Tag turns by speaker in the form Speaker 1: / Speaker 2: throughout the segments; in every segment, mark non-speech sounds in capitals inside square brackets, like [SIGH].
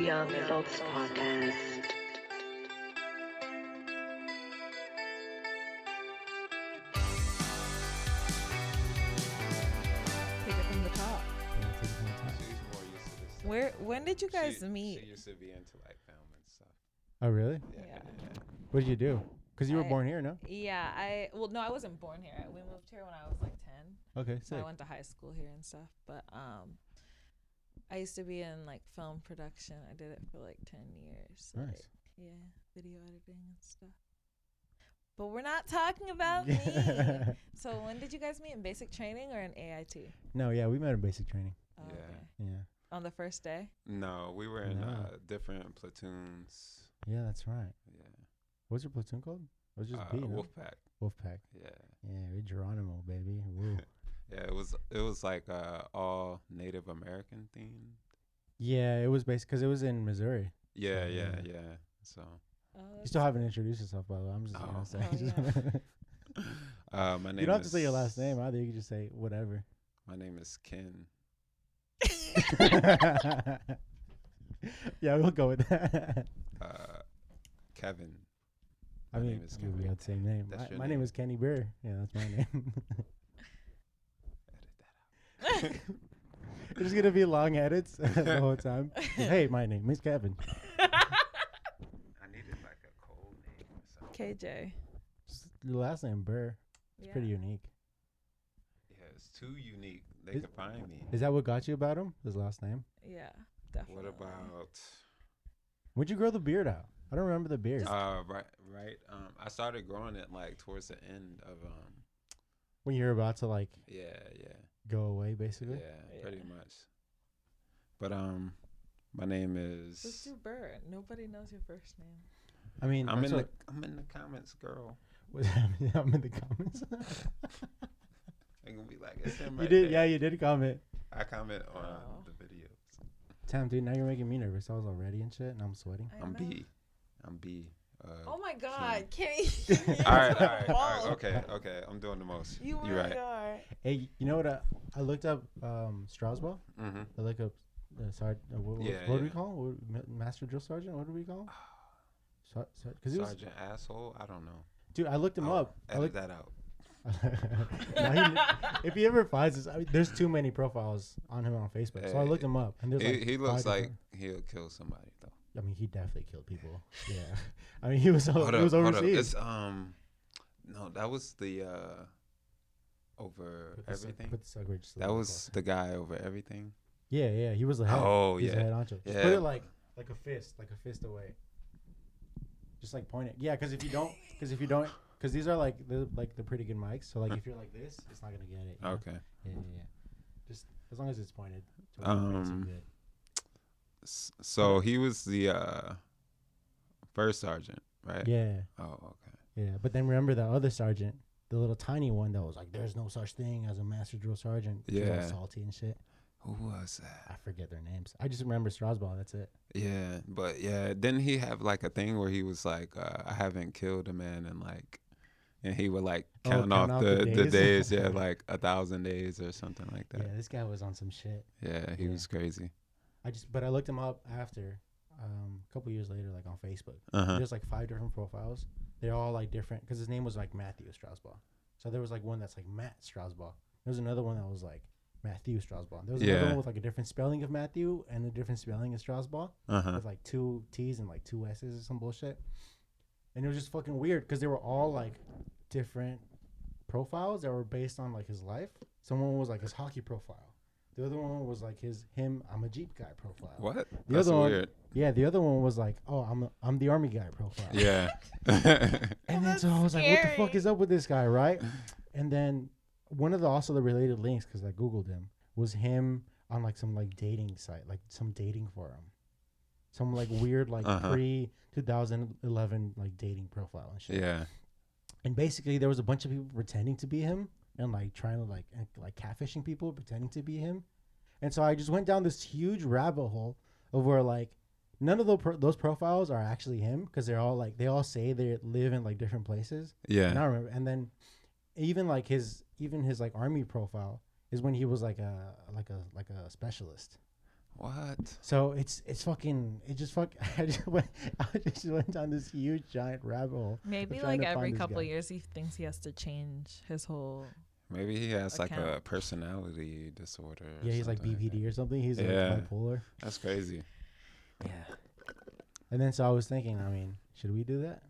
Speaker 1: Young Adults Podcast.
Speaker 2: Take it from the top.
Speaker 3: She's more used to this. stuff.
Speaker 2: Where? When did you guys
Speaker 3: she, She
Speaker 2: meet?
Speaker 3: used to be into like film and stuff.
Speaker 4: Oh, really?
Speaker 2: Yeah.
Speaker 4: What did you do? Because you were
Speaker 2: I-
Speaker 4: born here, no?
Speaker 2: Yeah. I well, no, I wasn't born here. We moved here when I was like ten.
Speaker 4: Okay,
Speaker 2: So I
Speaker 4: sick.
Speaker 2: went to high school here and stuff. But um, I used to be in like film production. I did it for like ten years.
Speaker 4: Nice.
Speaker 2: like, yeah, video editing and stuff. But we're not talking about
Speaker 4: [LAUGHS]
Speaker 2: me. So when did you guys meet in basic training or in AIT?
Speaker 4: no, yeah, we met in basic training.
Speaker 2: Oh,
Speaker 3: Yeah.
Speaker 4: Yeah,
Speaker 2: On the first day.
Speaker 3: No, we were in
Speaker 4: No.
Speaker 3: uh, different platoons.
Speaker 4: yeah, that's right.
Speaker 3: Yeah.
Speaker 4: What's your platoon called? It was just
Speaker 3: uh,
Speaker 4: B, no?
Speaker 3: Wolfpack.
Speaker 4: Wolfpack.
Speaker 3: Yeah.
Speaker 4: Yeah, we Geronimo,
Speaker 3: [LAUGHS]
Speaker 4: baby. Woo.
Speaker 3: Yeah. It was it was like uh, all Native American themed.
Speaker 4: yeah, it was based because it was in Missouri.
Speaker 3: Yeah. Yeah.
Speaker 4: Yeah.
Speaker 3: Yeah. So
Speaker 2: Oh,
Speaker 4: You
Speaker 2: [LAUGHS]
Speaker 4: still haven't introduced yourself, by the way. I'm just
Speaker 3: Oh.
Speaker 4: gonna say. [LAUGHS]
Speaker 2: Oh, yeah.
Speaker 3: uh, my name.
Speaker 4: you don't have to
Speaker 3: is-
Speaker 4: say your last name either. You can just say
Speaker 3: [LAUGHS]
Speaker 4: whatever. [LAUGHS]
Speaker 3: My name is Ken.
Speaker 4: yeah, we'll go with that.
Speaker 3: Uh, Kevin.
Speaker 4: I
Speaker 3: My
Speaker 4: mean,
Speaker 3: name is
Speaker 4: dude, we
Speaker 3: Kenny.
Speaker 4: got the same name.
Speaker 3: That's
Speaker 4: I-
Speaker 3: your
Speaker 4: my name
Speaker 3: name.
Speaker 4: is Kenny Beer. Yeah, that's my name.
Speaker 3: [LAUGHS] Edit that out.
Speaker 4: There's gonna be long edits [LAUGHS]
Speaker 3: [LAUGHS]
Speaker 4: the whole time. hey, my name is Kevin.
Speaker 3: I needed like a cold name or something.
Speaker 2: KJ.
Speaker 4: Just Your last name Burr. It's pretty unique.
Speaker 3: Yeah, it's too unique. They
Speaker 4: Is-
Speaker 3: could find me.
Speaker 4: Is that what got you about him? His last name?
Speaker 2: Yeah. Definitely.
Speaker 3: What about
Speaker 4: When'd you grow the beard out? I don't remember the beard.
Speaker 3: uh right right um I started growing it like towards the end of um
Speaker 4: when you were about to like
Speaker 3: yeah yeah
Speaker 4: go away, basically.
Speaker 3: yeah
Speaker 2: Yeah.
Speaker 3: pretty much but um my name
Speaker 2: Let's
Speaker 3: is
Speaker 2: do Burr. Nobody knows your first name.
Speaker 4: I mean,
Speaker 3: I'm
Speaker 4: that's
Speaker 3: in the
Speaker 4: what-
Speaker 3: I'm in the comments girl
Speaker 4: [LAUGHS] what's happening- I'm in the comments.
Speaker 3: they're gonna be
Speaker 4: [LAUGHS]
Speaker 3: like [LAUGHS] it's him
Speaker 4: you
Speaker 3: right
Speaker 4: did, yeah,
Speaker 3: there.
Speaker 4: you did comment.
Speaker 3: I comment on
Speaker 2: Oh.
Speaker 3: the videos
Speaker 4: Tam, dude, now you're making me nervous. I was all ready and shit, and I'm sweating.
Speaker 2: I
Speaker 3: I'm
Speaker 2: know.
Speaker 3: B I'm B uh,
Speaker 2: Oh
Speaker 3: all
Speaker 2: my God,
Speaker 3: [LAUGHS]
Speaker 2: Kenny! [LAUGHS] you
Speaker 3: right
Speaker 2: took
Speaker 3: all right, all right
Speaker 2: balls.
Speaker 3: okay okay I'm doing the most
Speaker 2: You
Speaker 3: you
Speaker 2: really
Speaker 3: are right [LAUGHS]
Speaker 2: are.
Speaker 4: Hey, you know what? I, I looked up um, Strasbourg.
Speaker 3: mm-hmm.
Speaker 4: I looked up uh, sar- uh, what, what,
Speaker 3: Yeah,
Speaker 4: what do we
Speaker 3: yeah.
Speaker 4: call? What, ma- Master Drill Sergeant? What do we
Speaker 3: [SIGHS]
Speaker 4: call? Because it was
Speaker 3: Sergeant asshole I don't know
Speaker 4: Dude, I looked him
Speaker 3: Oh,
Speaker 4: up. I
Speaker 3: edit
Speaker 4: looked,
Speaker 3: that out
Speaker 4: [LAUGHS] Now
Speaker 2: [LAUGHS]
Speaker 4: he- if he ever finds this, I mean, there's too many profiles on him on Facebook. So I looked him up, and there's
Speaker 3: he,
Speaker 4: like
Speaker 3: he looks
Speaker 4: five
Speaker 3: like
Speaker 4: different-
Speaker 3: he'll kill somebody though.
Speaker 4: I mean, he definitely killed people. Yeah, [LAUGHS] I mean, he was he
Speaker 3: Hold up,
Speaker 4: was
Speaker 3: hold up.
Speaker 4: overseas.
Speaker 3: It's um, no, that was the uh, over
Speaker 4: Put the sec-
Speaker 3: everything.
Speaker 4: Put the sacrilege to the
Speaker 3: that
Speaker 4: wall.
Speaker 3: was the guy over everything.
Speaker 4: yeah, yeah. He was the head.
Speaker 3: Oh,
Speaker 4: He's the
Speaker 3: yeah.
Speaker 4: head honcho. Just
Speaker 3: Yeah.
Speaker 4: put it like like a fist, like a fist away. Just like point it. Yeah, because if you don't, because if you don't, because these are like the like the pretty good mics. So like if you're like this, it's not gonna get it. you know?
Speaker 3: Okay.
Speaker 4: Yeah, yeah, yeah. Just as long as it's pointed. To
Speaker 3: Um,
Speaker 4: um. Good.
Speaker 3: S- So he was the uh, first sergeant, right?
Speaker 4: Yeah.
Speaker 3: Oh, okay.
Speaker 4: Yeah, but then remember the other sergeant, the little tiny one that was like, "There's no such thing as a master drill sergeant." She was all
Speaker 3: Yeah.
Speaker 4: salty and shit.
Speaker 3: Who was that?
Speaker 4: I forget their names. I just remember Strasbourg. That's it.
Speaker 3: Yeah, but yeah, didn't he have like a thing where he was like, uh, "I haven't killed a man," and like, and he would like
Speaker 4: Oh,
Speaker 3: count off, the, the, days.
Speaker 4: days.
Speaker 3: yeah, like a thousand days or something like
Speaker 4: Yeah,
Speaker 3: that.
Speaker 4: this guy was on some shit.
Speaker 3: Yeah, he
Speaker 4: Yeah.
Speaker 3: was crazy.
Speaker 4: I just, but I looked him up after, um, a couple years later, like on Facebook.
Speaker 3: Uh huh.
Speaker 4: There's like five different profiles. They're all like different because his name was like Matthew Strasbourg. So there was like one that's like Matt Strasbourg. There was another one that was like Matthew Strasbourg. There was another
Speaker 3: Yeah.
Speaker 4: one with like a different spelling of Matthew and a different spelling of Strasbourg.
Speaker 3: Uh huh.
Speaker 4: with like two T's and like two S's or some bullshit. And it was just fucking weird because they were all like different profiles that were based on like his life. Someone was like his hockey profile. The other one was like his him I'm a Jeep guy profile.
Speaker 3: What?
Speaker 4: The
Speaker 3: That's
Speaker 4: other one,
Speaker 3: weird.
Speaker 4: yeah. The other one was like, oh, I'm a, I'm the army guy profile.
Speaker 3: Yeah. [LAUGHS]
Speaker 4: And then so I was like, what the fuck is up with this guy,
Speaker 3: [CLEARS THROAT]
Speaker 4: right? And then one of the also the related links because I googled him was him on like some like dating site, like some dating forum, some like weird like
Speaker 3: Uh-huh.
Speaker 4: pre 2011 like dating profile and shit.
Speaker 3: yeah.
Speaker 4: And basically there was a bunch of people pretending to be him and like trying to like and, like catfishing people pretending to be him. And so I just went down this huge rabbit hole of where like none of those pro- those profiles are actually him because they're all like they all say they live in like different places.
Speaker 3: Yeah.
Speaker 4: And I remember. And then even like his even his like army profile is when he was like a like a like a specialist.
Speaker 3: What?
Speaker 4: So it's it's fucking it just fuck. [LAUGHS] I just went I just went down this huge giant rabbit hole.
Speaker 2: Maybe like
Speaker 4: trying to find
Speaker 2: every
Speaker 4: this
Speaker 2: couple
Speaker 4: guy.
Speaker 2: years he thinks he has to change his whole.
Speaker 3: Maybe he has like a
Speaker 2: Account.
Speaker 3: personality disorder. or
Speaker 4: Yeah, he's like
Speaker 3: something that.
Speaker 4: BPD or something. He's like
Speaker 3: Yeah.
Speaker 4: bipolar.
Speaker 3: That's crazy.
Speaker 4: Yeah. And then so I was thinking, I mean, should we do that?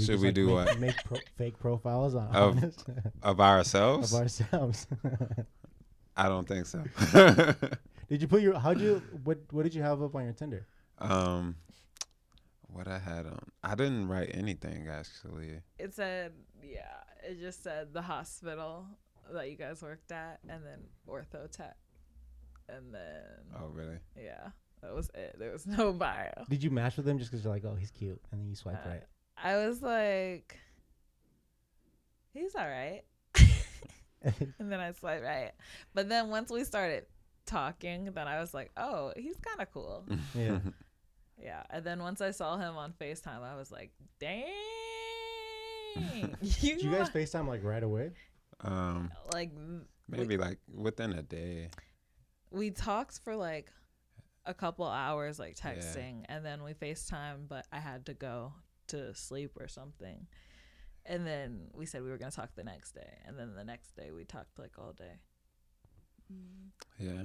Speaker 3: Should we do
Speaker 4: make,
Speaker 3: what?
Speaker 4: Make pro- fake profiles on
Speaker 3: Of
Speaker 4: [LAUGHS] honest-
Speaker 3: Of ourselves?
Speaker 4: of ourselves. [LAUGHS]
Speaker 3: I don't think so. [LAUGHS]
Speaker 4: did you put your? How'd you? What? What did you have up on your Tinder?
Speaker 3: um, what I had on, I didn't write anything actually.
Speaker 2: It said, yeah, it just said the hospital that you guys worked at, and then ortho tech, and then
Speaker 3: Oh, really?
Speaker 2: yeah, that was it. There was no bio.
Speaker 4: Did you match with him just because you're like, oh, he's cute, and then you swipe
Speaker 2: Uh,
Speaker 4: right? [LAUGHS]
Speaker 2: I was like, he's all right. and then I swiped right. But then once we started talking, then I was like, oh, he's kind of cool.
Speaker 4: Yeah.
Speaker 2: yeah. And then once I saw him on FaceTime, I was like, dang. [LAUGHS] You,
Speaker 4: Did you guys
Speaker 2: are-
Speaker 4: Facetime like right away?
Speaker 3: [LAUGHS] Um,
Speaker 2: [LAUGHS] like,
Speaker 3: maybe like within a day.
Speaker 2: we talked for like a couple hours, like
Speaker 3: Yeah.
Speaker 2: texting, and then we FaceTime, but I had to go to sleep or something. And then we said we were going to talk the next day. And then the next day, we talked like all day.
Speaker 3: Yeah,
Speaker 4: Yeah,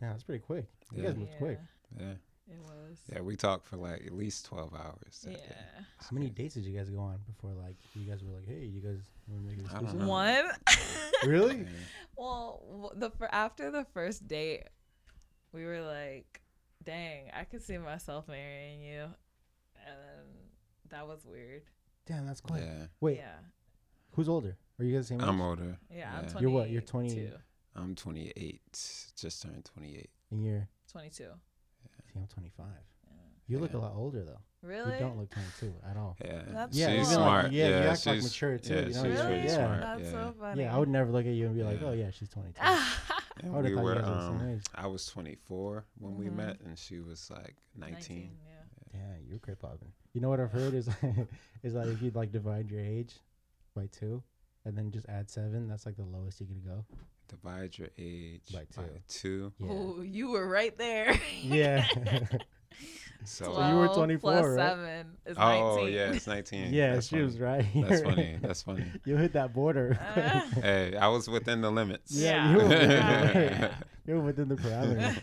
Speaker 4: that's pretty quick. You
Speaker 3: Yeah.
Speaker 4: guys moved quick.
Speaker 3: yeah,
Speaker 2: It was.
Speaker 3: yeah. We talked for like at least twelve hours. that
Speaker 2: Yeah.
Speaker 3: day.
Speaker 4: How many dates did you guys go on before like you guys were like, hey, you guys want to make it
Speaker 3: I don't
Speaker 4: exclusive?
Speaker 3: know.
Speaker 2: One.
Speaker 4: Really?
Speaker 3: Yeah.
Speaker 2: well, w- the fir- after the first date, we were like, "Dang, I could see myself marrying you," and then that was weird.
Speaker 4: Damn, that's quick.
Speaker 3: Yeah.
Speaker 4: Wait,
Speaker 2: Yeah.
Speaker 4: who's older? Are you guys the same
Speaker 3: I'm
Speaker 4: age?
Speaker 3: older.
Speaker 2: Yeah. I'm
Speaker 3: Yeah.
Speaker 2: 22.
Speaker 4: You're what, you're 20
Speaker 3: I'm 28. Just turned 28.
Speaker 4: And you're,
Speaker 2: 22.
Speaker 4: see, I'm 25. You look a
Speaker 3: Yeah.
Speaker 4: lot older though.
Speaker 2: Really?
Speaker 4: You don't look 22 at all.
Speaker 3: Yeah.
Speaker 2: That's
Speaker 3: she's
Speaker 2: Yeah, even like-
Speaker 3: smart.
Speaker 4: yeah, you
Speaker 3: yeah,
Speaker 4: act, like,
Speaker 3: she's
Speaker 4: mature, too,
Speaker 3: Yeah,
Speaker 4: you know,
Speaker 3: she's
Speaker 4: you're
Speaker 2: really?
Speaker 3: really
Speaker 4: yeah.
Speaker 3: smart.
Speaker 2: That's
Speaker 3: yeah.
Speaker 2: so funny. Ah.
Speaker 4: Yeah, I
Speaker 2: [LAUGHS]
Speaker 4: would never look at you and be like,
Speaker 3: Yeah.
Speaker 4: oh yeah, she's 22.
Speaker 3: And
Speaker 4: I would've
Speaker 3: we
Speaker 4: thought you
Speaker 3: were,
Speaker 4: guys were the same
Speaker 3: um,
Speaker 4: age.
Speaker 3: I was 24 when we
Speaker 2: Mhm.
Speaker 3: met, and she was like 19.
Speaker 2: 19. Yeah.
Speaker 4: Yeah, you're crip hopping. You know what I've heard is [LAUGHS] is like if you like divide your age by two, and then just add seven, that's like the lowest you could go.
Speaker 3: Divide your age
Speaker 4: By
Speaker 3: two.
Speaker 4: Yeah.
Speaker 2: Oh, you were right there. [LAUGHS]
Speaker 4: Yeah. [LAUGHS]
Speaker 3: So,
Speaker 4: you were
Speaker 2: 12
Speaker 4: 24,
Speaker 2: plus
Speaker 4: right?
Speaker 2: 7 is 19.
Speaker 3: oh
Speaker 2: [LAUGHS]
Speaker 4: [LAUGHS]
Speaker 3: yeah, it's 19.
Speaker 4: yeah,
Speaker 3: That's
Speaker 4: she
Speaker 3: funny.
Speaker 4: was right. [LAUGHS]
Speaker 3: That's funny. That's funny.
Speaker 4: you hit that border.
Speaker 2: Ah.
Speaker 3: hey, I was within the
Speaker 4: [LAUGHS]
Speaker 3: limits.
Speaker 4: Yeah,
Speaker 2: Yeah.
Speaker 4: you were
Speaker 3: [LAUGHS]
Speaker 4: within,
Speaker 3: yeah.
Speaker 4: you're within the [LAUGHS] parameters.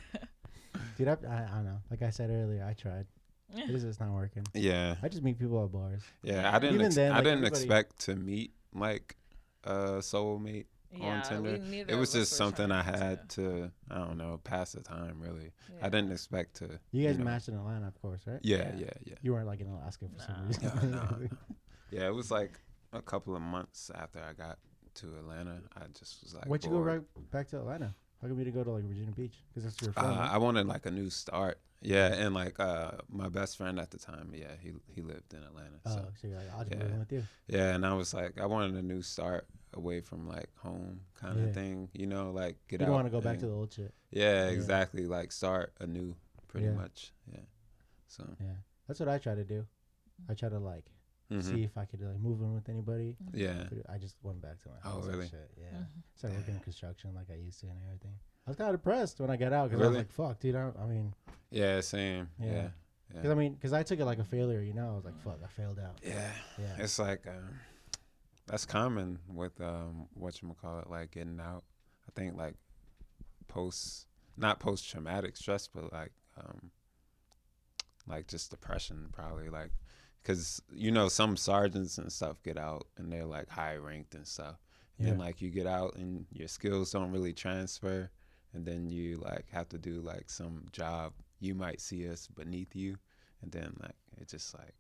Speaker 4: Dude, I, I, I don't know. Like I said earlier, I tried. It is just not working.
Speaker 3: yeah,
Speaker 4: I just meet people at bars.
Speaker 3: I didn't.
Speaker 4: Even
Speaker 3: Ex-
Speaker 4: then,
Speaker 3: I
Speaker 4: like,
Speaker 3: didn't
Speaker 4: everybody-
Speaker 3: expect to meet like a soulmate.
Speaker 2: Yeah,
Speaker 3: Tinder.
Speaker 2: we neither
Speaker 3: It was
Speaker 2: of us
Speaker 3: just
Speaker 2: were
Speaker 3: something I
Speaker 2: trying to.
Speaker 3: had to. I don't know, pass the time. Really,
Speaker 2: Yeah.
Speaker 3: I didn't expect to.
Speaker 4: You guys
Speaker 3: know-
Speaker 4: matched in Atlanta, of course, right?
Speaker 3: Yeah,
Speaker 2: Yeah.
Speaker 3: yeah, yeah,
Speaker 4: You weren't like in Alaska for some
Speaker 2: Nah.
Speaker 4: [LAUGHS] reason.
Speaker 3: Yeah, nah, nah. yeah. It was like a couple of months after I got to Atlanta. I just was like,
Speaker 4: Why'd you go
Speaker 3: bored.
Speaker 4: right back to Atlanta? How come you didn't go to like Virginia Beach? Because that's your friend.
Speaker 3: Uh,
Speaker 4: right?
Speaker 3: I wanted like a new start. Yeah, and like uh, my best friend at the time, yeah, he he lived in Atlanta.
Speaker 4: oh,
Speaker 3: So
Speaker 4: so you're like, I'll just
Speaker 3: uh, yeah.
Speaker 4: move in with you.
Speaker 3: yeah, and I was like, I wanted a new start away from like home kind of
Speaker 4: Yeah.
Speaker 3: thing. You know, like
Speaker 4: You
Speaker 3: get
Speaker 4: don't
Speaker 3: out.
Speaker 4: want to go back
Speaker 3: and-
Speaker 4: to the old shit. yeah.
Speaker 3: yeah, exactly. Like start anew, pretty
Speaker 4: Yeah.
Speaker 3: much. Yeah. So
Speaker 4: Yeah, that's what I try to do. I try to like
Speaker 3: mhm.
Speaker 4: see if I could like move in with anybody.
Speaker 3: yeah,
Speaker 4: But I just went back to my
Speaker 3: Oh,
Speaker 4: house. and
Speaker 3: really?
Speaker 4: shit, Yeah.
Speaker 2: Mhm.
Speaker 4: Started working in construction like I used to and everything. I was kind of depressed when I got out because I was
Speaker 3: Really?
Speaker 4: like, fuck, dude. I, don't- I mean,
Speaker 3: yeah, same.
Speaker 4: Yeah.
Speaker 3: Yeah, yeah.
Speaker 4: because I mean, because I took it like a failure, you know. I was like, fuck, I failed out.
Speaker 3: Yeah.
Speaker 4: Yeah.
Speaker 3: It's like um, that's common with um, what you call it, like getting out. I think like post, not post traumatic stress, but like um, like just depression, probably like because you know some sergeants and stuff get out and they're like high ranked and stuff. And then
Speaker 4: Yeah.
Speaker 3: like you get out and your skills don't really transfer, and then you like have to do like some job you might see us beneath you, and then like it just like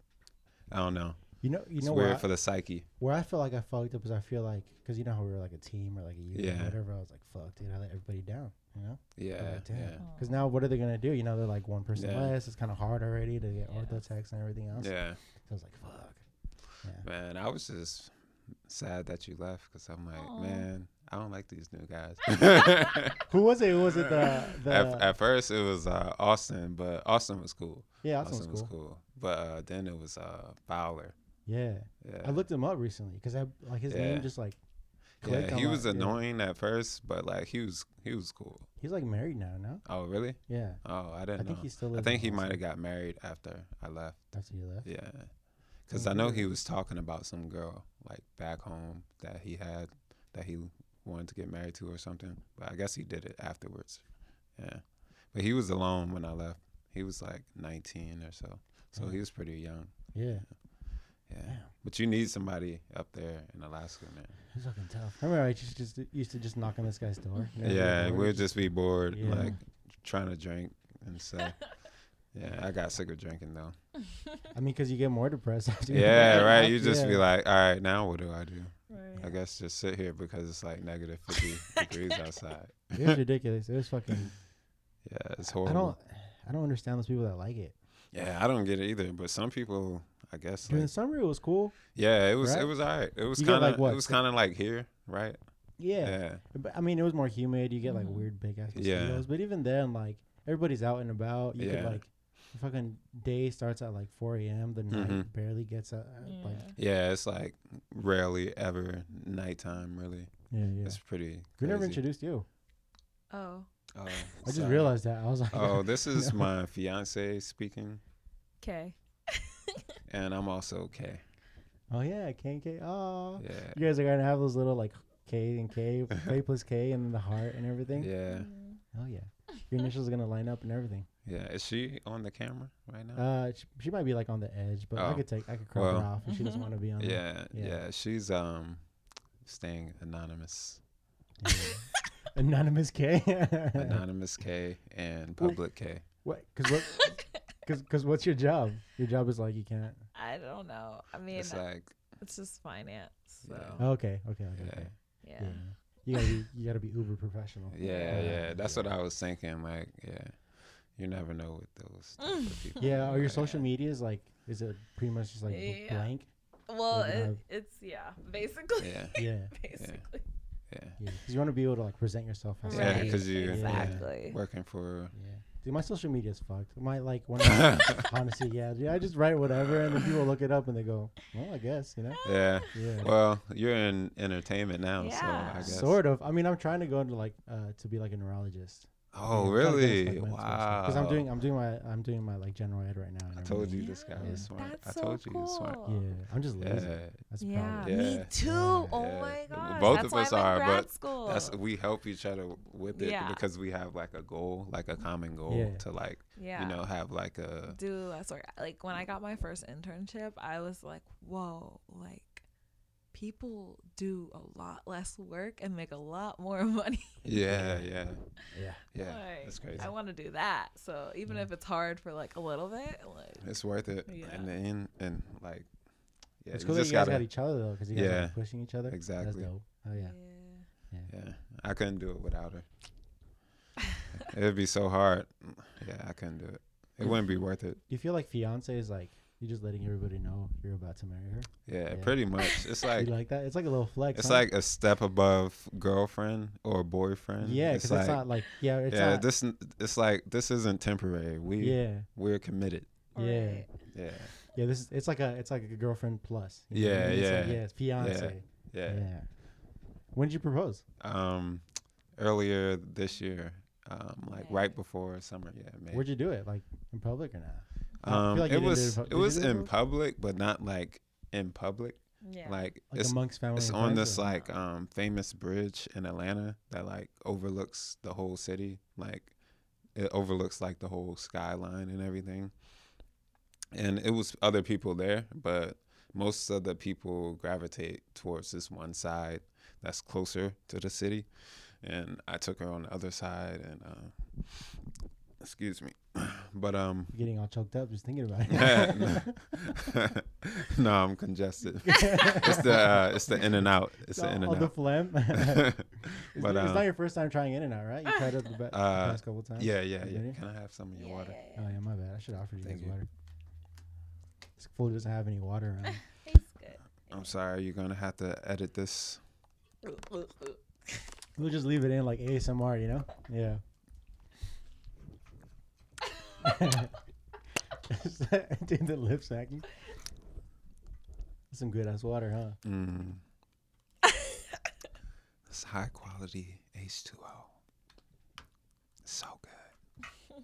Speaker 3: I don't know.
Speaker 4: You know, you
Speaker 3: It's
Speaker 4: know
Speaker 3: weird
Speaker 4: where I,
Speaker 3: for the psyche.
Speaker 4: where I feel like I fucked up is I feel like because you know how we were like a team or like a unit
Speaker 3: Yeah.
Speaker 4: or whatever. I was like, fuck, dude, I let everybody down. You know.
Speaker 3: Yeah,
Speaker 4: Oh, damn.
Speaker 3: yeah,
Speaker 4: Because now, what are they gonna do? You know, they're like one person
Speaker 3: Oh, Yeah.
Speaker 4: less. It's kind of hard already to get
Speaker 2: Yeah.
Speaker 4: ortho techs and everything else.
Speaker 3: yeah.
Speaker 4: So I was like, fuck. Yeah.
Speaker 3: Man, I was just sad that you left because I'm like,
Speaker 2: Aw.
Speaker 3: man, I don't like these new guys. [LAUGHS]
Speaker 4: Who was it? Was it the the?
Speaker 3: at, at first, it was uh, Austin, but Austin was cool.
Speaker 4: yeah,
Speaker 3: Austin,
Speaker 4: Austin was
Speaker 3: was
Speaker 4: cool.
Speaker 3: cool, but uh, then it was uh, Fowler.
Speaker 4: Yeah.
Speaker 3: Yeah,
Speaker 4: I looked him up recently because I like his
Speaker 3: Yeah.
Speaker 4: name just like clicked.
Speaker 3: yeah,
Speaker 4: I'm
Speaker 3: he
Speaker 4: like,
Speaker 3: was
Speaker 4: yeah.
Speaker 3: annoying at first, but like he was he was cool.
Speaker 4: He's like married now, no?
Speaker 3: Oh really?
Speaker 4: Yeah,
Speaker 3: Oh, I didn't
Speaker 4: I
Speaker 3: know.
Speaker 4: think he still.
Speaker 3: I
Speaker 4: lives
Speaker 3: think
Speaker 4: in
Speaker 3: he might
Speaker 4: Boston.
Speaker 3: have got married after I left.
Speaker 4: After you left,
Speaker 3: Yeah, because I know he was talking about some girl like back home that he had that he wanted to get married to or something. But I guess he did it afterwards. Yeah, but he was alone when I left. He was like 19 or so, so he was pretty young.
Speaker 4: yeah.
Speaker 3: Yeah,
Speaker 4: Damn.
Speaker 3: but you need somebody up there in Alaska, man.
Speaker 4: It's fucking tough. I remember I just, just used to just knock on this guy's door. you know,
Speaker 3: yeah,
Speaker 4: like,
Speaker 3: we'll just be bored,
Speaker 4: Yeah.
Speaker 3: like trying to drink and stuff. yeah, I got sick of
Speaker 4: [LAUGHS]
Speaker 3: drinking though.
Speaker 4: I mean, because you get more depressed. After you-
Speaker 3: Yeah, right. You just be
Speaker 4: Yeah.
Speaker 3: like, all right, now what do I do? I
Speaker 2: Mm-hmm. Right.
Speaker 3: guess just sit here because it's like negative
Speaker 4: [LAUGHS]
Speaker 3: 50 degrees outside.
Speaker 4: It was ridiculous. It was fucking.
Speaker 3: Yeah, it's
Speaker 4: I don't.
Speaker 3: [LAUGHS] horrible.
Speaker 4: I don't understand those people that like it.
Speaker 3: yeah, I don't get it either. But some people, I guess,
Speaker 4: During
Speaker 3: like,
Speaker 4: the summer, it was cool.
Speaker 3: yeah, it was
Speaker 4: right?
Speaker 3: it was all right. It was
Speaker 4: You get,
Speaker 3: kind
Speaker 4: like,
Speaker 3: of
Speaker 4: what,
Speaker 3: it was
Speaker 4: si-
Speaker 3: kind of like here, right?
Speaker 4: Yeah.
Speaker 3: Yeah,
Speaker 4: But I mean, it was more humid. You get like
Speaker 2: Mhm.
Speaker 4: weird big ass
Speaker 3: Yeah.
Speaker 4: mosquitoes. But even then, like everybody's out and about. You could
Speaker 3: Yeah.
Speaker 4: like, the fucking day starts at like 4 a.m. The night
Speaker 3: Mhm.
Speaker 4: barely gets out. Like,
Speaker 2: Yeah.
Speaker 3: yeah. It's like rarely ever nighttime. Really,
Speaker 4: yeah, yeah.
Speaker 3: it's pretty.
Speaker 4: We never
Speaker 3: crazy.
Speaker 4: introduced you.
Speaker 2: Oh,
Speaker 3: Oh,
Speaker 4: I just
Speaker 3: sorry.
Speaker 4: realized that. I was like, [LAUGHS]
Speaker 3: Oh, this is my fiance speaking,
Speaker 2: okay.
Speaker 3: and I'm also okay.
Speaker 4: oh yeah, K and K. Oh,
Speaker 3: Yeah,
Speaker 4: you guys are gonna have those little like K and K,
Speaker 3: [LAUGHS]
Speaker 4: K plus K, and then the heart and everything.
Speaker 3: yeah,
Speaker 2: Mm.
Speaker 4: Oh yeah, your initials are gonna line up and everything.
Speaker 3: yeah. Is she on the camera right now?
Speaker 4: Uh, she, she might be like on the edge, but I
Speaker 3: Oh.
Speaker 4: could take, I could crop
Speaker 3: Well.
Speaker 4: her off if she doesn't want to be
Speaker 3: [LAUGHS]
Speaker 4: on. there.
Speaker 3: yeah,
Speaker 4: yeah.
Speaker 3: yeah, She's um staying
Speaker 2: [LAUGHS]
Speaker 3: anonymous,
Speaker 4: Yeah. Anonymous K.
Speaker 3: anonymous K and
Speaker 4: Well-
Speaker 3: public K.
Speaker 4: what? Because what? Cause, cause what's your job? Your job is like you can't.
Speaker 2: I don't know. I mean,
Speaker 3: It's
Speaker 2: it's,
Speaker 3: like
Speaker 2: just finance. So,
Speaker 3: Yeah.
Speaker 4: Oh, okay, okay, okay.
Speaker 3: yeah,
Speaker 4: okay.
Speaker 2: yeah.
Speaker 4: Yeah. You gotta be, you gotta be uber professional.
Speaker 3: yeah, yeah. That's what
Speaker 4: yeah.
Speaker 3: I was thinking. Like, yeah, you never know with those. type
Speaker 2: Mm.
Speaker 3: of people.
Speaker 4: Yeah. Are your
Speaker 3: Like,
Speaker 4: social media is like, is it pretty much just like bl-
Speaker 2: Yeah.
Speaker 4: blank?
Speaker 2: Well,
Speaker 4: Like,
Speaker 2: it,
Speaker 4: I've-
Speaker 2: it's, yeah, basically. [LAUGHS]
Speaker 3: Yeah,
Speaker 4: Yeah.
Speaker 2: Basically.
Speaker 3: yeah.
Speaker 4: Yeah. 'Cause you want to be able to like present yourself. As
Speaker 3: Yeah,
Speaker 2: Right.
Speaker 3: 'cause you- yeah.
Speaker 2: Exactly.
Speaker 3: Working for. [LAUGHS]
Speaker 4: Yeah. Dude, my social media is fucked. My like when I, honestly, yeah, dude, I just write whatever, and then people look it up and they go, well, I guess you know.
Speaker 3: Yeah.
Speaker 4: Yeah.
Speaker 3: Well, you're in entertainment now,
Speaker 2: Yeah.
Speaker 3: so I guess.
Speaker 4: Sort of. I mean, I'm trying to go into like uh, to be like a neurologist.
Speaker 3: Oh, really? Wow.
Speaker 4: Because I'm doing, I'm doing my, I'm doing my like general ed right now. and
Speaker 3: I told
Speaker 4: everything.
Speaker 3: you this guy
Speaker 4: Yeah.
Speaker 3: was smart.
Speaker 2: That's
Speaker 3: I
Speaker 2: so
Speaker 3: told you
Speaker 2: cool.
Speaker 3: he was smart.
Speaker 4: Yeah, I'm just lazy.
Speaker 3: Yeah.
Speaker 4: That's the
Speaker 2: Yeah,
Speaker 4: problem.
Speaker 2: me
Speaker 3: Yeah.
Speaker 2: too.
Speaker 4: Yeah.
Speaker 2: Oh
Speaker 3: Yeah.
Speaker 2: my gosh,
Speaker 3: Both
Speaker 2: that's
Speaker 3: of
Speaker 2: why
Speaker 3: us
Speaker 2: I'm in
Speaker 3: are,
Speaker 2: grad
Speaker 3: but
Speaker 2: school.
Speaker 3: That's we help each other with it
Speaker 2: Yeah.
Speaker 3: because we have like a goal, like a common goal
Speaker 4: Yeah.
Speaker 3: to like
Speaker 2: yeah.
Speaker 3: you know have like a
Speaker 2: do less work. Like when I got my first internship, I was like, whoa, like people do a lot less work and make a lot more [LAUGHS] money.
Speaker 3: yeah yeah
Speaker 4: Yeah.
Speaker 3: yeah.
Speaker 2: Like,
Speaker 3: that's crazy.
Speaker 2: I want to do that. So even
Speaker 4: Yeah.
Speaker 2: if it's hard for like a little bit, like
Speaker 3: It's worth it
Speaker 2: Yeah.
Speaker 3: in the end and like yeah.
Speaker 4: It's
Speaker 3: you
Speaker 4: cool that you
Speaker 3: just
Speaker 4: guys got
Speaker 3: gotta-
Speaker 4: each other though, because you guys are
Speaker 3: Yeah.
Speaker 4: like, pushing each other. That's
Speaker 3: Exactly.
Speaker 4: dope. Oh yeah.
Speaker 3: yeah. I couldn't do it without
Speaker 2: [LAUGHS]
Speaker 3: her. It'd be so hard. Yeah, I couldn't do it. It wouldn't be worth it.
Speaker 4: Do you feel like fiance is like you're just letting everybody know you're about to marry her?
Speaker 3: Yeah,
Speaker 4: Yeah. [LAUGHS]
Speaker 3: pretty much. It's like
Speaker 4: you like that? It's like a little flex.
Speaker 3: it's
Speaker 4: huh?
Speaker 3: like a step above girlfriend or boyfriend.
Speaker 4: yeah,
Speaker 3: it's
Speaker 4: because it's not like yeah, it's
Speaker 3: yeah,
Speaker 4: not.
Speaker 3: this n- it's like this isn't temporary. We
Speaker 4: yeah,
Speaker 3: we're committed.
Speaker 4: Yeah.
Speaker 2: alright.
Speaker 3: Yeah,
Speaker 4: yeah. This is it's like a it's like a girlfriend plus. you know what I
Speaker 3: Yeah,
Speaker 4: mean? It's like,
Speaker 3: yeah.
Speaker 4: yeah. It's fiance.
Speaker 3: yeah.
Speaker 4: Yeah. When did you propose?
Speaker 3: Um, earlier this year, um, like
Speaker 2: May.
Speaker 3: right before summer. Yeah, May.
Speaker 4: Where'd you do it? Like in public or not? I feel
Speaker 3: um,
Speaker 4: like you didn't
Speaker 3: it
Speaker 4: do
Speaker 3: was
Speaker 4: it in pub-
Speaker 3: it
Speaker 4: did you
Speaker 3: was
Speaker 4: do it in
Speaker 3: in public, but not like in public.
Speaker 2: yeah.
Speaker 3: Like,
Speaker 4: Like
Speaker 3: it's
Speaker 4: amongst family.
Speaker 3: it's
Speaker 4: and
Speaker 3: on
Speaker 4: friends
Speaker 3: this
Speaker 4: or-
Speaker 3: like um famous bridge in Atlanta that like overlooks the whole city. Like it overlooks like the whole skyline and everything. And it was other people there, but most of the people gravitate towards this one side that's closer to the city. And I took her on the other side and uh, excuse me. [COUGHS] But um [LAUGHS]
Speaker 4: You're getting all choked up just thinking about [LAUGHS]
Speaker 3: no,
Speaker 4: it.
Speaker 3: No, I'm congested. [LAUGHS] It's the uh, it's the in and out. It's the in
Speaker 4: all
Speaker 3: and
Speaker 4: the
Speaker 3: out. [LAUGHS]
Speaker 4: phlegm. [LAUGHS] it's,
Speaker 3: but
Speaker 4: it's not
Speaker 3: um,
Speaker 4: your first time trying In and Out, right? You tried it the, be- the
Speaker 3: uh,
Speaker 4: past couple times.
Speaker 3: yeah, yeah,
Speaker 4: You
Speaker 3: yeah.
Speaker 4: ready?
Speaker 3: Can I have some of your
Speaker 2: Yeah,
Speaker 3: water?
Speaker 2: yeah,
Speaker 4: Oh
Speaker 2: yeah.
Speaker 4: yeah, my bad. I should have offered you
Speaker 3: Thank
Speaker 4: guys
Speaker 3: you.
Speaker 4: water. This fool doesn't have any water around.
Speaker 2: He's good.
Speaker 3: I'm sorry, you're gonna have to edit this.
Speaker 2: Ooh, ooh, ooh.
Speaker 4: We'll just leave it in like ASMR, you know? Yeah. [LAUGHS] Dude, the lip sacking. Some good ass water, huh?
Speaker 3: Mm. high quality H2O. So good.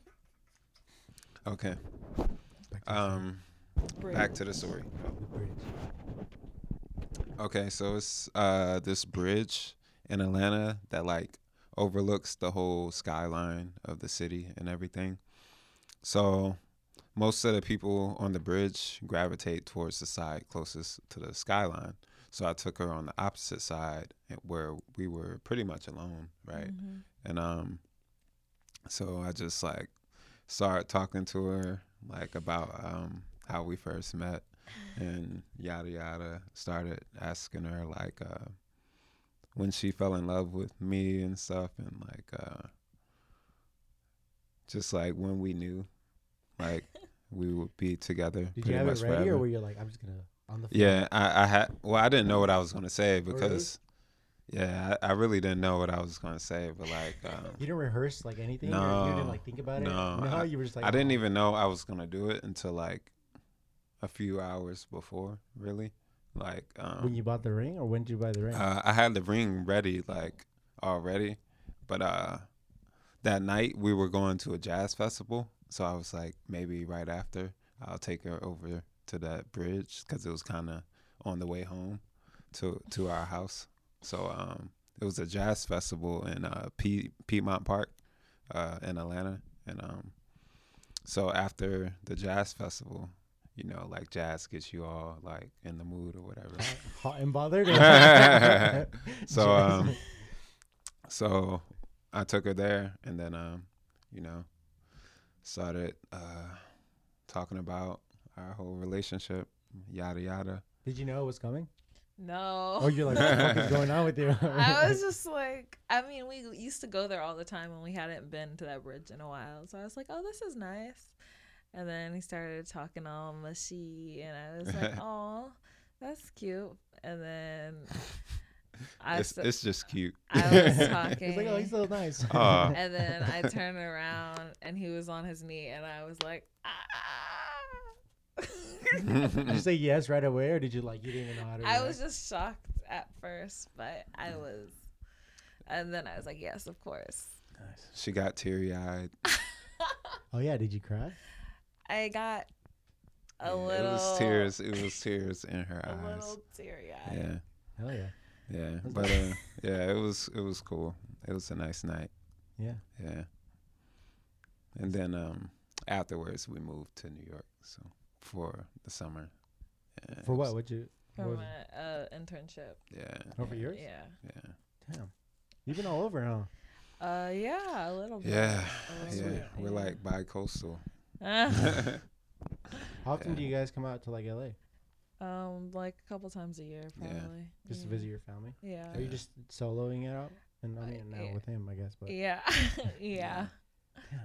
Speaker 3: Okay.
Speaker 4: Back to the story.
Speaker 3: Um back to the story.
Speaker 4: The bridge.
Speaker 3: Okay, so it's uh this bridge in Atlanta that like overlooks the whole skyline of the city and everything. So most of the people on the bridge gravitate towards the side closest to the skyline. So I took her on the opposite side eh, where we were pretty much alone, right?
Speaker 4: Mm-hmm.
Speaker 3: And um so I just like started talking to her like about um how we first met and yada yada started asking her like uh when she fell in love with me and stuff and like uh just like when we knew
Speaker 4: [LAUGHS]
Speaker 3: like we would be together
Speaker 4: Did
Speaker 3: pretty
Speaker 4: you have
Speaker 3: much
Speaker 4: it ready,
Speaker 3: forever.
Speaker 4: or were you like, I'm just gonna on the fly?
Speaker 3: Yeah, I, I had. Well, I didn't know what I was gonna say
Speaker 4: really?
Speaker 3: because, yeah, I, I really didn't know what I was gonna say. But like, um,
Speaker 4: You didn't rehearse like anything. or you didn't
Speaker 3: No.
Speaker 4: like think about it.
Speaker 3: No, I-
Speaker 4: you were just like.
Speaker 3: I didn't
Speaker 4: "Oh."
Speaker 3: even know I was gonna do it until like a few hours before. Really, like um,
Speaker 4: [LAUGHS] When you bought the ring, or when did you buy the ring?
Speaker 3: Uh, I had the ring ready, like already, but uh, that night we were going to a jazz festival, so I was like, maybe right after I'll take her over to that bridge because it was kind of on the way home to to our house. So um, it was a jazz festival in uh, P- Piedmont Park uh, in Atlanta, and um, so after the jazz festival. You know, like jazz gets you all like in the mood or whatever.
Speaker 4: Hot and bothered. [LAUGHS]
Speaker 3: [LAUGHS] So,
Speaker 4: Jasmine.
Speaker 3: um, so I took her there, and then um, you know, started uh, talking about our whole relationship, yada yada.
Speaker 4: [LAUGHS] did you know it was coming?
Speaker 2: No. [LAUGHS]
Speaker 4: Oh, you're like, what the fuck is going on with you? [LAUGHS]
Speaker 2: I was just like, I mean, we used to go there all the time and we hadn't been to that bridge in a while. So I was like, oh, this is nice. And then he started talking all mushy, and I was
Speaker 3: [LAUGHS]
Speaker 2: like, oh, that's cute. And then [LAUGHS] I,
Speaker 3: It's,
Speaker 2: sta-
Speaker 3: it's just cute. [LAUGHS]
Speaker 2: I was
Speaker 4: It's like, oh,
Speaker 2: talking.
Speaker 4: he's [LAUGHS] so nice.
Speaker 3: Aw.
Speaker 2: And then I turned around and he was on his knee, and I was like, ah.
Speaker 4: [LAUGHS]
Speaker 2: [LAUGHS]
Speaker 4: did you say yes right away, or did you like you didn't even know how to?
Speaker 2: I
Speaker 4: react?
Speaker 2: was just shocked at first, but I was. And then I was like, yes, of course.
Speaker 4: Nice.
Speaker 3: she got teary eyed.
Speaker 4: Oh yeah, did you cry?
Speaker 2: I got a
Speaker 3: It
Speaker 2: little
Speaker 3: was tears. It was tears in her
Speaker 2: a
Speaker 3: eyes.
Speaker 2: little teary eyed.
Speaker 3: Yeah,
Speaker 4: Hell yeah,
Speaker 3: yeah.
Speaker 4: That's
Speaker 3: But uh, yeah, it was it was cool. It was a nice night.
Speaker 4: yeah.
Speaker 3: Yeah. And then um afterwards we moved to New York so for the summer. Yeah,
Speaker 4: For
Speaker 3: it
Speaker 4: what?
Speaker 3: was-
Speaker 4: What you? what
Speaker 2: From
Speaker 4: was it?
Speaker 2: my uh, internship.
Speaker 3: Yeah.
Speaker 4: Over yours?
Speaker 2: Yeah.
Speaker 3: Yeah.
Speaker 4: Damn, you've been all over, huh?
Speaker 2: Uh, yeah, Oh, a little bit.
Speaker 3: Yeah.
Speaker 2: A little
Speaker 3: Yeah.
Speaker 2: bit,
Speaker 3: We're like bi-coastal. Mm-hmm.
Speaker 2: Uh,
Speaker 4: How often
Speaker 3: Yeah.
Speaker 4: do you guys come out to like LA
Speaker 2: [LAUGHS]
Speaker 3: [LAUGHS]
Speaker 2: um, like a couple times a year, probably.
Speaker 4: just
Speaker 2: yeah.
Speaker 4: to visit your family?
Speaker 2: Yeah.
Speaker 4: Are you
Speaker 3: Yeah.
Speaker 4: just soloing it out? And I
Speaker 2: Uh,
Speaker 4: mean, now
Speaker 2: yeah.
Speaker 4: with him, I guess. But
Speaker 2: Yeah. [LAUGHS] Mm-hmm. yeah.
Speaker 4: damn,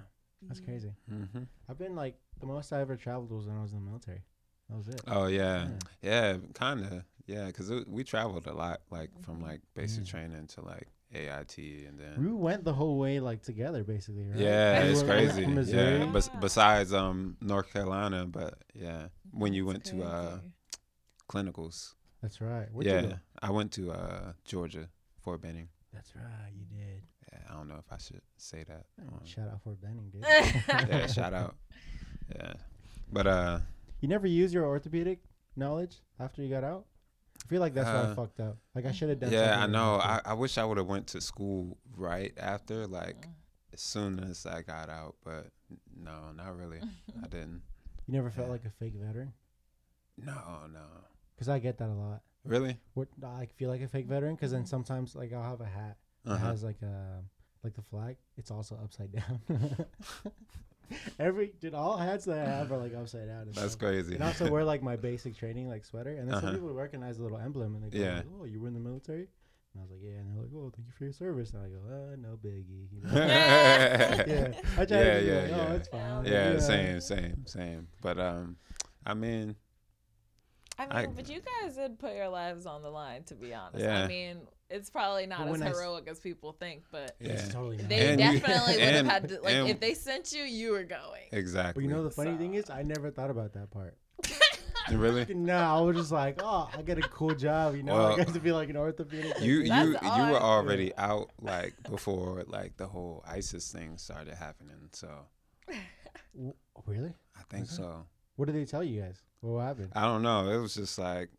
Speaker 4: that's crazy.
Speaker 3: hmm
Speaker 4: I've been like the most I ever traveled was when I was in the military. That was it.
Speaker 3: Oh yeah.
Speaker 4: Yeah.
Speaker 3: Yeah, kind of. Yeah, cuz we traveled a lot like from like basic
Speaker 4: Yeah.
Speaker 3: training to like AIT and then
Speaker 4: We went the whole way like together, basically. Right?
Speaker 3: Yeah,
Speaker 4: We
Speaker 3: it's
Speaker 4: went- we went
Speaker 3: crazy.
Speaker 4: From Missouri.
Speaker 3: Yeah, bes-
Speaker 2: Yeah.
Speaker 3: besides um North Carolina, but yeah, when you
Speaker 2: That's
Speaker 3: went to uh
Speaker 2: crazy.
Speaker 3: clinicals.
Speaker 4: That's right. Where'd
Speaker 3: yeah,
Speaker 4: You go?
Speaker 3: I went to uh Georgia, Fort Benning.
Speaker 4: That's right. You did.
Speaker 3: Yeah, I don't know if I should say that.
Speaker 2: Oh,
Speaker 3: on-
Speaker 4: Shout out for Benning, dude.
Speaker 3: uh,
Speaker 2: [LAUGHS]
Speaker 3: yeah, shout out. Yeah, but uh,
Speaker 4: You never used your orthopedic knowledge after you got out. I feel like that's why I
Speaker 3: Uh,
Speaker 4: fucked up. Like I should have done.
Speaker 3: yeah,
Speaker 4: something
Speaker 3: I
Speaker 4: in
Speaker 3: know.
Speaker 4: high
Speaker 3: I,
Speaker 4: school.
Speaker 3: I wish I would have went to school right after, like
Speaker 2: Mm.
Speaker 3: as soon as I got out. But no, not really.
Speaker 2: [LAUGHS]
Speaker 3: I didn't.
Speaker 4: You never felt
Speaker 3: yeah.
Speaker 4: like a fake veteran?
Speaker 3: No, no.
Speaker 4: Because I get that a lot.
Speaker 3: Really?
Speaker 4: What I feel like a fake veteran because
Speaker 2: Mm-hmm.
Speaker 4: then sometimes like I'll have a hat that
Speaker 3: Uh-huh.
Speaker 4: has like a like the flag. It's also upside down. [LAUGHS] Every dude, all hats that I have are like upside down. and
Speaker 3: That's
Speaker 4: stuff.
Speaker 3: crazy.
Speaker 4: And I
Speaker 3: [LAUGHS]
Speaker 4: also wear like my basic training like sweater, and then some
Speaker 3: Uh-huh.
Speaker 4: people recognize the little emblem and they go,
Speaker 3: Yeah.
Speaker 4: like, "Oh, you were in the military?" And I was like, "Yeah," and they're like, "Oh, thank you for your service." And I go, "Uh, no biggie." You
Speaker 3: [LAUGHS]
Speaker 4: know? [LAUGHS] yeah,
Speaker 3: yeah,
Speaker 4: I try
Speaker 3: Yeah,
Speaker 4: to be
Speaker 3: yeah,
Speaker 4: like,
Speaker 3: yeah.
Speaker 4: "Oh, it's fine." like,
Speaker 3: yeah, same, same, same. But um, I mean,
Speaker 2: I mean,
Speaker 3: I-
Speaker 2: but you guys did put your lives on the line, to be honest. I
Speaker 3: Yeah.
Speaker 2: mean, it's probably not
Speaker 4: But
Speaker 2: as
Speaker 4: when I s-
Speaker 2: heroic as people think, but
Speaker 4: It's
Speaker 3: yeah,
Speaker 4: totally not.
Speaker 2: they
Speaker 3: And you- [LAUGHS]
Speaker 2: definitely would have
Speaker 3: and-
Speaker 2: had to, like,
Speaker 3: and-
Speaker 2: if they sent you, you were going.
Speaker 3: exactly.
Speaker 4: Well, you know the funny thing is,
Speaker 2: So-
Speaker 4: I never thought about that part. [LAUGHS]
Speaker 3: really?
Speaker 4: no, I was just like, oh, I get a cool job, you know. [LAUGHS] I
Speaker 3: Well,
Speaker 4: get to be like an orthopedic.
Speaker 3: You you
Speaker 2: That's
Speaker 3: you were
Speaker 2: odd.
Speaker 3: already out like before like the whole ISIS thing started happening. So
Speaker 4: W- really?
Speaker 3: I think
Speaker 4: Okay.
Speaker 3: so.
Speaker 4: What did they tell you guys? What happened?
Speaker 3: I don't know. It was just like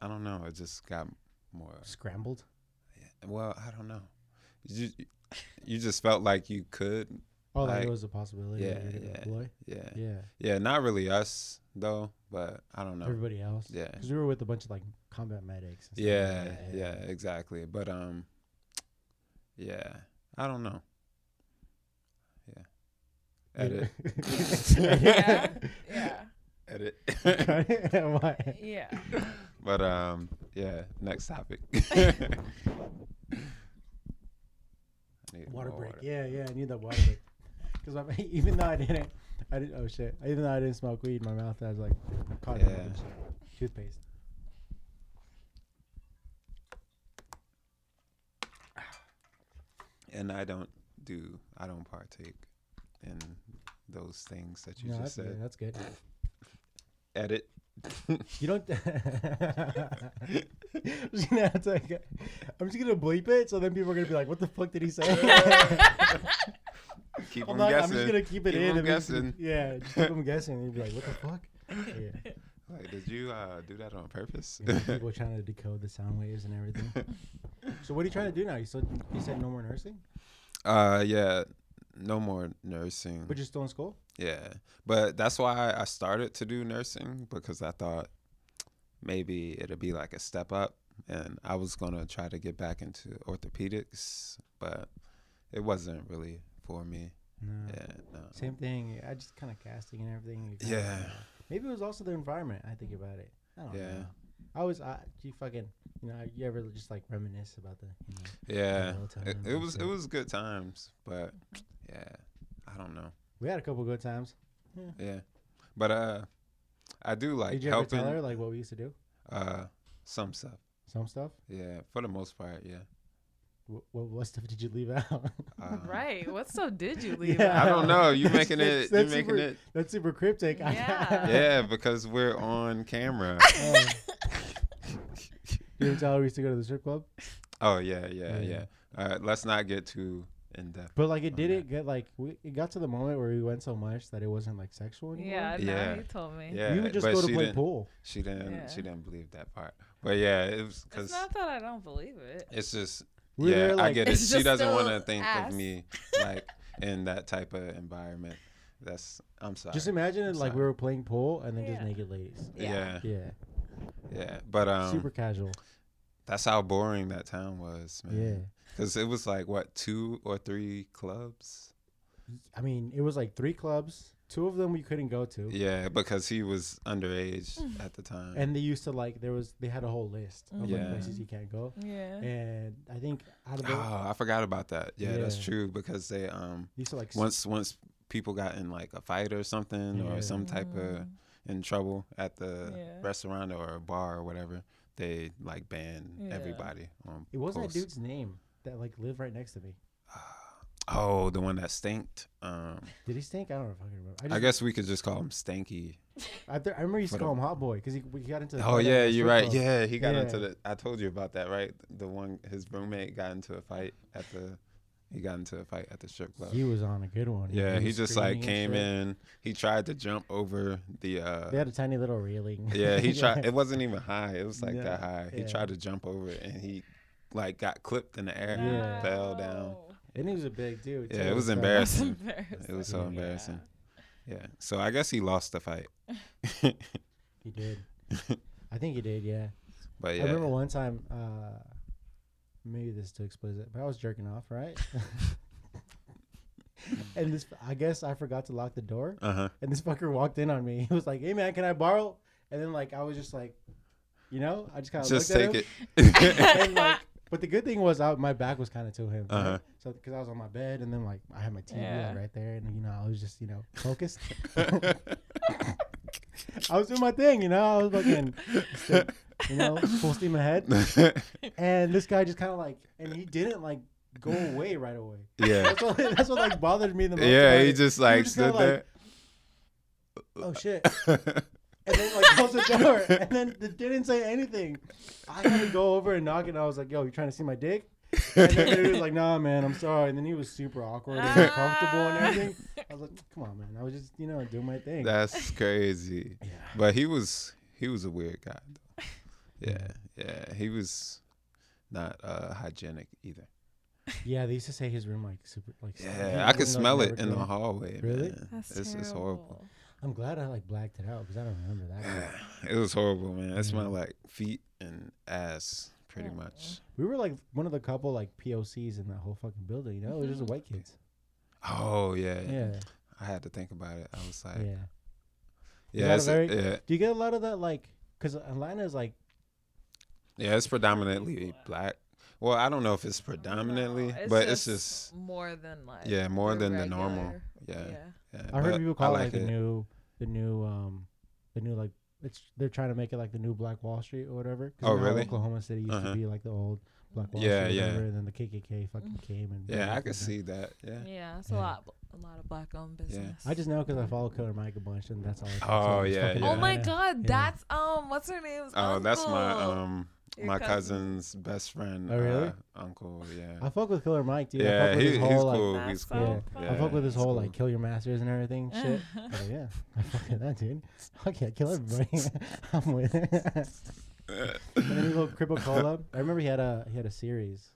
Speaker 3: I don't know. It just got more.
Speaker 4: Scrambled.
Speaker 3: Well, I don't know. You you just felt like you could.
Speaker 4: Oh, like,
Speaker 3: Like-
Speaker 4: it was a possibility. that
Speaker 3: yeah,
Speaker 4: you're gonna
Speaker 3: yeah.
Speaker 4: employ?
Speaker 3: Yeah.
Speaker 4: Yeah.
Speaker 3: Yeah. Not really us though. But I don't know.
Speaker 4: Everybody else.
Speaker 3: Yeah.
Speaker 4: Because we were with a bunch of like combat medics. and stuff like
Speaker 3: Yeah,
Speaker 4: that,
Speaker 3: yeah, exactly. But um, yeah, I don't know. Yeah,
Speaker 4: [LAUGHS]
Speaker 3: edit,
Speaker 2: yeah, yeah,
Speaker 3: edit.
Speaker 4: Why?
Speaker 2: yeah.
Speaker 3: [LAUGHS] but um, yeah. Next topic. [LAUGHS]
Speaker 4: water break. Yeah, yeah. I need that water break. Because [LAUGHS] even though I didn't, I didn't. Oh shit! Even though I didn't smoke weed, my mouth I was like caught yeah.
Speaker 3: Yeah.
Speaker 4: toothpaste.
Speaker 3: And I don't do. I don't partake in those things that you
Speaker 4: no,
Speaker 3: just
Speaker 4: that's, good.
Speaker 3: said.
Speaker 4: that's good.
Speaker 3: Edit. [LAUGHS]
Speaker 4: You don't. [LAUGHS] I'm just gonna have to, like, I'm just gonna bleep it, so then people are gonna be like, "What the fuck did he say?" [LAUGHS]
Speaker 3: Keep
Speaker 4: I'm,
Speaker 3: on
Speaker 4: not,
Speaker 3: guessing.
Speaker 4: I'm just gonna keep it
Speaker 3: Keep
Speaker 4: in.
Speaker 3: 'em
Speaker 4: and just-
Speaker 3: guessing.
Speaker 4: yeah, just keep them guessing. And you'd be like, "What the fuck?" Yeah.
Speaker 3: Like, did you uh, do that
Speaker 4: [LAUGHS]
Speaker 3: on purpose? [LAUGHS]
Speaker 4: yeah, people trying to decode the sound waves and everything. so what are you trying to do now? You said you said no more nursing,
Speaker 3: Uh, yeah, no more nursing.
Speaker 4: but you're still in school.
Speaker 3: yeah, but that's why I started to do nursing because I thought maybe it'd be like a step up, and I was gonna try to get back into orthopedics, but it wasn't really for me. um,
Speaker 4: No.
Speaker 3: Yeah, no.
Speaker 4: Same thing. I just kind of casting and everything. you kinda-
Speaker 3: Yeah,
Speaker 4: Maybe it was also the environment. I think about it. I don't
Speaker 3: Yeah.
Speaker 4: know. I was. I, you fucking. You know. You ever just like reminisce about the. You know,
Speaker 3: yeah.
Speaker 4: well, tell them
Speaker 3: It, it
Speaker 4: about
Speaker 3: was it
Speaker 4: that.
Speaker 3: was good times, but yeah, I don't know.
Speaker 4: we had a couple good times.
Speaker 3: Yeah, but uh, I do like
Speaker 4: Did you
Speaker 3: helping
Speaker 4: ever tell her like what we used to do?
Speaker 3: uh some stuff.
Speaker 4: Some stuff.
Speaker 3: Yeah, for the most part, yeah.
Speaker 4: What, what, what stuff did you leave out? [LAUGHS]
Speaker 3: Um,
Speaker 2: Right. What so did
Speaker 3: [LAUGHS]
Speaker 2: you leave?
Speaker 4: Yeah.
Speaker 2: out?
Speaker 3: I don't know.
Speaker 4: [LAUGHS]
Speaker 3: You
Speaker 4: That's-
Speaker 3: making
Speaker 4: that's-
Speaker 3: it. You
Speaker 4: that's
Speaker 3: making
Speaker 4: super-
Speaker 3: it.
Speaker 4: That's super cryptic. [LAUGHS] Um, I-
Speaker 2: Yeah.
Speaker 3: Yeah, because we're
Speaker 4: [LAUGHS]
Speaker 3: on camera.
Speaker 4: Um, you ever tell her we used to go to the strip club?
Speaker 3: Oh yeah,
Speaker 4: Yeah.
Speaker 3: yeah, yeah. All right, let's not get too in depth.
Speaker 4: But like it
Speaker 3: on
Speaker 4: didn't get like we, it got to the moment where we went so much that it wasn't like sexual anymore.
Speaker 2: Yeah, no,
Speaker 3: Yeah.
Speaker 2: you told me.
Speaker 3: Yeah,
Speaker 4: we would just
Speaker 3: but
Speaker 4: go to
Speaker 3: she
Speaker 4: play
Speaker 3: didn't,
Speaker 4: pool.
Speaker 3: She didn't.
Speaker 2: Yeah.
Speaker 3: She didn't believe that part. But yeah, it was
Speaker 2: It's
Speaker 3: because
Speaker 2: not that I don't believe it.
Speaker 3: it's just.
Speaker 4: We were
Speaker 3: yeah,
Speaker 4: there,
Speaker 3: I
Speaker 4: like-
Speaker 3: get it.
Speaker 2: It's
Speaker 3: She
Speaker 2: just
Speaker 3: doesn't want
Speaker 2: still
Speaker 3: to think
Speaker 2: ass.
Speaker 3: of me like in that type of environment. That's. I'm sorry.
Speaker 4: Just imagine it like we
Speaker 3: Sorry.
Speaker 4: were playing pool and then just
Speaker 2: Yeah.
Speaker 4: naked ladies.
Speaker 3: yeah, yeah,
Speaker 4: Yeah,
Speaker 3: But um,
Speaker 4: super casual.
Speaker 3: that's how boring that town was,
Speaker 4: Yeah,
Speaker 3: man. Because it was like what two or three clubs.
Speaker 4: I mean it was like three clubs. Two of them we couldn't go to,
Speaker 3: Yeah, because he was underage
Speaker 2: Mm.
Speaker 3: at the time.
Speaker 4: and they used to like there was they had a whole list of like
Speaker 3: Mm. Yeah.
Speaker 4: places you can't go.
Speaker 2: Yeah.
Speaker 4: And I think out of the,
Speaker 3: oh, I forgot about that. Yeah, that's
Speaker 4: Yeah.
Speaker 3: true because they um
Speaker 4: they used to like s-
Speaker 3: once once people got in like a fight or something
Speaker 4: Yeah.
Speaker 3: or some type of
Speaker 2: Mm.
Speaker 3: in trouble at the
Speaker 2: Yeah.
Speaker 3: restaurant or a bar or whatever, they like banned
Speaker 2: Yeah.
Speaker 3: everybody. On
Speaker 4: it wasn't
Speaker 3: post.
Speaker 4: that dude's name that like lived right next to me.
Speaker 3: Oh, the one that stinked. Um,
Speaker 4: Did he stink? I don't know if I can remember. I, just,
Speaker 3: I guess we could just call him Stanky.
Speaker 4: I, th- I remember you used to
Speaker 3: What
Speaker 4: call
Speaker 3: a-
Speaker 4: him Hot Boy because he we got into. the
Speaker 3: Oh
Speaker 4: fight at
Speaker 3: yeah,
Speaker 4: the
Speaker 3: you're
Speaker 4: strip
Speaker 3: right.
Speaker 4: club.
Speaker 3: Yeah, he got into
Speaker 4: Yeah.
Speaker 3: the. I told you about that, right? The one his roommate got into a fight at the. He got into a fight at the strip club.
Speaker 4: He was on a good one.
Speaker 3: Yeah, he
Speaker 4: was
Speaker 3: just like
Speaker 4: screaming and
Speaker 3: came
Speaker 4: shit.
Speaker 3: in. He tried to jump over
Speaker 4: [LAUGHS]
Speaker 3: the.
Speaker 4: They
Speaker 3: uh
Speaker 4: had a tiny little railing. [LAUGHS]
Speaker 3: Yeah, he tried. It wasn't even high. It was like
Speaker 4: No,
Speaker 3: that high. He
Speaker 4: yeah.
Speaker 3: tried to jump over it, and he like got clipped in the air,
Speaker 4: Yeah.
Speaker 3: fell down.
Speaker 2: [LAUGHS]
Speaker 4: and he was a big dude.
Speaker 3: Yeah,
Speaker 4: too,
Speaker 3: it was
Speaker 2: That's
Speaker 4: so-
Speaker 3: embarrassing.
Speaker 2: Oh. embarrassing.
Speaker 3: It was so
Speaker 4: Yeah.
Speaker 3: embarrassing.
Speaker 2: [LAUGHS]
Speaker 3: Yeah. So I guess he lost the fight. [LAUGHS]
Speaker 4: He did. I think he did. Yeah.
Speaker 3: But
Speaker 4: I remember
Speaker 3: yeah,
Speaker 4: one time. uh Maybe this is too explicit, but I was jerking off, right? [LAUGHS] and this, I guess, I forgot to lock the door,
Speaker 3: uh huh.
Speaker 4: and this fucker walked in on me. He was like, "Hey, man, can I borrow?" And then, like, I was just like, you know, I just kind of
Speaker 3: Just
Speaker 4: looked at him.
Speaker 3: take
Speaker 4: [LAUGHS]
Speaker 3: it. [LAUGHS]
Speaker 4: and like, but the good thing was I, my back was kind of to him, right?
Speaker 3: Uh-huh.
Speaker 4: so because I was on my bed and then like I had my TV
Speaker 2: Yeah.
Speaker 4: like, right there, and you know I was just you know focused. [LAUGHS] I was doing my thing, you know. I was fucking, you know, full steam ahead. And this guy just kind of like, and he didn't like go away right away. [LAUGHS]
Speaker 3: yeah.
Speaker 4: That's what, that's what like bothered me the most.
Speaker 3: Yeah.
Speaker 4: about
Speaker 3: He
Speaker 4: it.
Speaker 3: just like
Speaker 4: just
Speaker 3: stood
Speaker 4: kinda,
Speaker 3: there.
Speaker 4: like, Oh shit! and then like closed the door, [LAUGHS] and then they didn't say anything. I had to go over and knock, and I was like, "Yo, you trying to see my dick?" [LAUGHS] And then he was like, "Nah, man, I'm sorry." And then he was super awkward and uncomfortable and everything. I was like, "Come on, man, I was just you know doing my thing."
Speaker 3: That's crazy.
Speaker 4: [LAUGHS] Yeah.
Speaker 3: But he was he was a weird guy.
Speaker 4: [LAUGHS]
Speaker 3: Though. Yeah, yeah. He was not uh, hygienic either.
Speaker 4: yeah, they used to say his room like super like.
Speaker 3: Yeah, I could
Speaker 4: like,
Speaker 3: smell it
Speaker 4: never
Speaker 3: in the
Speaker 4: clean.
Speaker 3: hallway.
Speaker 4: Really?
Speaker 3: man.
Speaker 2: That's
Speaker 3: it's
Speaker 2: terrible.
Speaker 3: it's horrible.
Speaker 4: I'm glad I like blacked it out because I don't remember that. one.
Speaker 3: It was horrible, man. It smelled
Speaker 4: Yeah.
Speaker 3: like feet and ass, pretty much.
Speaker 4: We were like one of the couple like POCs in that whole fucking building. You know, it was just white kids.
Speaker 3: Oh yeah.
Speaker 4: Yeah,
Speaker 3: I had to think about it. I was like,
Speaker 4: yeah.
Speaker 3: yeah,
Speaker 4: that
Speaker 3: it's,
Speaker 4: very-
Speaker 3: yeah,
Speaker 4: Do you get a lot of that like? Because Atlanta is like
Speaker 3: yeah. It's predominantly black. Well, I don't know if it's predominantly,
Speaker 2: it's
Speaker 3: but it's
Speaker 2: just
Speaker 3: just
Speaker 2: more than like
Speaker 3: yeah, more
Speaker 2: the
Speaker 3: than the normal.
Speaker 2: regular-
Speaker 3: Yeah, yeah.
Speaker 4: I heard
Speaker 3: but
Speaker 4: people call it like
Speaker 3: like
Speaker 4: the new, the new, um, the new like it's they're trying to make it like the new Black Wall Street or whatever. 'cause
Speaker 3: Oh,
Speaker 4: you know how
Speaker 3: really?
Speaker 4: Oklahoma City used
Speaker 3: Uh-huh.
Speaker 4: to be like the old Black Wall
Speaker 3: Yeah,
Speaker 4: Street, or
Speaker 3: yeah.
Speaker 4: whatever, and then the KKK
Speaker 2: Mm.
Speaker 4: fucking came and
Speaker 3: Yeah, I
Speaker 4: could
Speaker 3: could see that. Yeah.
Speaker 2: Yeah, it's a
Speaker 4: Yeah.
Speaker 2: lot, a lot of black-owned business.
Speaker 4: I just know because I follow Killer Mike a bunch, and that's all. I
Speaker 3: Oh,
Speaker 4: it's
Speaker 3: yeah,
Speaker 4: fucking
Speaker 3: yeah.
Speaker 2: Oh my
Speaker 4: Atlanta.
Speaker 2: God,
Speaker 4: Yeah.
Speaker 2: that's um, what's her name's
Speaker 3: Oh, that's my
Speaker 2: uncle.
Speaker 3: um
Speaker 2: Your
Speaker 3: my
Speaker 2: cousin.
Speaker 3: cousin's best friend.
Speaker 4: Oh, really?
Speaker 3: uh, uncle. Yeah.
Speaker 4: I fuck with Killer Mike, dude. I
Speaker 3: yeah,
Speaker 4: fuck with
Speaker 3: he,
Speaker 4: his
Speaker 3: he's
Speaker 4: whole, like,
Speaker 3: cool.
Speaker 2: That's
Speaker 3: He's
Speaker 2: so
Speaker 3: cool.
Speaker 2: fun.
Speaker 4: I fuck with his
Speaker 3: he's
Speaker 4: whole
Speaker 3: cool.
Speaker 4: like kill your masters and everything
Speaker 2: [LAUGHS]
Speaker 3: um,
Speaker 4: shit. I was like, yeah, [LAUGHS] I fuck with that dude. Fuck yeah, kill everybody. [LAUGHS] I'm with it. [LAUGHS] and then he little cripple call up. I remember he had a he had a series.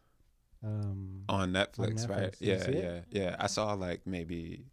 Speaker 4: Um,
Speaker 3: [LAUGHS] on Netflix, right?
Speaker 4: Netflix. Did you
Speaker 3: Yeah,
Speaker 4: see
Speaker 3: yeah,
Speaker 4: it?
Speaker 3: yeah. I saw like maybe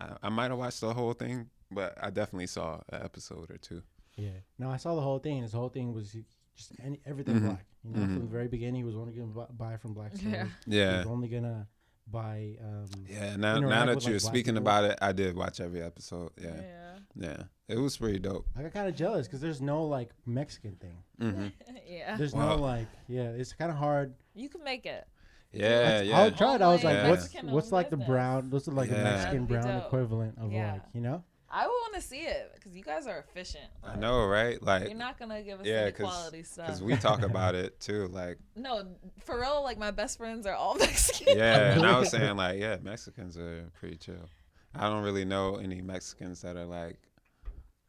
Speaker 3: I, I might have watched the whole thing, but I definitely saw an episode or two.
Speaker 4: yeah. No, I saw the whole thing. and His whole thing was he- just any, everything
Speaker 3: Mhm.
Speaker 4: black. You know, from the
Speaker 3: Mhm.
Speaker 4: very beginning, he was only gonna bu- buy from black stores.
Speaker 2: Yeah.
Speaker 4: He
Speaker 3: Yeah.
Speaker 4: was only gonna buy. Um,
Speaker 3: Yeah, now now
Speaker 4: interact
Speaker 3: that
Speaker 4: with,
Speaker 3: you're
Speaker 4: like, black
Speaker 3: speaking
Speaker 4: people.
Speaker 3: about it, I did watch every episode. Yeah, yeah,
Speaker 2: yeah. [LAUGHS]
Speaker 3: it was pretty dope.
Speaker 4: I got kind of jealous because there's no like Mexican thing.
Speaker 2: [LAUGHS]
Speaker 3: hmm
Speaker 2: Yeah.
Speaker 4: There's
Speaker 3: Wow.
Speaker 4: no like, yeah, it's kind of hard.
Speaker 2: You can make it.
Speaker 3: Yeah,
Speaker 4: That's- I
Speaker 3: yeah,
Speaker 4: tried. I was like,
Speaker 3: Yeah.
Speaker 4: what's
Speaker 2: Mexican-owned
Speaker 4: what's like the
Speaker 2: business.
Speaker 4: brown? What's like the
Speaker 3: Yeah.
Speaker 4: Mexican
Speaker 2: That'd be
Speaker 4: brown
Speaker 2: dope.
Speaker 4: equivalent of
Speaker 2: Yeah.
Speaker 4: like you know?
Speaker 2: I would want to see it because you guys are efficient.
Speaker 3: I know, right? Like,
Speaker 2: You're not gonna give us
Speaker 3: Yeah,
Speaker 2: any
Speaker 3: 'cause-
Speaker 2: quality stuff.
Speaker 3: because we
Speaker 4: [LAUGHS]
Speaker 3: talk about it too. Like,
Speaker 2: no, for real, like my best friends are all [LAUGHS] Mexican.
Speaker 4: [LAUGHS]
Speaker 3: yeah, and I was saying like, yeah, Mexicans are pretty chill. I don't really know any Mexicans that are like,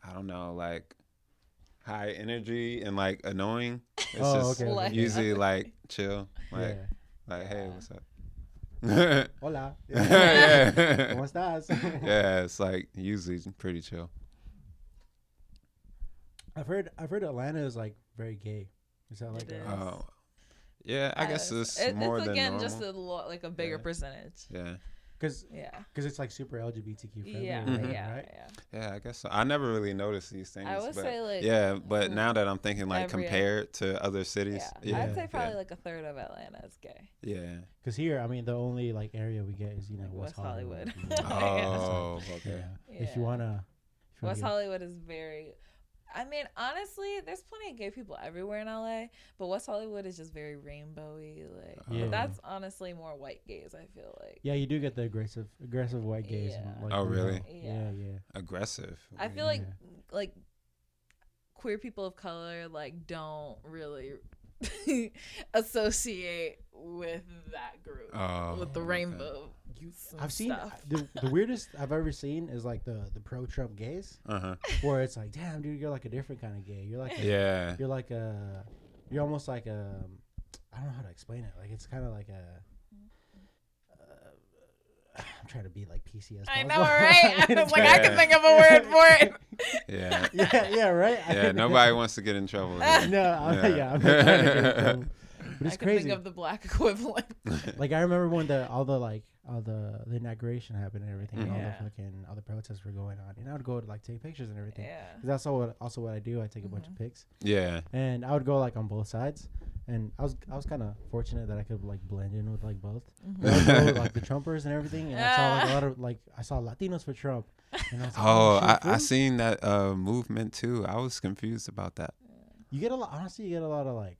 Speaker 3: I don't know, like high energy and like annoying. It's
Speaker 4: Oh,
Speaker 3: just
Speaker 4: okay,
Speaker 2: okay.
Speaker 3: usually like chill, like
Speaker 4: yeah.
Speaker 3: like hey, what's up?
Speaker 4: [LAUGHS] Hola.
Speaker 3: yeah.
Speaker 4: ¿Cómo estás?
Speaker 3: [LAUGHS] yeah, it's like usually pretty chill.
Speaker 4: [LAUGHS] I've heard I've heard Atlanta is like very gay. Is that like
Speaker 2: It
Speaker 4: a-
Speaker 2: is.
Speaker 3: Oh, yeah. I guess
Speaker 2: Uh,
Speaker 3: it's
Speaker 2: it-
Speaker 3: more
Speaker 2: it's
Speaker 3: than
Speaker 2: again
Speaker 3: normal.
Speaker 2: just a lot, like a bigger
Speaker 3: Yeah.
Speaker 2: percentage.
Speaker 3: yeah,
Speaker 4: cause
Speaker 2: Yeah.
Speaker 4: 'cause it's like super LGBTQ friendly.
Speaker 2: Yeah,
Speaker 4: right?
Speaker 3: Mhm.
Speaker 2: yeah,
Speaker 4: Right?
Speaker 2: yeah.
Speaker 3: yeah. I guess so. I never really noticed these things.
Speaker 2: I would
Speaker 3: but,
Speaker 2: say, like,
Speaker 3: yeah, but
Speaker 2: mm,
Speaker 3: now that I'm thinking like
Speaker 2: every-
Speaker 3: compared to other cities,
Speaker 2: yeah.
Speaker 3: yeah,
Speaker 2: I'd say
Speaker 3: yeah,
Speaker 2: probably like a third of Atlanta is gay. [LAUGHS]
Speaker 3: yeah.
Speaker 4: Cause here, I mean, the only like area we get is you know
Speaker 2: Like,
Speaker 4: West
Speaker 2: West Hollywood.
Speaker 4: Hollywood.
Speaker 3: Oh,
Speaker 4: [LAUGHS]
Speaker 3: [LAUGHS]
Speaker 4: yeah.
Speaker 3: okay.
Speaker 4: If
Speaker 2: Yeah.
Speaker 4: you wanna. If you wanna
Speaker 2: West
Speaker 4: get-
Speaker 2: Hollywood is very. I mean, honestly, there's plenty of gay people everywhere in LA, but West Hollywood is just very rainbowy. Like,
Speaker 3: Yeah.
Speaker 2: but that's honestly more white gays. I feel like.
Speaker 4: Oh. Yeah, you do get the aggressive aggressive white gays. and,
Speaker 2: Yeah.
Speaker 4: like, you
Speaker 3: Oh,
Speaker 4: know,
Speaker 3: really?
Speaker 2: Yeah.
Speaker 4: Yeah, yeah.
Speaker 3: Aggressive.
Speaker 2: I feel
Speaker 4: Yeah.
Speaker 2: like like queer people of color like don't really [LAUGHS] associate with that group
Speaker 3: Oh,
Speaker 2: with the
Speaker 3: okay.
Speaker 2: rainbow. some
Speaker 4: I've seen
Speaker 2: stuff.
Speaker 4: the,
Speaker 2: [LAUGHS]
Speaker 4: the weirdest I've ever seen is like the the pro Trump gays,
Speaker 2: [LAUGHS]
Speaker 3: Uh huh.
Speaker 4: where it's like, damn, dude, you're like a different kind of gay. You're like, a,
Speaker 3: Yeah.
Speaker 4: you're like a, you're almost like a, I don't know how to explain it. Like it's kind of like a. Uh, [SIGHS] I'm trying to be like PCS.
Speaker 2: I
Speaker 4: [LAUGHS]
Speaker 2: know, right? I was [LAUGHS] like, I can
Speaker 3: Yeah.
Speaker 2: think of a word for it. [LAUGHS]
Speaker 3: Yeah.
Speaker 4: yeah, yeah, right. I
Speaker 3: Yeah.
Speaker 4: couldn't- [LAUGHS]
Speaker 3: Nobody wants to get in trouble. here.
Speaker 4: No, I'm,
Speaker 3: Yeah.
Speaker 4: yeah, I'm not trying to get
Speaker 3: [LAUGHS]
Speaker 4: in trouble. but it's
Speaker 2: I can
Speaker 4: crazy.
Speaker 2: think of the black [LAUGHS] equivalent. [LAUGHS]
Speaker 4: Like I remember when the all the like all the the inauguration happened and everything, and all
Speaker 2: Yeah.
Speaker 4: the fucking all the protests were going on, and I would go to like take pictures and everything.
Speaker 2: yeah. Mm-hmm.
Speaker 4: 'Cause That's all what also what I do. I take a bunch of pics,
Speaker 3: Yeah.
Speaker 4: and I would go like on both sides. And I was I was kind of fortunate that I could like blend in with like both,
Speaker 3: Mm-hmm.
Speaker 4: I would go with, like
Speaker 3: [LAUGHS]
Speaker 4: the Trumpers and everything. And I saw like a lot of like I saw Latinos for Trump. And I was like,
Speaker 3: Oh,
Speaker 4: shit,
Speaker 3: I, I
Speaker 4: fool."
Speaker 3: seen that uh, movement too. I was confused about that.
Speaker 4: You get a lot. Honestly, you get a lot of like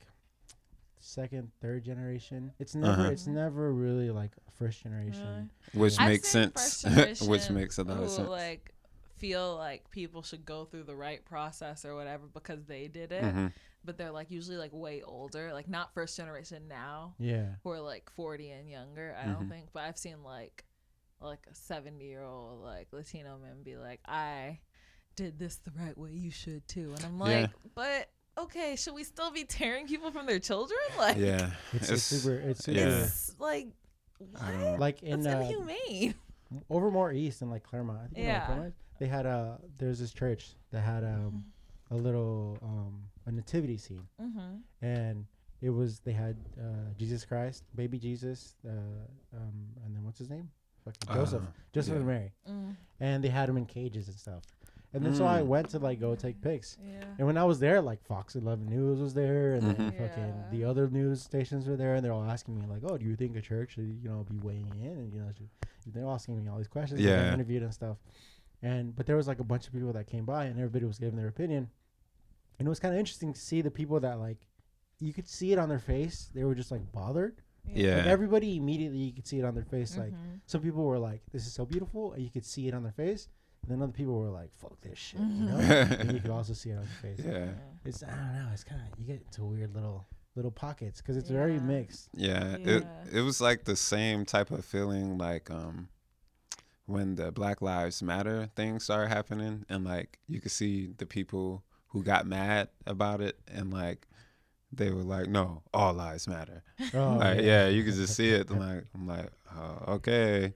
Speaker 4: second, third generation. It's never
Speaker 3: Uh-huh.
Speaker 4: it's never really like first generation.
Speaker 3: Which
Speaker 2: I've
Speaker 3: makes
Speaker 2: seen
Speaker 3: sense. [LAUGHS]
Speaker 2: frustration
Speaker 3: Which makes a lot
Speaker 2: who,
Speaker 3: of sense.
Speaker 2: Like feel like people should go through the right process or whatever because they did it, [LAUGHS]
Speaker 3: hmm
Speaker 2: but they're like usually like way older, like not first generation now,
Speaker 4: Yeah.
Speaker 2: who are like forty and younger. I
Speaker 3: Mm-hmm.
Speaker 2: don't think, but I've seen like like a seventy year old like Latino man be like I did this the right way, you should too. And I'm like,
Speaker 3: Yeah.
Speaker 2: but okay, should we still be tearing people from their children? [LAUGHS] Like,
Speaker 3: Yeah.
Speaker 4: It's, it's super. It's super.
Speaker 3: yeah.
Speaker 2: it's like,
Speaker 3: I
Speaker 2: what?
Speaker 3: don't.
Speaker 4: Like
Speaker 2: That's
Speaker 4: in uh,
Speaker 2: inhumane.
Speaker 4: Overmore East in like Claremont. I think in
Speaker 2: Yeah.
Speaker 4: Claremont, they had a there's this church that had um a little um a nativity scene
Speaker 2: Mm-hmm.
Speaker 4: and it was they had uh, Jesus Christ, baby Jesus, uh, um and then what's his name? Fucking Joseph,
Speaker 3: Uh,
Speaker 4: Joseph
Speaker 3: yeah.
Speaker 4: and Mary,
Speaker 2: Mm,
Speaker 4: and they had him in cages and stuff. And then so I
Speaker 3: Mm.
Speaker 4: went to like go take pics.
Speaker 2: yeah.
Speaker 4: [LAUGHS] And when I was there, like Fox 11 News was there, and then
Speaker 3: Mhm.
Speaker 4: fucking
Speaker 2: Yeah.
Speaker 4: the other news stations were there, and they're all asking me like, "Oh, do you think a church should, you know, be weighing in?" And you know, should, they're asking me all these questions. and I
Speaker 3: Yeah.
Speaker 4: interviewed and stuff. And but there was like a bunch of people that came by, and everybody was giving their opinion. And it was kind of interesting to see the people that like, you could see it on their face. They were just like bothered. Like
Speaker 3: Yeah.
Speaker 4: everybody immediately, you could see it on their face. Like
Speaker 2: Mhm.
Speaker 4: some people were like, "This is so beautiful," and you could see it on their face. And then other people were like, "Fuck this shit," you
Speaker 3: [LAUGHS]
Speaker 4: know. and you could also see it on their face.
Speaker 3: Yeah.
Speaker 4: It's I don't know. It's kind of you get into weird little little pockets because it's very
Speaker 2: Yeah.
Speaker 4: mixed.
Speaker 2: [LAUGHS]
Speaker 3: Yeah, it
Speaker 2: Yeah.
Speaker 3: it was like the same type of feeling like um when the Black Lives Matter thing started happening and like you could see the people who got mad about it and like they were like, No, all lives matter.
Speaker 4: Oh,
Speaker 3: like, yeah. you could just see
Speaker 4: [LAUGHS]
Speaker 3: it. I'm like I'm like, oh, okay.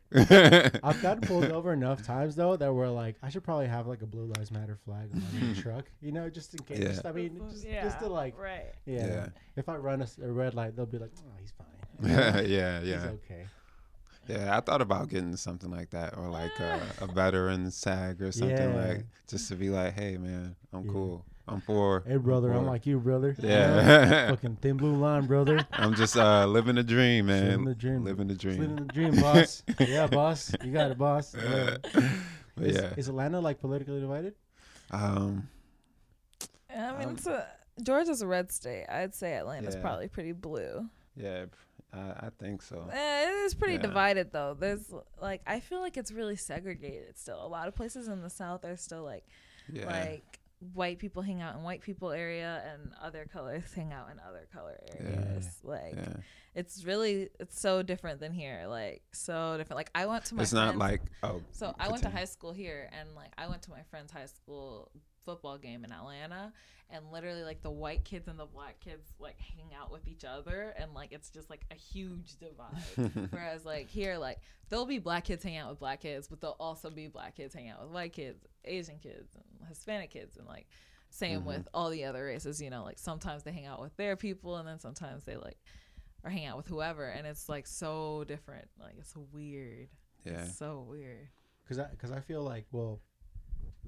Speaker 4: I've gotten
Speaker 3: [LAUGHS]
Speaker 4: pulled over enough times though that we're like, I should probably have like a Blue Lives Matter flag on
Speaker 3: [LAUGHS]
Speaker 4: my truck, you know, just in case.
Speaker 3: Yeah.
Speaker 4: Just, I mean, just, just to like,
Speaker 2: right.
Speaker 4: yeah.
Speaker 3: Yeah.
Speaker 4: If I run a, s- a red light, they'll be like, oh, he's fine.
Speaker 3: yeah, yeah,
Speaker 4: He's
Speaker 3: yeah.
Speaker 4: okay.
Speaker 3: Yeah, I thought about getting something like that or like a, a veteran's tag or something
Speaker 4: Yeah.
Speaker 3: like just to be like, Hey man, I'm
Speaker 4: Yeah.
Speaker 3: cool. I'm for
Speaker 4: Hey brother, I'm
Speaker 3: for-
Speaker 4: like you, brother. You know?
Speaker 3: Yeah. [LAUGHS]
Speaker 4: Fucking thin blue line, brother.
Speaker 3: I'm just uh, living the dream, [LAUGHS] man.
Speaker 4: Living the dream.
Speaker 3: Living the dream.
Speaker 4: Living the dream,
Speaker 3: [LAUGHS]
Speaker 4: boss. yeah, boss. You got it, boss. Yeah.
Speaker 3: But
Speaker 4: Is,
Speaker 3: yeah.
Speaker 4: is Atlanta like politically divided?
Speaker 3: um,
Speaker 2: I mean,
Speaker 3: Um,
Speaker 2: it's a, Georgia's a red state. I'd say Atlanta's
Speaker 3: Yeah.
Speaker 2: probably pretty blue.
Speaker 3: yeah, I, I think so.
Speaker 2: Eh, it is pretty
Speaker 3: Oh. Yeah.
Speaker 2: divided though. There's like I feel like it's really segregated still. A lot of places in the South are still like
Speaker 3: Yeah.
Speaker 2: like white people hang out in white people area and other colors hang out in other color
Speaker 3: Yeah.
Speaker 2: areas. Like
Speaker 3: yeah.
Speaker 2: it's really it's so different than here. Like so different. Like I went to my
Speaker 3: It's not
Speaker 2: friend's-
Speaker 3: like, oh, [LAUGHS]
Speaker 2: So I went to
Speaker 3: continue.
Speaker 2: high school here, and like I went to my friend's high school football game in Atlanta, and literally like the white kids and the black kids like hang out with each other, and like it's just like a huge
Speaker 3: [LAUGHS]
Speaker 2: divide. Whereas like here, like there'll be black kids hang out with black kids, but there'll also be black kids hang out with white kids, Asian kids, and Hispanic kids, and like same with all the other races. You know, like sometimes they hang out with their people, and then sometimes they like or hang out with whoever, and it's like so different. Like it's weird.
Speaker 3: yeah.
Speaker 2: It's so weird.
Speaker 4: because I, cause I feel like well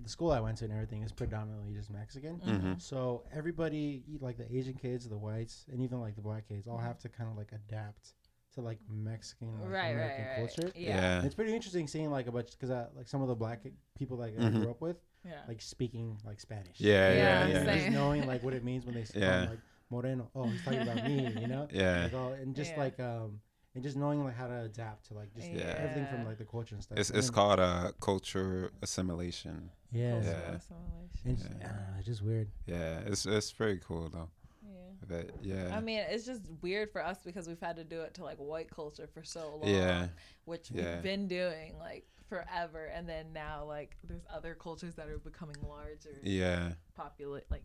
Speaker 4: the school i went to and everything is predominantly just mexican
Speaker 3: Mhm.
Speaker 4: so everybody e- like the asian kids the whites and even like the black kids all have to kind of like adapt to like mexican like,
Speaker 2: right, right,
Speaker 4: american
Speaker 2: right.
Speaker 4: culture
Speaker 2: Yeah.
Speaker 4: And it's pretty interesting seeing like a bunch because like some of the black people like I
Speaker 3: Mhm.
Speaker 4: grew up with
Speaker 2: [LAUGHS] Yeah.
Speaker 4: like speaking like Spanish.
Speaker 3: Yeah,
Speaker 2: Yeah,
Speaker 3: yeah,
Speaker 4: And
Speaker 3: yeah.
Speaker 2: same.
Speaker 4: Just knowing like what it means
Speaker 3: [LAUGHS]
Speaker 4: when they say
Speaker 3: Yeah.
Speaker 4: like Moreno. Oh, he's talking about me, you know.
Speaker 3: [LAUGHS] Yeah.
Speaker 4: Like, oh, and just
Speaker 2: Yeah.
Speaker 4: like um and just knowing like how to adapt to like just
Speaker 2: Yeah.
Speaker 4: everything from
Speaker 2: Yeah.
Speaker 4: like the culture and stuff.
Speaker 3: It's,
Speaker 4: And
Speaker 3: it's
Speaker 4: then-
Speaker 3: called uh, culture assimilation.
Speaker 4: yeah.
Speaker 2: Cultural
Speaker 3: Yeah.
Speaker 2: assimilation.
Speaker 4: And I don't know, uh, it's just weird.
Speaker 3: Yeah, it's it's pretty cool though.
Speaker 2: Yeah.
Speaker 3: But yeah,
Speaker 2: I mean, it's just weird for us because we've had to do it to like white culture for so long,
Speaker 3: yeah,
Speaker 2: which
Speaker 3: yeah.
Speaker 2: we've been doing like forever, and then now like there's other cultures that are becoming larger,
Speaker 3: yeah.
Speaker 2: populate like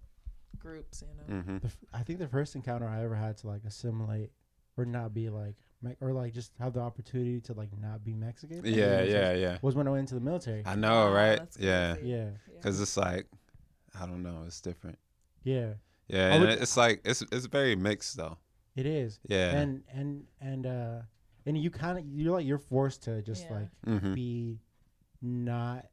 Speaker 2: groups, you know.
Speaker 3: hmm
Speaker 4: The f- I think the first encounter I ever had to like assimilate or not be like me- or like just have the opportunity to like not be Mexican. I think
Speaker 3: Yeah,
Speaker 4: it was
Speaker 3: yeah, Ah.
Speaker 4: just-
Speaker 3: yeah.
Speaker 4: Was when I went into the military.
Speaker 3: I know,
Speaker 2: Wow,
Speaker 3: right?
Speaker 2: that's
Speaker 3: Yeah,
Speaker 2: crazy.
Speaker 4: yeah,
Speaker 3: because it's like, I don't know, it's different.
Speaker 4: yeah,
Speaker 3: Yeah,
Speaker 4: I
Speaker 3: and
Speaker 4: would-
Speaker 3: it's like it's it's very mixed though.
Speaker 4: it is.
Speaker 3: Yeah.
Speaker 4: And and and uh, and you kind of you're like you're forced to just
Speaker 2: Yeah.
Speaker 4: like
Speaker 3: hmm
Speaker 4: be not.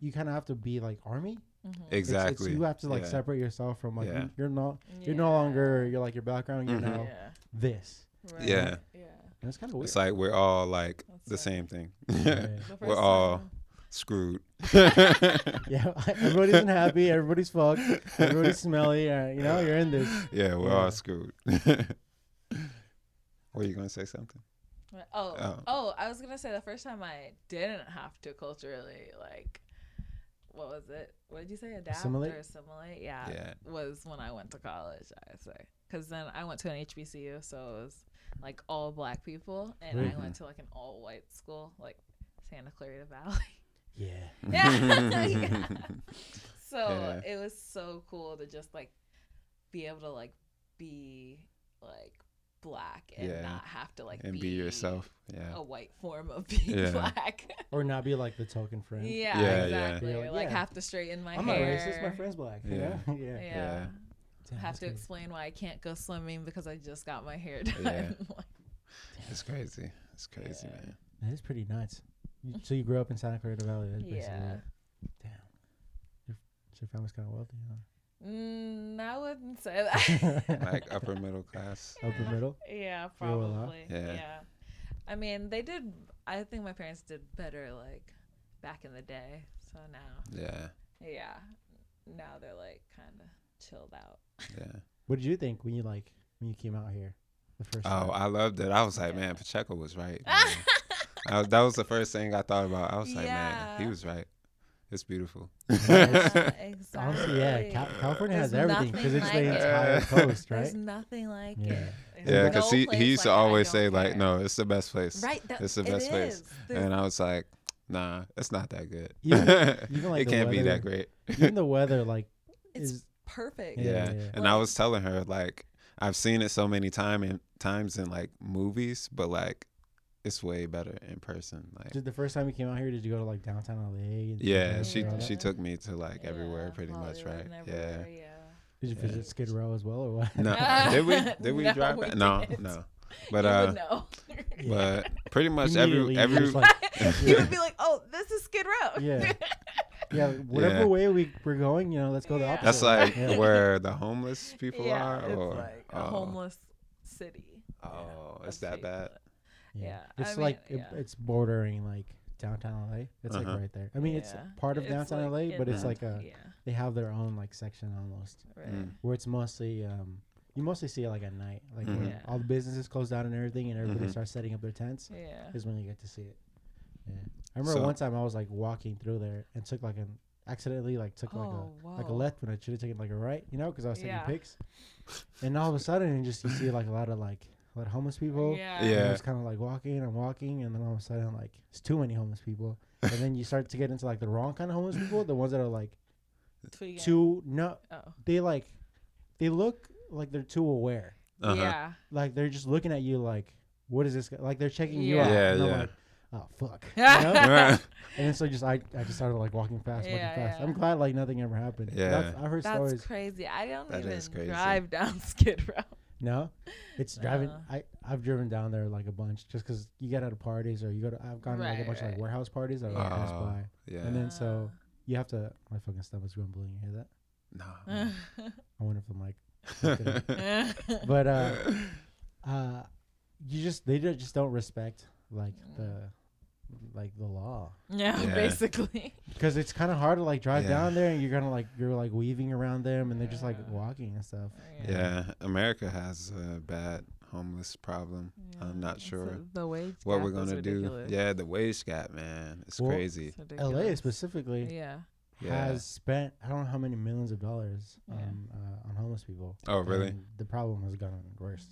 Speaker 4: You kind of have to be like army.
Speaker 2: Mhm.
Speaker 4: It's- it's-
Speaker 3: Exactly.
Speaker 4: you have to like
Speaker 3: yeah.
Speaker 4: separate yourself from like
Speaker 3: Yeah.
Speaker 4: you- you're not
Speaker 2: Yeah.
Speaker 4: you're no longer you're like your background. You're
Speaker 3: Mhm.
Speaker 4: now
Speaker 2: Yeah.
Speaker 4: this.
Speaker 2: Right.
Speaker 3: Yeah.
Speaker 2: Yeah.
Speaker 4: And it's kind of weird.
Speaker 3: It's like we're all like
Speaker 2: That's
Speaker 3: the
Speaker 2: right.
Speaker 3: same thing. [LAUGHS]
Speaker 4: Yeah.
Speaker 2: The
Speaker 3: We're
Speaker 2: first
Speaker 3: all-
Speaker 2: time-
Speaker 3: Screwed.
Speaker 4: [LAUGHS]
Speaker 3: [LAUGHS]
Speaker 4: Yeah, [LAUGHS] everybody's unhappy. Everybody's fucked. Everybody's smelly. Uh, you know, you're in this.
Speaker 3: Yeah, we're
Speaker 4: Yeah.
Speaker 3: all screwed. [LAUGHS] Were you gonna say something?
Speaker 2: Right. Oh, oh,
Speaker 3: Oh.
Speaker 2: I was gonna say the first time I didn't have to culturally like, what was it? What did you say? Adapt
Speaker 4: Assimilate?
Speaker 2: or assimilate? Yeah,
Speaker 3: Yeah.
Speaker 2: was when I went to college. I'd say because then I went to an HBCU, so it was like all black people, and I
Speaker 4: Mhm.
Speaker 2: went to like an all white school, like Santa Clarita Valley. [LAUGHS]
Speaker 4: Yeah.
Speaker 2: [LAUGHS]
Speaker 3: [LAUGHS]
Speaker 2: Yeah. [LAUGHS] Yeah. So
Speaker 3: Yeah.
Speaker 2: it was so cool to just like be able to like be like black and
Speaker 3: Yeah.
Speaker 2: not have to like Oh.
Speaker 3: and be yourself. Yeah.
Speaker 2: A white form of being [LAUGHS]
Speaker 3: Yeah.
Speaker 2: black.
Speaker 4: Or not be like the token friend.
Speaker 2: yeah,
Speaker 3: Yeah, yeah.
Speaker 2: exactly.
Speaker 4: You're like,
Speaker 2: Like
Speaker 4: yeah.
Speaker 2: have to straighten my
Speaker 4: I'm not
Speaker 2: hair.
Speaker 4: racist. My friend's black. you
Speaker 3: Yeah.
Speaker 4: know? [LAUGHS] yeah.
Speaker 2: Yeah.
Speaker 3: Yeah.
Speaker 4: Damn,
Speaker 2: Have
Speaker 4: that's
Speaker 2: to
Speaker 4: crazy.
Speaker 2: explain why I can't go swimming because I just got my hair done. [LAUGHS]
Speaker 3: Yeah.
Speaker 2: Like,
Speaker 3: It's crazy. It's crazy,
Speaker 2: Yeah.
Speaker 3: man.
Speaker 4: That is pretty nuts. You- So you grew up in Santa Clarita Valley. That's basically
Speaker 2: Yeah.
Speaker 4: it. Damn. Your, so your family's kind of wealthy,
Speaker 2: mm, I wouldn't say that. [LAUGHS]
Speaker 4: [LAUGHS] huh?
Speaker 3: Like upper middle class.
Speaker 4: Upper middle.
Speaker 2: Yeah,
Speaker 4: Feel a lot?
Speaker 2: probably.
Speaker 3: Yeah.
Speaker 2: Yeah. I mean, they did. I think my parents did better like back in the day. So now,
Speaker 3: Yeah.
Speaker 2: yeah, now they're like kind of chilled
Speaker 3: [LAUGHS]
Speaker 2: out.
Speaker 3: Yeah.
Speaker 4: What did you think when you like when you came out here the first
Speaker 3: Oh,
Speaker 4: time?
Speaker 3: I loved it. I was like, man, Pacheco was right.
Speaker 2: [LAUGHS]
Speaker 3: man. I was, that was the first thing I thought about. I was like, man, he
Speaker 2: Yeah.
Speaker 3: was right. It's beautiful.
Speaker 2: Yeah,
Speaker 3: yeah.
Speaker 2: exactly.
Speaker 4: Honestly, yeah, Cal- California has
Speaker 2: There's
Speaker 4: everything because
Speaker 2: nothing
Speaker 4: it's the
Speaker 3: like it.
Speaker 4: entire coast, right?
Speaker 2: There's nothing like
Speaker 4: Yeah.
Speaker 2: it. There's
Speaker 4: Yeah,
Speaker 3: because
Speaker 2: no
Speaker 3: he,
Speaker 2: place
Speaker 3: he used to
Speaker 2: like it. I
Speaker 3: always
Speaker 2: don't
Speaker 3: say, like,
Speaker 2: care.
Speaker 3: no, it's the best place.
Speaker 2: Right, that,
Speaker 3: it's the best place. And I was like, nah, it's not that good.
Speaker 4: Even-
Speaker 3: [LAUGHS]
Speaker 4: even, like,
Speaker 3: it
Speaker 4: the
Speaker 3: can't be that
Speaker 4: weather-
Speaker 3: great.
Speaker 4: [LAUGHS] Even the weather, like,
Speaker 2: it's
Speaker 4: is
Speaker 2: perfect.
Speaker 4: Yeah,
Speaker 3: [LAUGHS] yeah.
Speaker 4: yeah, yeah.
Speaker 3: And I was telling her like I've seen it so many time in, times in like movies, but like it's way better in person. Like
Speaker 4: did the first time you came out here? Did you go to like downtown LA? and stuff
Speaker 3: yeah,
Speaker 4: like
Speaker 3: she
Speaker 4: that?
Speaker 3: she took me to like everywhere
Speaker 2: Yeah,
Speaker 3: pretty much,
Speaker 2: Hollywood
Speaker 3: right?
Speaker 2: and
Speaker 3: Yeah.
Speaker 2: everywhere, yeah.
Speaker 4: Did you
Speaker 3: yeah.
Speaker 4: visit Skid Row as well, or
Speaker 2: [LAUGHS]
Speaker 4: what?
Speaker 3: [LAUGHS] No, did we did we
Speaker 2: No,
Speaker 3: drive?
Speaker 2: we
Speaker 3: back? No,
Speaker 2: didn't.
Speaker 3: no.
Speaker 2: You
Speaker 3: But
Speaker 2: would
Speaker 3: uh,
Speaker 2: know. [LAUGHS]
Speaker 3: but [LAUGHS] pretty much every
Speaker 4: Immediately,
Speaker 3: every
Speaker 4: just,
Speaker 3: [LAUGHS]
Speaker 4: like-
Speaker 2: you would be like, "Oh, this is Skid Row."
Speaker 4: yeah, yeah. Whatever
Speaker 3: Yeah.
Speaker 4: way we we're going, you know, let's go the
Speaker 2: Yeah.
Speaker 4: opposite.
Speaker 3: that's
Speaker 4: way.
Speaker 2: [LAUGHS]
Speaker 3: like
Speaker 4: Yeah.
Speaker 3: where the homeless people
Speaker 2: Yeah,
Speaker 3: are,
Speaker 2: it's
Speaker 3: or
Speaker 2: like a
Speaker 3: oh,
Speaker 2: homeless city.
Speaker 3: Oh,
Speaker 2: Yeah,
Speaker 3: it's
Speaker 2: let's
Speaker 3: that
Speaker 2: see.
Speaker 3: bad.
Speaker 2: yeah, I
Speaker 4: It's
Speaker 2: mean,
Speaker 4: like
Speaker 2: yeah.
Speaker 4: It, it's bordering like downtown LA. It's
Speaker 3: Uh-huh.
Speaker 4: like right there. I mean, it's
Speaker 2: Yeah.
Speaker 4: part of
Speaker 2: It's
Speaker 4: downtown
Speaker 2: like
Speaker 4: LA,
Speaker 2: in
Speaker 4: but it's
Speaker 2: the-
Speaker 4: like a
Speaker 2: yeah,
Speaker 4: they have their own like section almost
Speaker 2: right.
Speaker 3: Mm.
Speaker 4: where it's mostly um you mostly see it like at night, like
Speaker 3: Mhm.
Speaker 4: when
Speaker 2: Yeah.
Speaker 4: all the businesses close down and everything, and everybody
Speaker 3: Mhm.
Speaker 4: starts setting up their tents.
Speaker 2: Yeah.
Speaker 4: Is when you get to see it. Yeah, I remember
Speaker 3: So-
Speaker 4: one time I was like walking through there and took like an accidentally like took like a
Speaker 2: oh, whoa.
Speaker 4: like a left when I should have taken like a right, you know, because I was taking
Speaker 2: Yeah.
Speaker 4: pics. And all of a sudden, you just you see like a lot of like a lot of homeless people.
Speaker 2: Yeah.
Speaker 4: And
Speaker 3: Yeah.
Speaker 4: I'm just kind of like walking and walking, and then all of a sudden, like it's too many homeless people, and then you start to get into like the wrong kind of homeless people, the ones that are like
Speaker 2: Tweaking.
Speaker 4: too no,
Speaker 2: Oh.
Speaker 4: they like, they look like they're too aware,
Speaker 3: Uh-huh.
Speaker 2: Yeah.
Speaker 4: like they're just looking at you like, what is this? Guy? Like they're checking you
Speaker 2: Yeah.
Speaker 4: out.
Speaker 3: Yeah,
Speaker 4: and I'm
Speaker 3: yeah.
Speaker 4: like, oh
Speaker 2: [LAUGHS]
Speaker 4: fuck. You know?
Speaker 3: Right.
Speaker 4: and then so just I, I just started like walking fast, walking
Speaker 2: Yeah,
Speaker 4: fast.
Speaker 2: yeah.
Speaker 4: I'm glad like nothing ever happened. But I've,
Speaker 3: Yeah.
Speaker 4: I've heard
Speaker 2: That's
Speaker 4: stories.
Speaker 2: crazy. I don't
Speaker 3: That
Speaker 2: even
Speaker 3: is crazy.
Speaker 2: drive down [LAUGHS] Skid Row.
Speaker 4: No, it's driving.
Speaker 2: Uh.
Speaker 4: I I've driven down there like a bunch just because you get out of parties or you go to. I've gone to like a
Speaker 2: Right,
Speaker 4: bunch of like
Speaker 2: right.
Speaker 4: warehouse parties that like pass
Speaker 3: Oh,
Speaker 4: by,
Speaker 3: [LAUGHS] yeah.
Speaker 4: and
Speaker 2: [LAUGHS]
Speaker 4: then so you have to. My fucking stomach's grumbling. You hear that?
Speaker 3: No.
Speaker 2: Uh.
Speaker 4: I wonder if the mic.
Speaker 3: [LAUGHS]
Speaker 4: But uh, uh, you just they don't- just don't respect like the like the law
Speaker 2: yeah,
Speaker 3: Yeah.
Speaker 2: basically.
Speaker 4: because it's kind of hard to like drive
Speaker 3: Yeah.
Speaker 4: down there and you're gonna like you're like weaving around them and they're just like
Speaker 2: Yeah.
Speaker 4: walking and stuff.
Speaker 3: [LAUGHS] Yeah, America has a bad homeless problem. I'm not
Speaker 2: it's
Speaker 3: sure
Speaker 2: a- the wage
Speaker 3: what
Speaker 2: gap
Speaker 3: we're
Speaker 2: is
Speaker 3: gonna
Speaker 2: ridiculous.
Speaker 3: do. Yeah, the wage gap, man, it's
Speaker 4: Well,
Speaker 3: crazy.
Speaker 2: It's
Speaker 4: LA
Speaker 2: ridiculous.
Speaker 4: specifically
Speaker 2: Yeah.
Speaker 3: Yeah.
Speaker 4: has spent I don't know how many millions of dollars
Speaker 2: Yeah.
Speaker 4: um, uh, on homeless people.
Speaker 3: Oh, really?
Speaker 4: and the problem has gotten worse.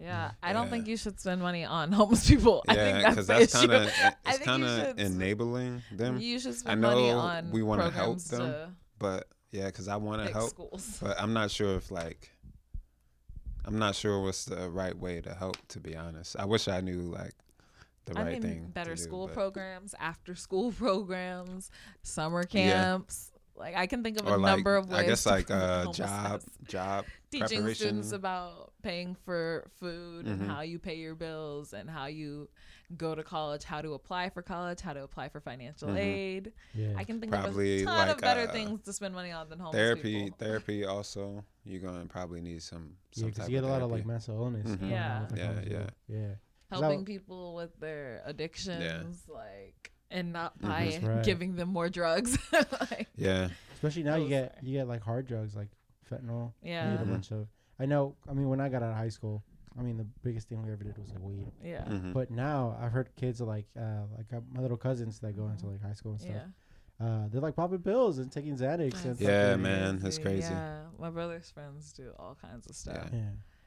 Speaker 2: Yeah, I don't
Speaker 3: Yeah.
Speaker 2: think you should spend money on [LAUGHS] homeless people. I think
Speaker 3: Yeah, [LAUGHS]
Speaker 2: that's,
Speaker 3: because
Speaker 2: the
Speaker 3: that's
Speaker 2: issue.
Speaker 3: kind of
Speaker 2: [LAUGHS] I
Speaker 3: it's
Speaker 2: think you
Speaker 3: kind of
Speaker 2: should s-
Speaker 3: enabling them,
Speaker 2: you should spend money
Speaker 3: know
Speaker 2: on
Speaker 3: we wanna help
Speaker 2: programs
Speaker 3: them, but yeah, because I
Speaker 2: to
Speaker 3: want to
Speaker 2: fix
Speaker 3: help,
Speaker 2: schools.
Speaker 3: but I'm not sure if like I'm not sure what's the right way to help. To be honest, I wish I knew like
Speaker 2: [LAUGHS]
Speaker 3: the
Speaker 2: I
Speaker 3: right
Speaker 2: mean,
Speaker 3: thing.
Speaker 2: better
Speaker 3: to do,
Speaker 2: school
Speaker 3: but-
Speaker 2: programs, after school [LAUGHS] programs, summer
Speaker 3: Yeah.
Speaker 2: camps. Like I can think of a
Speaker 3: or like
Speaker 2: number of ways.
Speaker 3: I guess
Speaker 2: to [LAUGHS]
Speaker 3: like
Speaker 2: prevent
Speaker 3: uh, job
Speaker 2: homelessness.
Speaker 3: job
Speaker 2: [LAUGHS] teaching students
Speaker 3: preparation.
Speaker 2: about paying for food
Speaker 3: Mhm.
Speaker 2: and how you pay your bills and how you go to college, how to apply for college, how to apply for financial
Speaker 3: Mhm.
Speaker 2: aid.
Speaker 4: Yeah.
Speaker 2: I can think
Speaker 3: Probably
Speaker 2: of a ton
Speaker 3: like,
Speaker 2: of better
Speaker 3: uh,
Speaker 2: things to spend money on than homeless
Speaker 3: therapy
Speaker 2: people.
Speaker 3: therapy also you're gonna probably need some
Speaker 4: Yeah,
Speaker 3: some type
Speaker 4: because you get a lot of like
Speaker 3: therapy.
Speaker 4: mental illness.
Speaker 3: Mhm.
Speaker 4: going on
Speaker 2: Yeah.
Speaker 4: with, like,
Speaker 3: Yeah,
Speaker 4: homeless people. yeah. I-
Speaker 2: helping people with their addictions, like and not by
Speaker 4: That's right.
Speaker 2: giving them more drugs. [LAUGHS] like,
Speaker 3: yeah
Speaker 4: Especially now, you
Speaker 2: Those
Speaker 4: get
Speaker 2: are-
Speaker 4: you get like hard drugs like fentanyl. You get
Speaker 2: yeah,
Speaker 4: a
Speaker 3: Mhm.
Speaker 4: bunch of. I know. I mean, when I got out of high school, I mean, the biggest thing we ever did was like weed.
Speaker 2: yeah,
Speaker 3: mhm.
Speaker 4: But now I've heard kids are like, uh, like uh, my little cousins that go into like high school and stuff.
Speaker 2: Mm-hmm. yeah.
Speaker 4: Uh, they're like popping pills and taking Xanax and stuff.
Speaker 3: Yeah,
Speaker 4: like-
Speaker 3: man, it's crazy.
Speaker 2: Yeah, my brother's friends do all kinds of stuff.
Speaker 4: Yeah.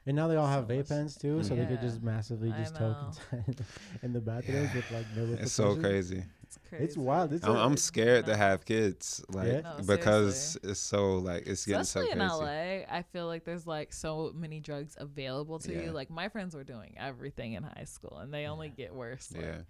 Speaker 4: And now they all
Speaker 2: So
Speaker 4: have vape
Speaker 2: much-
Speaker 4: pens too, so they could
Speaker 2: Yeah.
Speaker 4: just massively
Speaker 2: I
Speaker 4: just talk [LAUGHS] in, in the bathrooms
Speaker 3: Yeah.
Speaker 4: with like no.
Speaker 3: It's so
Speaker 4: repercussions.
Speaker 3: crazy.
Speaker 2: It's crazy.
Speaker 4: It's wild. It's
Speaker 3: I'm,
Speaker 4: a-
Speaker 3: I'm scared to
Speaker 2: No.
Speaker 3: have kids, like
Speaker 4: Yeah.
Speaker 2: No,
Speaker 3: because
Speaker 2: seriously.
Speaker 3: it's so like it's getting
Speaker 2: Especially
Speaker 3: so
Speaker 2: in
Speaker 3: crazy.
Speaker 2: LA, I feel like there's like so many drugs available to
Speaker 3: Yeah.
Speaker 2: you. Like my friends were doing everything in high school, and they only get worse. Like,
Speaker 3: Yeah,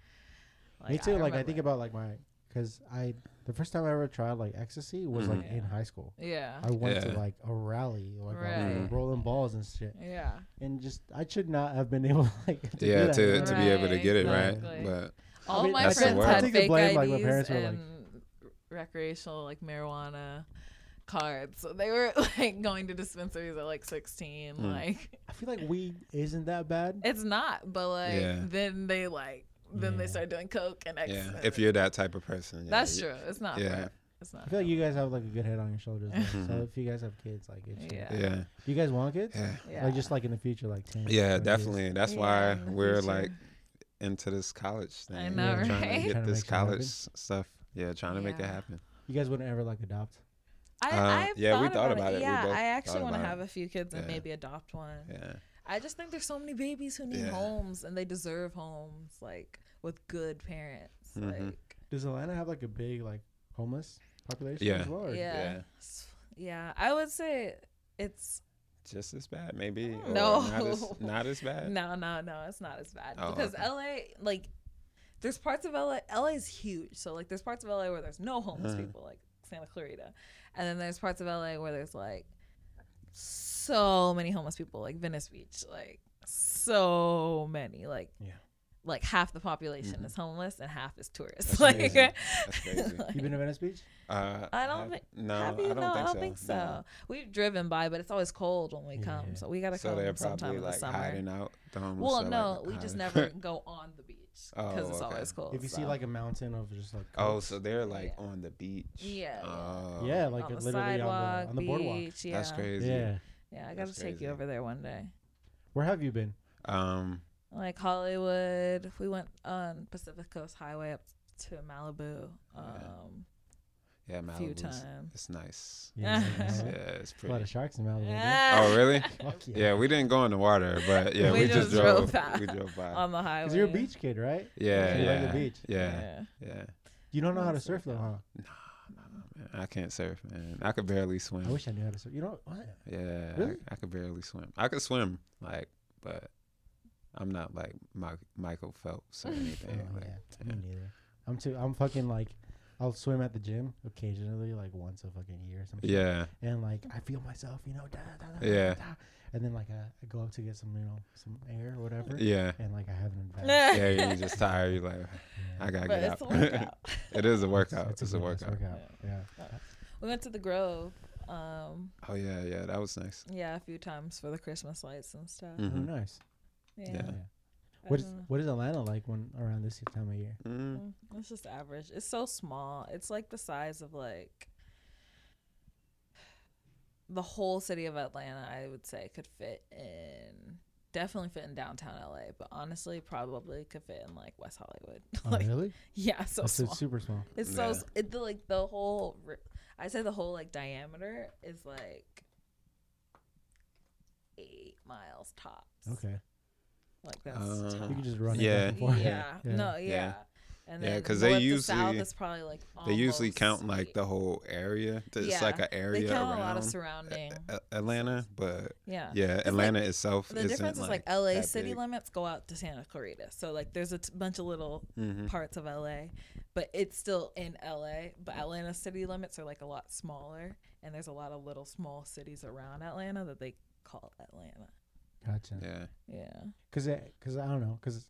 Speaker 2: like,
Speaker 4: Me too. like I
Speaker 2: remember-
Speaker 4: think about like my because I the first time I ever tried like ecstasy was like
Speaker 2: Mhm.
Speaker 4: in high school.
Speaker 2: Yeah.
Speaker 4: I went to
Speaker 3: Yeah.
Speaker 4: like a rally, like I was
Speaker 2: Right. Mm-hmm.
Speaker 4: rolling balls and shit,
Speaker 2: Yeah.
Speaker 4: and just I should not have been [LAUGHS] able like to
Speaker 3: yeah,
Speaker 4: do that,
Speaker 3: to
Speaker 4: you know?
Speaker 3: to be able to
Speaker 2: Right,
Speaker 3: get it
Speaker 2: exactly.
Speaker 3: right, but
Speaker 2: All
Speaker 4: mean,
Speaker 2: my
Speaker 3: that's the
Speaker 2: friends
Speaker 3: world. I
Speaker 2: had
Speaker 4: think the
Speaker 2: fake
Speaker 4: blame,
Speaker 2: IDs
Speaker 4: like, my parents were, like-
Speaker 2: and recreational like marijuana cards. So they were [LAUGHS] like going to dispensaries at like 16.
Speaker 4: Hmm.
Speaker 3: Mm.
Speaker 2: Like
Speaker 4: I feel like weed isn't that bad.
Speaker 2: it's not, but like
Speaker 3: Yeah.
Speaker 2: then they like then they
Speaker 4: Yeah.
Speaker 2: start doing coke and X.
Speaker 3: yeah,
Speaker 2: and
Speaker 3: if you're that type of person,
Speaker 2: [LAUGHS]
Speaker 3: yeah,
Speaker 2: that's
Speaker 3: you-
Speaker 2: true. It's not.
Speaker 3: yeah.
Speaker 2: fair. It's not.
Speaker 4: I feel like
Speaker 2: fair.
Speaker 4: you guys have like a good head on your shoulders. though. so
Speaker 3: Mhm.
Speaker 4: if you guys have kids, like, it's
Speaker 2: Yeah.
Speaker 3: Yeah, yeah,
Speaker 4: do you guys want kids?
Speaker 3: yeah,
Speaker 2: yeah.
Speaker 4: Like just like in the future, like ten.
Speaker 3: yeah
Speaker 4: 20 years.
Speaker 3: definitely. That's why
Speaker 2: in the
Speaker 3: we're
Speaker 2: future.
Speaker 3: like into this college thing.
Speaker 2: I know,
Speaker 3: We're Trying
Speaker 2: right?
Speaker 3: to get
Speaker 4: Trying to
Speaker 3: this
Speaker 4: make it happen.
Speaker 3: college s- stuff. Yeah, trying to make it
Speaker 2: Yeah.
Speaker 3: happen.
Speaker 4: You guys wouldn't ever like adopt.
Speaker 2: I,
Speaker 3: Uh,
Speaker 2: I've
Speaker 3: yeah, we thought about it. We
Speaker 2: Yeah,
Speaker 3: both
Speaker 2: I actually
Speaker 3: thought
Speaker 2: want to
Speaker 3: about it.
Speaker 2: have a few kids and
Speaker 3: Yeah.
Speaker 2: maybe adopt one.
Speaker 3: Yeah,
Speaker 2: I just think there's so many babies who need
Speaker 3: Yeah.
Speaker 2: homes and they deserve homes like with good parents.
Speaker 3: Mhm.
Speaker 2: Like
Speaker 4: Does Atlanta have like a big like homeless population
Speaker 3: Yeah.
Speaker 4: as well? or-
Speaker 2: yeah.
Speaker 3: yeah.
Speaker 2: S- yeah, I would say it's
Speaker 3: just as bad, maybe.
Speaker 2: Mm.
Speaker 3: or not
Speaker 2: [LAUGHS]
Speaker 3: as,
Speaker 2: No.
Speaker 3: not as bad.
Speaker 2: no, no, no, it's not as bad
Speaker 3: Uh, Oh,
Speaker 2: because
Speaker 3: okay.
Speaker 2: LA like there's parts of LA LA is huge. So like there's parts of LA where there's no homeless
Speaker 3: Uh-huh.
Speaker 2: people like Santa Clarita. And then there's parts of LA where there's like so many homeless people like Venice Beach, like so many like
Speaker 4: Yeah.
Speaker 2: Like half the population
Speaker 3: Mhm.
Speaker 2: is homeless and half is tourists. [LAUGHS]
Speaker 3: That's
Speaker 2: like,
Speaker 3: crazy.
Speaker 2: [LAUGHS]
Speaker 3: That's crazy.
Speaker 2: like-
Speaker 4: You been to Venice Beach?
Speaker 3: Uh,
Speaker 2: I don't
Speaker 3: have-
Speaker 2: thi-
Speaker 3: No,
Speaker 2: Have
Speaker 3: I
Speaker 2: you?
Speaker 3: don't
Speaker 2: No,
Speaker 3: think
Speaker 2: I
Speaker 3: so.
Speaker 2: don't think so.
Speaker 3: No.
Speaker 2: We've driven by, but it's always cold when we come,
Speaker 4: Yeah.
Speaker 2: so we gotta
Speaker 3: So
Speaker 2: come
Speaker 3: they're
Speaker 2: sometime
Speaker 3: probably
Speaker 2: in the
Speaker 3: like
Speaker 2: summer.
Speaker 3: hiding out. The homeless
Speaker 2: well,
Speaker 3: are, like,
Speaker 2: no, we just
Speaker 3: hiding-
Speaker 2: never
Speaker 3: [LAUGHS]
Speaker 2: [LAUGHS] go on the beach because
Speaker 3: Oh,
Speaker 2: it's
Speaker 3: okay.
Speaker 2: always cold.
Speaker 4: if you see
Speaker 2: so.
Speaker 4: like a mountain of just like
Speaker 3: oh,
Speaker 4: coats.
Speaker 3: so they're like
Speaker 2: Yeah.
Speaker 3: on the beach.
Speaker 2: Yeah, yeah.
Speaker 3: Oh,
Speaker 4: yeah, like
Speaker 2: on the
Speaker 4: literally on
Speaker 2: sidewalk,
Speaker 4: the on the boardwalk.
Speaker 2: beach, yeah,
Speaker 3: That's crazy.
Speaker 4: Yeah,
Speaker 2: yeah. I gotta
Speaker 3: That's
Speaker 2: take
Speaker 3: crazy.
Speaker 2: you over there one day.
Speaker 4: where have you been?
Speaker 3: Um,
Speaker 2: Like Hollywood, we went on Pacific Coast Highway up to Malibu um,
Speaker 3: yeah,
Speaker 2: a few
Speaker 3: Malibu.
Speaker 2: times.
Speaker 3: It's nice.
Speaker 4: Yeah,
Speaker 3: [LAUGHS] It's nice.
Speaker 4: Malibu.
Speaker 3: Yeah, it's
Speaker 4: A lot
Speaker 3: pretty.
Speaker 4: of sharks in Malibu.
Speaker 2: [LAUGHS]
Speaker 4: Yeah.
Speaker 2: Ah,
Speaker 3: [LAUGHS] Oh, really?
Speaker 4: Fuck yeah.
Speaker 3: Yeah, we didn't go in the water, but yeah,
Speaker 2: We
Speaker 3: we, just
Speaker 2: just
Speaker 3: drove.
Speaker 2: drove by. Um,
Speaker 3: We
Speaker 2: [LAUGHS]
Speaker 3: drove by.
Speaker 2: on the highway.
Speaker 4: Cause you're a beach kid, right? So
Speaker 3: Yeah,
Speaker 4: you like the
Speaker 3: yeah,
Speaker 4: beach.
Speaker 3: yeah, yeah.
Speaker 4: You don't know how to
Speaker 2: That's so
Speaker 4: surf though, huh?
Speaker 3: Man, I can't surf, man. I could barely swim.
Speaker 4: I wish I knew how to surf. You know what?
Speaker 3: Yeah,
Speaker 4: Really?
Speaker 3: I, I could barely swim. I could swim, like, but I'm not like Mi- Michael Phelps or anything.
Speaker 4: Oh,
Speaker 3: like,
Speaker 4: yeah.
Speaker 3: yeah.
Speaker 4: Me neither. I'm too. I'm fucking like. I'll swim at the gym occasionally, like once a fucking year or something.
Speaker 3: yeah,
Speaker 4: And like I feel myself, you know. Da, da, da, da,
Speaker 3: Yeah.
Speaker 4: da. And then like I, I go up to get some, you know, some air or whatever.
Speaker 3: yeah,
Speaker 4: And like I haven't advanced.
Speaker 2: Yeah. [LAUGHS]
Speaker 3: yeah. You're just tired. You're like, I gotta
Speaker 2: but
Speaker 3: get
Speaker 2: it's a
Speaker 3: out. [LAUGHS]
Speaker 2: workout.
Speaker 3: it is a workout. It's, a
Speaker 4: good ass
Speaker 3: workout.
Speaker 4: Yeah. Oh,
Speaker 2: we went to the Grove. Um,
Speaker 3: Oh yeah, yeah. That was nice.
Speaker 2: Yeah, a few times for the Christmas lights and stuff.
Speaker 4: Oh,
Speaker 3: Mhm.
Speaker 4: nice.
Speaker 2: Yeah.
Speaker 3: Yeah.
Speaker 4: Yeah.
Speaker 2: I
Speaker 4: What is
Speaker 2: dunno.
Speaker 4: what is Atlanta like when around this time of year?
Speaker 3: Mm.
Speaker 2: Mm, It's just average. It's so small. It's like the size of like the whole city of Atlanta, I would say, could fit in definitely fit in downtown LA, but honestly probably could fit in like West Hollywood. [LAUGHS] [LAUGHS] like
Speaker 4: Oh, really?
Speaker 2: yeah, so
Speaker 4: That's so
Speaker 2: small.
Speaker 4: super small.
Speaker 2: It's so
Speaker 3: Yeah.
Speaker 2: s- it, the, like the whole ri- I say the whole like diameter is like 8 miles tops.
Speaker 4: Okay.
Speaker 2: Like that's
Speaker 3: Uh, You
Speaker 2: tops.
Speaker 4: You can just run. it back
Speaker 3: Yeah.
Speaker 4: and
Speaker 2: yeah.
Speaker 4: forth.
Speaker 2: No, yeah.
Speaker 3: Yeah.
Speaker 2: And
Speaker 3: Yeah,
Speaker 2: then
Speaker 3: 'cause they
Speaker 2: north to south
Speaker 3: usually-
Speaker 2: is probably like
Speaker 3: They usually
Speaker 2: almost
Speaker 3: count like
Speaker 2: eight.
Speaker 3: the whole area. It's
Speaker 2: Yeah,
Speaker 3: like an
Speaker 2: they
Speaker 3: area
Speaker 2: count
Speaker 3: around
Speaker 2: a lot of
Speaker 3: A- [LAUGHS]
Speaker 2: surrounding.
Speaker 3: A- Atlanta, but
Speaker 2: yeah.
Speaker 3: yeah,
Speaker 2: like,
Speaker 3: Atlanta itself
Speaker 2: The
Speaker 3: isn't
Speaker 2: difference is like
Speaker 3: like
Speaker 2: LA
Speaker 3: that
Speaker 2: city
Speaker 3: big.
Speaker 2: limits go out to Santa Clarita. So like there's a t- bunch of little
Speaker 3: Mhm.
Speaker 2: parts of LA, but it's still in LA. But Atlanta city limits are like a lot smaller and there's a lot of little small cities around Atlanta that they call Atlanta.
Speaker 4: Gotcha.
Speaker 3: Yeah,
Speaker 2: Yeah.
Speaker 4: Cause, it, cause I don't know. Cause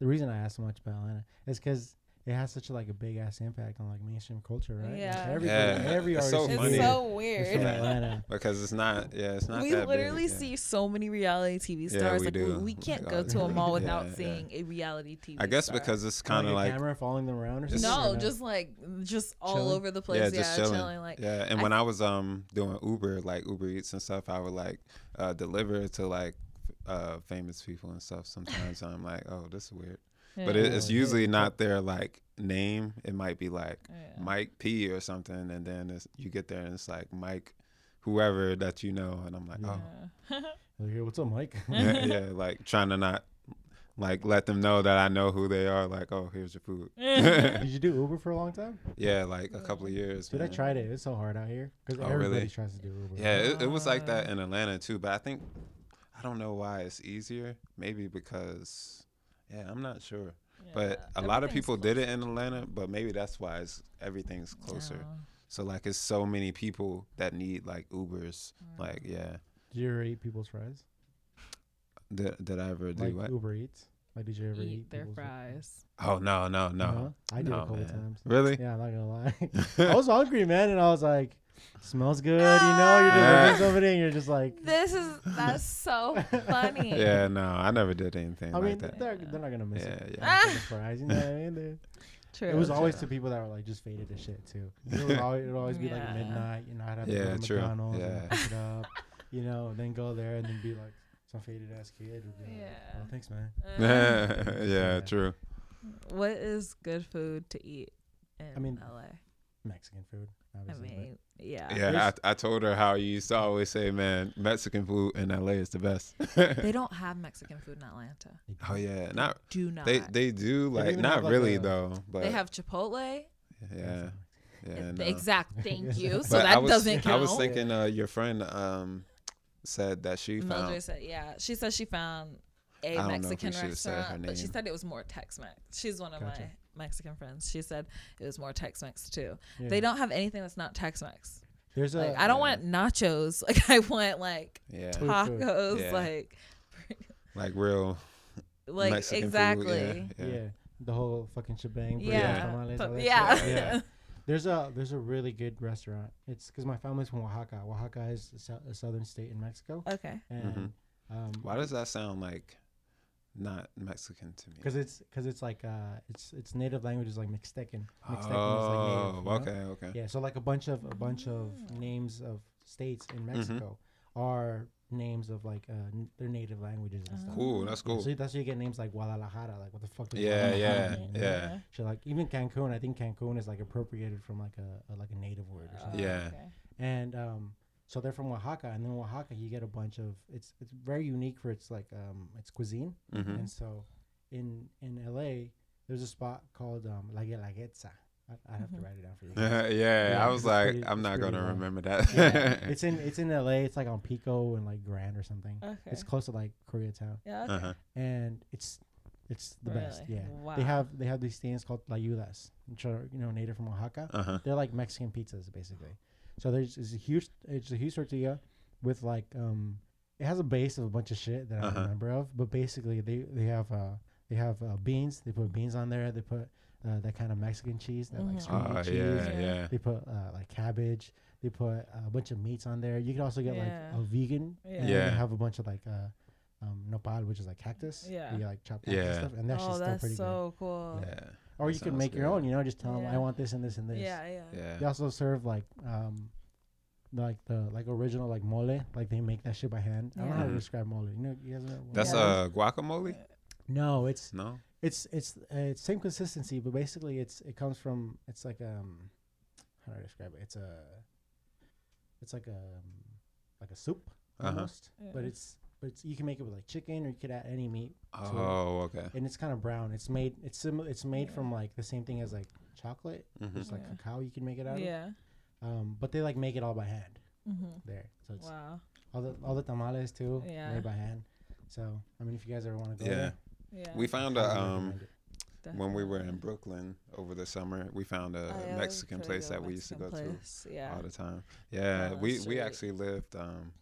Speaker 4: the reason I asked so much about Atlanta is cause it has such a, like a big ass impact on like mainstream culture, right? Like,
Speaker 2: Yeah.
Speaker 4: everybody,
Speaker 3: Yeah.
Speaker 4: every
Speaker 3: It's so
Speaker 4: artist.
Speaker 2: It's
Speaker 4: is
Speaker 3: funny.
Speaker 4: from-
Speaker 2: so weird.
Speaker 4: is from Atlanta.
Speaker 3: because it's not. Yeah, it's not.
Speaker 2: we
Speaker 3: that
Speaker 2: literally
Speaker 3: big, yeah.
Speaker 2: see so many reality TV
Speaker 3: Yeah,
Speaker 2: stars.
Speaker 3: we
Speaker 2: like
Speaker 3: do.
Speaker 2: We, we
Speaker 3: Like,
Speaker 2: can't
Speaker 3: all
Speaker 2: go
Speaker 3: the
Speaker 2: to a
Speaker 3: [LAUGHS] time.
Speaker 2: mall
Speaker 3: Yeah,
Speaker 2: without
Speaker 3: yeah.
Speaker 2: seeing a reality TV.
Speaker 3: I guess
Speaker 2: star.
Speaker 3: because it's kind of
Speaker 4: a
Speaker 3: like
Speaker 4: camera following them around or
Speaker 3: Just-
Speaker 4: something.
Speaker 2: no,
Speaker 4: or
Speaker 2: just like just all
Speaker 4: Chilling?
Speaker 2: over the place. Yeah,
Speaker 3: just
Speaker 2: chilling.
Speaker 3: chilling.
Speaker 2: Like
Speaker 3: yeah, and
Speaker 2: I-
Speaker 3: when I was um doing Uber, like Uber Eats and stuff, I would like uh, deliver to like f- uh, famous people and stuff. Sometimes I'm like, oh, this is weird, but it, it's
Speaker 4: Yeah.
Speaker 3: usually not their like name. It might be like
Speaker 2: yeah.
Speaker 3: Mike P or something, and then it's, you get there and it's like Mike, whoever that you know, and I'm like,
Speaker 4: Yeah.
Speaker 3: oh, [LAUGHS]
Speaker 4: Like, "Hey, what's up, [LAUGHS] Mike?
Speaker 3: yeah, yeah, like trying to not like let them know that I know who they are. Like, oh, here's your food. [LAUGHS]
Speaker 4: Did you do Uber for a long time?
Speaker 3: yeah, like a couple of years.
Speaker 4: Dude, I
Speaker 3: man.
Speaker 4: tried it. It's so hard out here because
Speaker 3: Oh,
Speaker 4: everybody
Speaker 3: really?
Speaker 4: tries to do Uber.
Speaker 3: Yeah, it, it was like that in Atlanta too, but I think I don't know why it's easier. Maybe because yeah, I'm not sure. But a lot of people did it in Atlanta, but maybe that's why it's, everything's closer. So like it's so many people that need like Ubers.
Speaker 2: Mm.
Speaker 3: Like yeah,
Speaker 4: Did you ever eat people's fries?
Speaker 3: did, did I ever do
Speaker 4: like
Speaker 3: what?
Speaker 4: Uber Eats. Like, did you ever eat,
Speaker 2: eat their
Speaker 4: people's-
Speaker 2: fries.
Speaker 3: Oh no no no.
Speaker 4: I did
Speaker 3: No,
Speaker 4: a couple
Speaker 3: man. [LAUGHS]
Speaker 4: times.
Speaker 3: Really?
Speaker 4: Uh-huh. Yeah, Oh, I'm not gonna
Speaker 3: [LAUGHS]
Speaker 4: lie. I was hungry, man, and I was like, "Smells good," you know. You're
Speaker 3: Yeah.
Speaker 4: delivering somebody, and you're just like,
Speaker 2: This is that's
Speaker 4: [LAUGHS]
Speaker 2: so funny.
Speaker 3: Yeah no, I never did anything
Speaker 4: I
Speaker 3: like
Speaker 4: mean,
Speaker 3: that.
Speaker 4: they're, they're not gonna miss
Speaker 3: Yeah,
Speaker 4: it.
Speaker 3: yeah.
Speaker 4: Like, the fries, you know
Speaker 3: [LAUGHS]
Speaker 4: what I mean? They're-
Speaker 2: [LAUGHS] True.
Speaker 4: It was always to people that were like just faded as shit
Speaker 3: [LAUGHS]
Speaker 4: too. It would always, it would always be like
Speaker 2: Yeah.
Speaker 4: midnight, you know, I'd have to
Speaker 3: Yeah,
Speaker 4: go to
Speaker 3: true.
Speaker 4: McDonald's
Speaker 3: Yeah.
Speaker 4: and pick
Speaker 2: [LAUGHS]
Speaker 4: it up, you know, and then go there and then be like some faded ass kid. Would be like,
Speaker 2: Yeah.
Speaker 4: oh, thanks, man.
Speaker 2: Uh,
Speaker 3: [LAUGHS] yeah, true.
Speaker 2: what is good food to eat in
Speaker 4: I mean,
Speaker 2: LA?
Speaker 4: Mexican food.
Speaker 2: I
Speaker 4: Obviously, but-
Speaker 2: mean, yeah.
Speaker 3: Yeah,
Speaker 4: There's-
Speaker 3: I, I told her how you used to always say, "Man, Mexican food in LA is the best." [LAUGHS]
Speaker 2: They don't have Mexican food in Atlanta.
Speaker 3: oh yeah, not
Speaker 2: Do not.
Speaker 3: they. They do
Speaker 4: They
Speaker 3: like
Speaker 4: even
Speaker 3: not
Speaker 4: have, like,
Speaker 3: really
Speaker 4: a-
Speaker 3: though, but
Speaker 2: They have Chipotle.
Speaker 3: yeah, yeah.
Speaker 2: The
Speaker 3: no.
Speaker 2: Exact.
Speaker 3: [LAUGHS]
Speaker 2: Thank you. So
Speaker 3: uh, But
Speaker 2: that
Speaker 3: I was,
Speaker 2: doesn't count.
Speaker 3: I was thinking, uh, your friend um said that she
Speaker 2: Mildred
Speaker 3: found.
Speaker 2: said, yeah. She said she found a
Speaker 3: I don't know if we
Speaker 2: Mexican
Speaker 3: should've said her
Speaker 2: restaurant, but she
Speaker 3: name.
Speaker 2: said it was more Tex Mex. She's one of
Speaker 4: Gotcha.
Speaker 2: my Mexican friends. She said it was more Tex Mex too.
Speaker 4: Yeah.
Speaker 2: They don't have anything that's not Tex Mex.
Speaker 4: There's a.
Speaker 2: Like I don't want nachos. [LAUGHS] Like I want like
Speaker 3: Yeah,
Speaker 4: Food, food.
Speaker 2: tacos.
Speaker 3: Yeah.
Speaker 2: Like [LAUGHS]
Speaker 3: like real
Speaker 2: like
Speaker 3: Mexican
Speaker 2: exactly.
Speaker 3: food.
Speaker 4: yeah.
Speaker 3: Yeah, yeah.
Speaker 4: the whole fucking shebang. burritos,
Speaker 2: Yeah.
Speaker 4: tamales,
Speaker 2: Ta-
Speaker 4: all that
Speaker 2: yeah. [LAUGHS]
Speaker 4: shit.
Speaker 3: Yeah.
Speaker 4: There's a there's a really good restaurant. It's because my family's from Oaxaca. Oaxaca is a, sou- a southern state in Mexico,
Speaker 2: Okay.
Speaker 3: Mm-hmm.
Speaker 4: and um,
Speaker 3: Why does that sound like not Mexican to me?
Speaker 4: Because it's because it's like uh, it's it's native language is like Mixtecan. Mixtecan
Speaker 3: oh,
Speaker 4: is like native.
Speaker 3: okay,
Speaker 4: you know?
Speaker 3: okay.
Speaker 4: Yeah, so like a bunch of a bunch of names of states in
Speaker 3: Mm-hmm.
Speaker 4: Mexico are names of like uh, n- their native languages and stuff.
Speaker 3: Cool, that's cool.
Speaker 4: So that's where you get names like Guadalajara. Like what the fuck? Does
Speaker 3: Yeah,
Speaker 2: [LAUGHS]
Speaker 3: yeah,
Speaker 4: Guadalajara mean, you know?
Speaker 3: yeah,
Speaker 4: So like even Cancun, I think Cancun is like appropriated from like a, a like a native word or something.
Speaker 3: Yeah.
Speaker 2: okay.
Speaker 4: And um, so they're from Oaxaca, and then Oaxaca you get a bunch of it's it's very unique for its like um its cuisine.
Speaker 3: hmm
Speaker 4: And so in in LA, there's a spot called um, La Guelaguetza. I, I have to
Speaker 2: Mm-hmm.
Speaker 4: write it down for you. guys.
Speaker 3: [LAUGHS] yeah,
Speaker 4: Yeah,
Speaker 3: I was
Speaker 4: it's
Speaker 3: like,
Speaker 4: pretty-
Speaker 3: I'm
Speaker 4: it's
Speaker 3: not
Speaker 4: pretty
Speaker 3: gonna
Speaker 4: long.
Speaker 3: remember that. [LAUGHS]
Speaker 4: Yeah, it's in it's in LA. It's like on Pico and like Grand or something.
Speaker 2: Okay.
Speaker 4: It's close to like Koreatown,
Speaker 2: yeah. Okay.
Speaker 3: uh-huh.
Speaker 4: and it's it's the best.
Speaker 2: Really?
Speaker 4: Yeah.
Speaker 2: Wow.
Speaker 4: They have they have these things called layudas, which are you know native from Oaxaca.
Speaker 3: Uh-huh.
Speaker 4: They're like Mexican pizzas basically. So there's it's a huge it's a huge tortilla with like um it has a base of a bunch of shit that I don't
Speaker 3: Uh-huh.
Speaker 4: remember of, but basically they they have uh they have uh, beans. They put beans on there. They put uh, that kind of Mexican cheese, that like
Speaker 2: Mhm.
Speaker 4: sweet
Speaker 3: Oh,
Speaker 4: cheese.
Speaker 3: yeah,
Speaker 2: Yeah.
Speaker 3: yeah.
Speaker 4: They put uh, like cabbage. They put uh, a bunch of meats on there. You can also get
Speaker 2: Yeah.
Speaker 4: like a vegan. And
Speaker 3: Yeah.
Speaker 4: They have a bunch of like uh, um, nopal, which is like cactus.
Speaker 2: Yeah.
Speaker 4: You like chop cactus
Speaker 3: Yeah.
Speaker 4: stuff, and that's
Speaker 2: Oh,
Speaker 4: just still
Speaker 2: that's
Speaker 4: pretty
Speaker 2: so cool.
Speaker 3: Yeah.
Speaker 4: good. Or
Speaker 3: that
Speaker 4: you can
Speaker 3: sounds
Speaker 4: make your
Speaker 3: good.
Speaker 4: own. You know, just tell them I
Speaker 2: Yeah.
Speaker 4: want this and this and this.
Speaker 2: Yeah. Yeah.
Speaker 3: Yeah.
Speaker 4: They also serve like um, like the like original like mole. Like they make that shit by hand. I don't know how to
Speaker 3: Yeah.
Speaker 4: describe mole. You know, you guys know. what
Speaker 3: That's
Speaker 4: mole is?
Speaker 3: uh guacamole?
Speaker 4: no. It's
Speaker 3: No.
Speaker 4: it's it's uh, it's same consistency, but basically it's it comes from it's like um how do I describe it? It's a it's like a um, like a soup
Speaker 3: Uh-huh.
Speaker 4: almost, but
Speaker 2: Yeah.
Speaker 4: it's but it's, you can make it with like chicken or you could add any meat,
Speaker 3: Oh, okay.
Speaker 4: and it's kind of brown. It's made it's similar. It's made
Speaker 2: Yeah.
Speaker 4: from like the same thing as like chocolate,
Speaker 3: Mhm.
Speaker 4: just like
Speaker 2: Yeah.
Speaker 4: cacao. You can make it out of.
Speaker 2: Yeah.
Speaker 4: Um, but they like make it all by hand
Speaker 2: Mhm.
Speaker 4: there. So it's
Speaker 2: Wow.
Speaker 4: all the all the tamales too
Speaker 2: Yeah.
Speaker 4: made by hand. So I mean, if you guys ever want to go
Speaker 3: Yeah.
Speaker 4: there,
Speaker 2: Yeah.
Speaker 3: We
Speaker 4: I
Speaker 3: found a
Speaker 4: highly
Speaker 3: um
Speaker 4: recommend it.
Speaker 3: when we were in
Speaker 2: definitely.
Speaker 3: Brooklyn over the summer, we found a
Speaker 2: Oh, yeah, that was
Speaker 3: Mexican
Speaker 2: pretty
Speaker 3: place
Speaker 2: good
Speaker 3: that we used to go
Speaker 2: Mexican place,
Speaker 3: to
Speaker 2: Yeah.
Speaker 3: all the time. Yeah,
Speaker 2: Down the
Speaker 3: we
Speaker 2: street.
Speaker 3: we actually lived um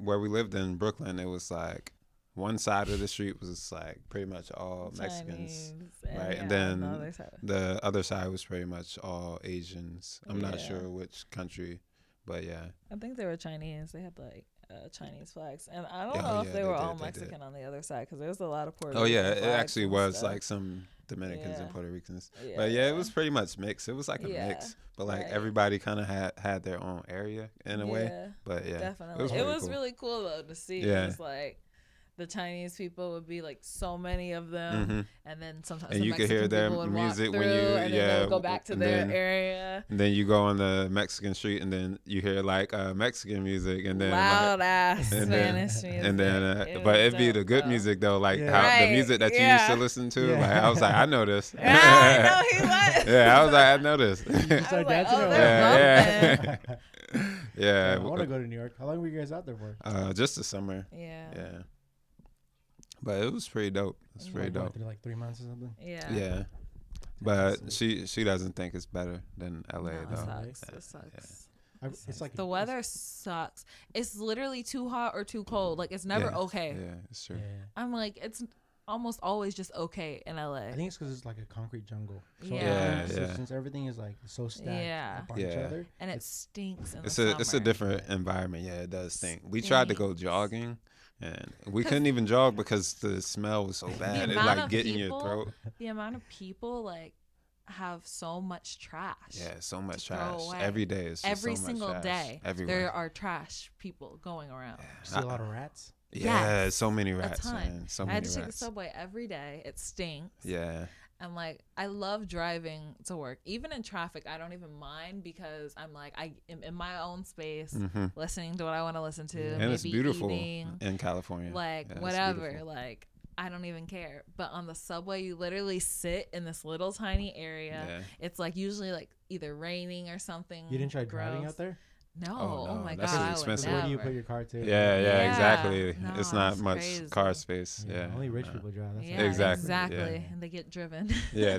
Speaker 3: where we lived in Brooklyn. It was like one side of the street was like pretty much all Mexicans.
Speaker 2: Chinese,
Speaker 3: right,
Speaker 2: yeah,
Speaker 3: and
Speaker 2: on the
Speaker 3: then
Speaker 2: other side.
Speaker 3: The other side was pretty much all Asians. I'm not
Speaker 2: Yeah.
Speaker 3: sure which country, but yeah.
Speaker 2: I think they were Chinese. They had like uh, Chinese flags, and I don't
Speaker 3: Yeah, oh,
Speaker 2: know if
Speaker 3: yeah,
Speaker 2: they
Speaker 3: they
Speaker 2: were
Speaker 3: did,
Speaker 2: all
Speaker 3: they did.
Speaker 2: Mexican on the other side because there was a lot of Puerto.
Speaker 3: Oh yeah,
Speaker 2: Rican
Speaker 3: it
Speaker 2: flags
Speaker 3: actually
Speaker 2: and
Speaker 3: was
Speaker 2: stuff.
Speaker 3: like some Dominicans and
Speaker 2: Yeah.
Speaker 3: Puerto Ricans. But yeah, it was pretty much mixed. It was like a
Speaker 2: Yeah,
Speaker 3: mix, but like
Speaker 2: right.
Speaker 3: everybody kind of had had their own area in a way.
Speaker 2: Yeah,
Speaker 3: But yeah,
Speaker 2: definitely. It was,
Speaker 3: pretty cool.
Speaker 2: really cool though to see.
Speaker 3: Yeah.
Speaker 2: It was like the Chinese people would be like so many of them,
Speaker 3: hmm
Speaker 2: and then sometimes
Speaker 3: And
Speaker 2: the
Speaker 3: you could hear
Speaker 2: Mexican
Speaker 3: their
Speaker 2: people would walk
Speaker 3: music
Speaker 2: through,
Speaker 3: when you-
Speaker 2: and then they
Speaker 3: yeah,
Speaker 2: would go back to
Speaker 3: and
Speaker 2: their
Speaker 3: then-
Speaker 2: area.
Speaker 3: And then you go on the Mexican street, and then you hear like uh, Mexican music, and then like,
Speaker 2: loud ass
Speaker 3: and then-
Speaker 2: Spanish music.
Speaker 3: [LAUGHS] and then uh,
Speaker 2: It
Speaker 3: but
Speaker 2: was
Speaker 3: it'd be
Speaker 2: dope,
Speaker 3: the good
Speaker 2: though.
Speaker 3: music though like
Speaker 4: Yeah.
Speaker 3: how,
Speaker 2: Right,
Speaker 3: the music that you used
Speaker 2: yeah.
Speaker 3: to listen to
Speaker 4: Yeah.
Speaker 3: like i was like i know
Speaker 2: [LAUGHS]
Speaker 3: this [LAUGHS]
Speaker 2: Yeah, I know he was.
Speaker 3: yeah i was like i know this
Speaker 2: I was
Speaker 4: Start
Speaker 2: like,
Speaker 4: dancing
Speaker 2: oh,
Speaker 4: around.
Speaker 2: they're bumping.
Speaker 3: [LAUGHS] yeah [LAUGHS] yeah,
Speaker 4: I want to go to New York. How long were you guys out there for?
Speaker 3: uh just the summer
Speaker 2: [LAUGHS] Yeah. yeah.
Speaker 3: yeah but it was pretty dope it's pretty
Speaker 4: Like, what,
Speaker 3: dope
Speaker 4: through, like three months or something.
Speaker 2: Yeah.
Speaker 3: yeah but she she doesn't think it's better than la
Speaker 2: No, it
Speaker 3: though
Speaker 2: sucks.
Speaker 3: Yeah,
Speaker 2: It sucks.
Speaker 4: I, it's like
Speaker 2: The
Speaker 4: it's-
Speaker 2: weather sucks. It's literally too hot or too cold. Like it's never
Speaker 3: Yeah,
Speaker 2: okay.
Speaker 3: yeah it's true
Speaker 4: Yeah.
Speaker 2: I'm like it's almost always just okay in LA.
Speaker 4: I think it's because it's like a concrete jungle. So
Speaker 2: Yeah.
Speaker 3: Yeah,
Speaker 4: yeah,
Speaker 3: yeah.
Speaker 4: Since everything is like so stacked
Speaker 2: Yeah.
Speaker 4: upon each
Speaker 3: Yeah.
Speaker 4: other.
Speaker 2: and it stinks. In
Speaker 3: It's
Speaker 2: the
Speaker 3: a it's a
Speaker 2: summer.
Speaker 3: different environment. Yeah, it does stink. We tried to go jogging, and we couldn't even jog because the smell was so bad. It
Speaker 2: amount
Speaker 3: like
Speaker 2: of
Speaker 3: get in your
Speaker 2: people-
Speaker 3: throat.
Speaker 2: The amount of people like have so much trash.
Speaker 3: Yeah, so much
Speaker 2: throw
Speaker 3: trash
Speaker 2: away.
Speaker 3: every day. It's just
Speaker 2: Every
Speaker 3: so much
Speaker 2: single
Speaker 3: trash.
Speaker 2: day, there
Speaker 3: everywhere.
Speaker 2: are trash people going around.
Speaker 4: You see a lot of rats.
Speaker 3: yeah,
Speaker 2: yes,
Speaker 3: so many
Speaker 2: a
Speaker 3: rats,
Speaker 2: ton.
Speaker 3: man. So
Speaker 2: I
Speaker 3: many
Speaker 2: had to take the
Speaker 3: rats.
Speaker 2: subway every day. It stinks.
Speaker 3: yeah,
Speaker 2: I'm like, I love driving to work. Even in traffic, I don't even mind because I'm like, I am in my own space,
Speaker 3: hmm
Speaker 2: listening to what I want to listen to.
Speaker 3: and it's
Speaker 2: maybe
Speaker 3: beautiful
Speaker 2: eating,
Speaker 3: in California.
Speaker 2: like
Speaker 3: Yeah, it's
Speaker 2: whatever.
Speaker 3: beautiful.
Speaker 2: Like I don't even care. But on the subway, you literally sit in this little tiny area.
Speaker 3: Yeah.
Speaker 2: It's like usually like either raining or something.
Speaker 4: You didn't try
Speaker 2: Mm,
Speaker 4: driving
Speaker 2: gross.
Speaker 4: out there?
Speaker 2: No.
Speaker 3: Oh,
Speaker 2: Oh,
Speaker 3: no,
Speaker 2: my
Speaker 3: that's
Speaker 2: god.
Speaker 3: just
Speaker 2: I would
Speaker 3: expensive.
Speaker 4: Where do you put
Speaker 2: never.
Speaker 4: your car to?
Speaker 3: Yeah, yeah,
Speaker 2: Yeah.
Speaker 3: exactly.
Speaker 2: No,
Speaker 3: it's not
Speaker 2: that's
Speaker 3: much
Speaker 2: crazy.
Speaker 3: car space. Yeah, Uh,
Speaker 4: Only rich
Speaker 3: no.
Speaker 4: people drive. That's
Speaker 2: yeah,
Speaker 3: Exactly,
Speaker 2: Exactly.
Speaker 3: yeah.
Speaker 2: And they get driven.
Speaker 3: Yeah,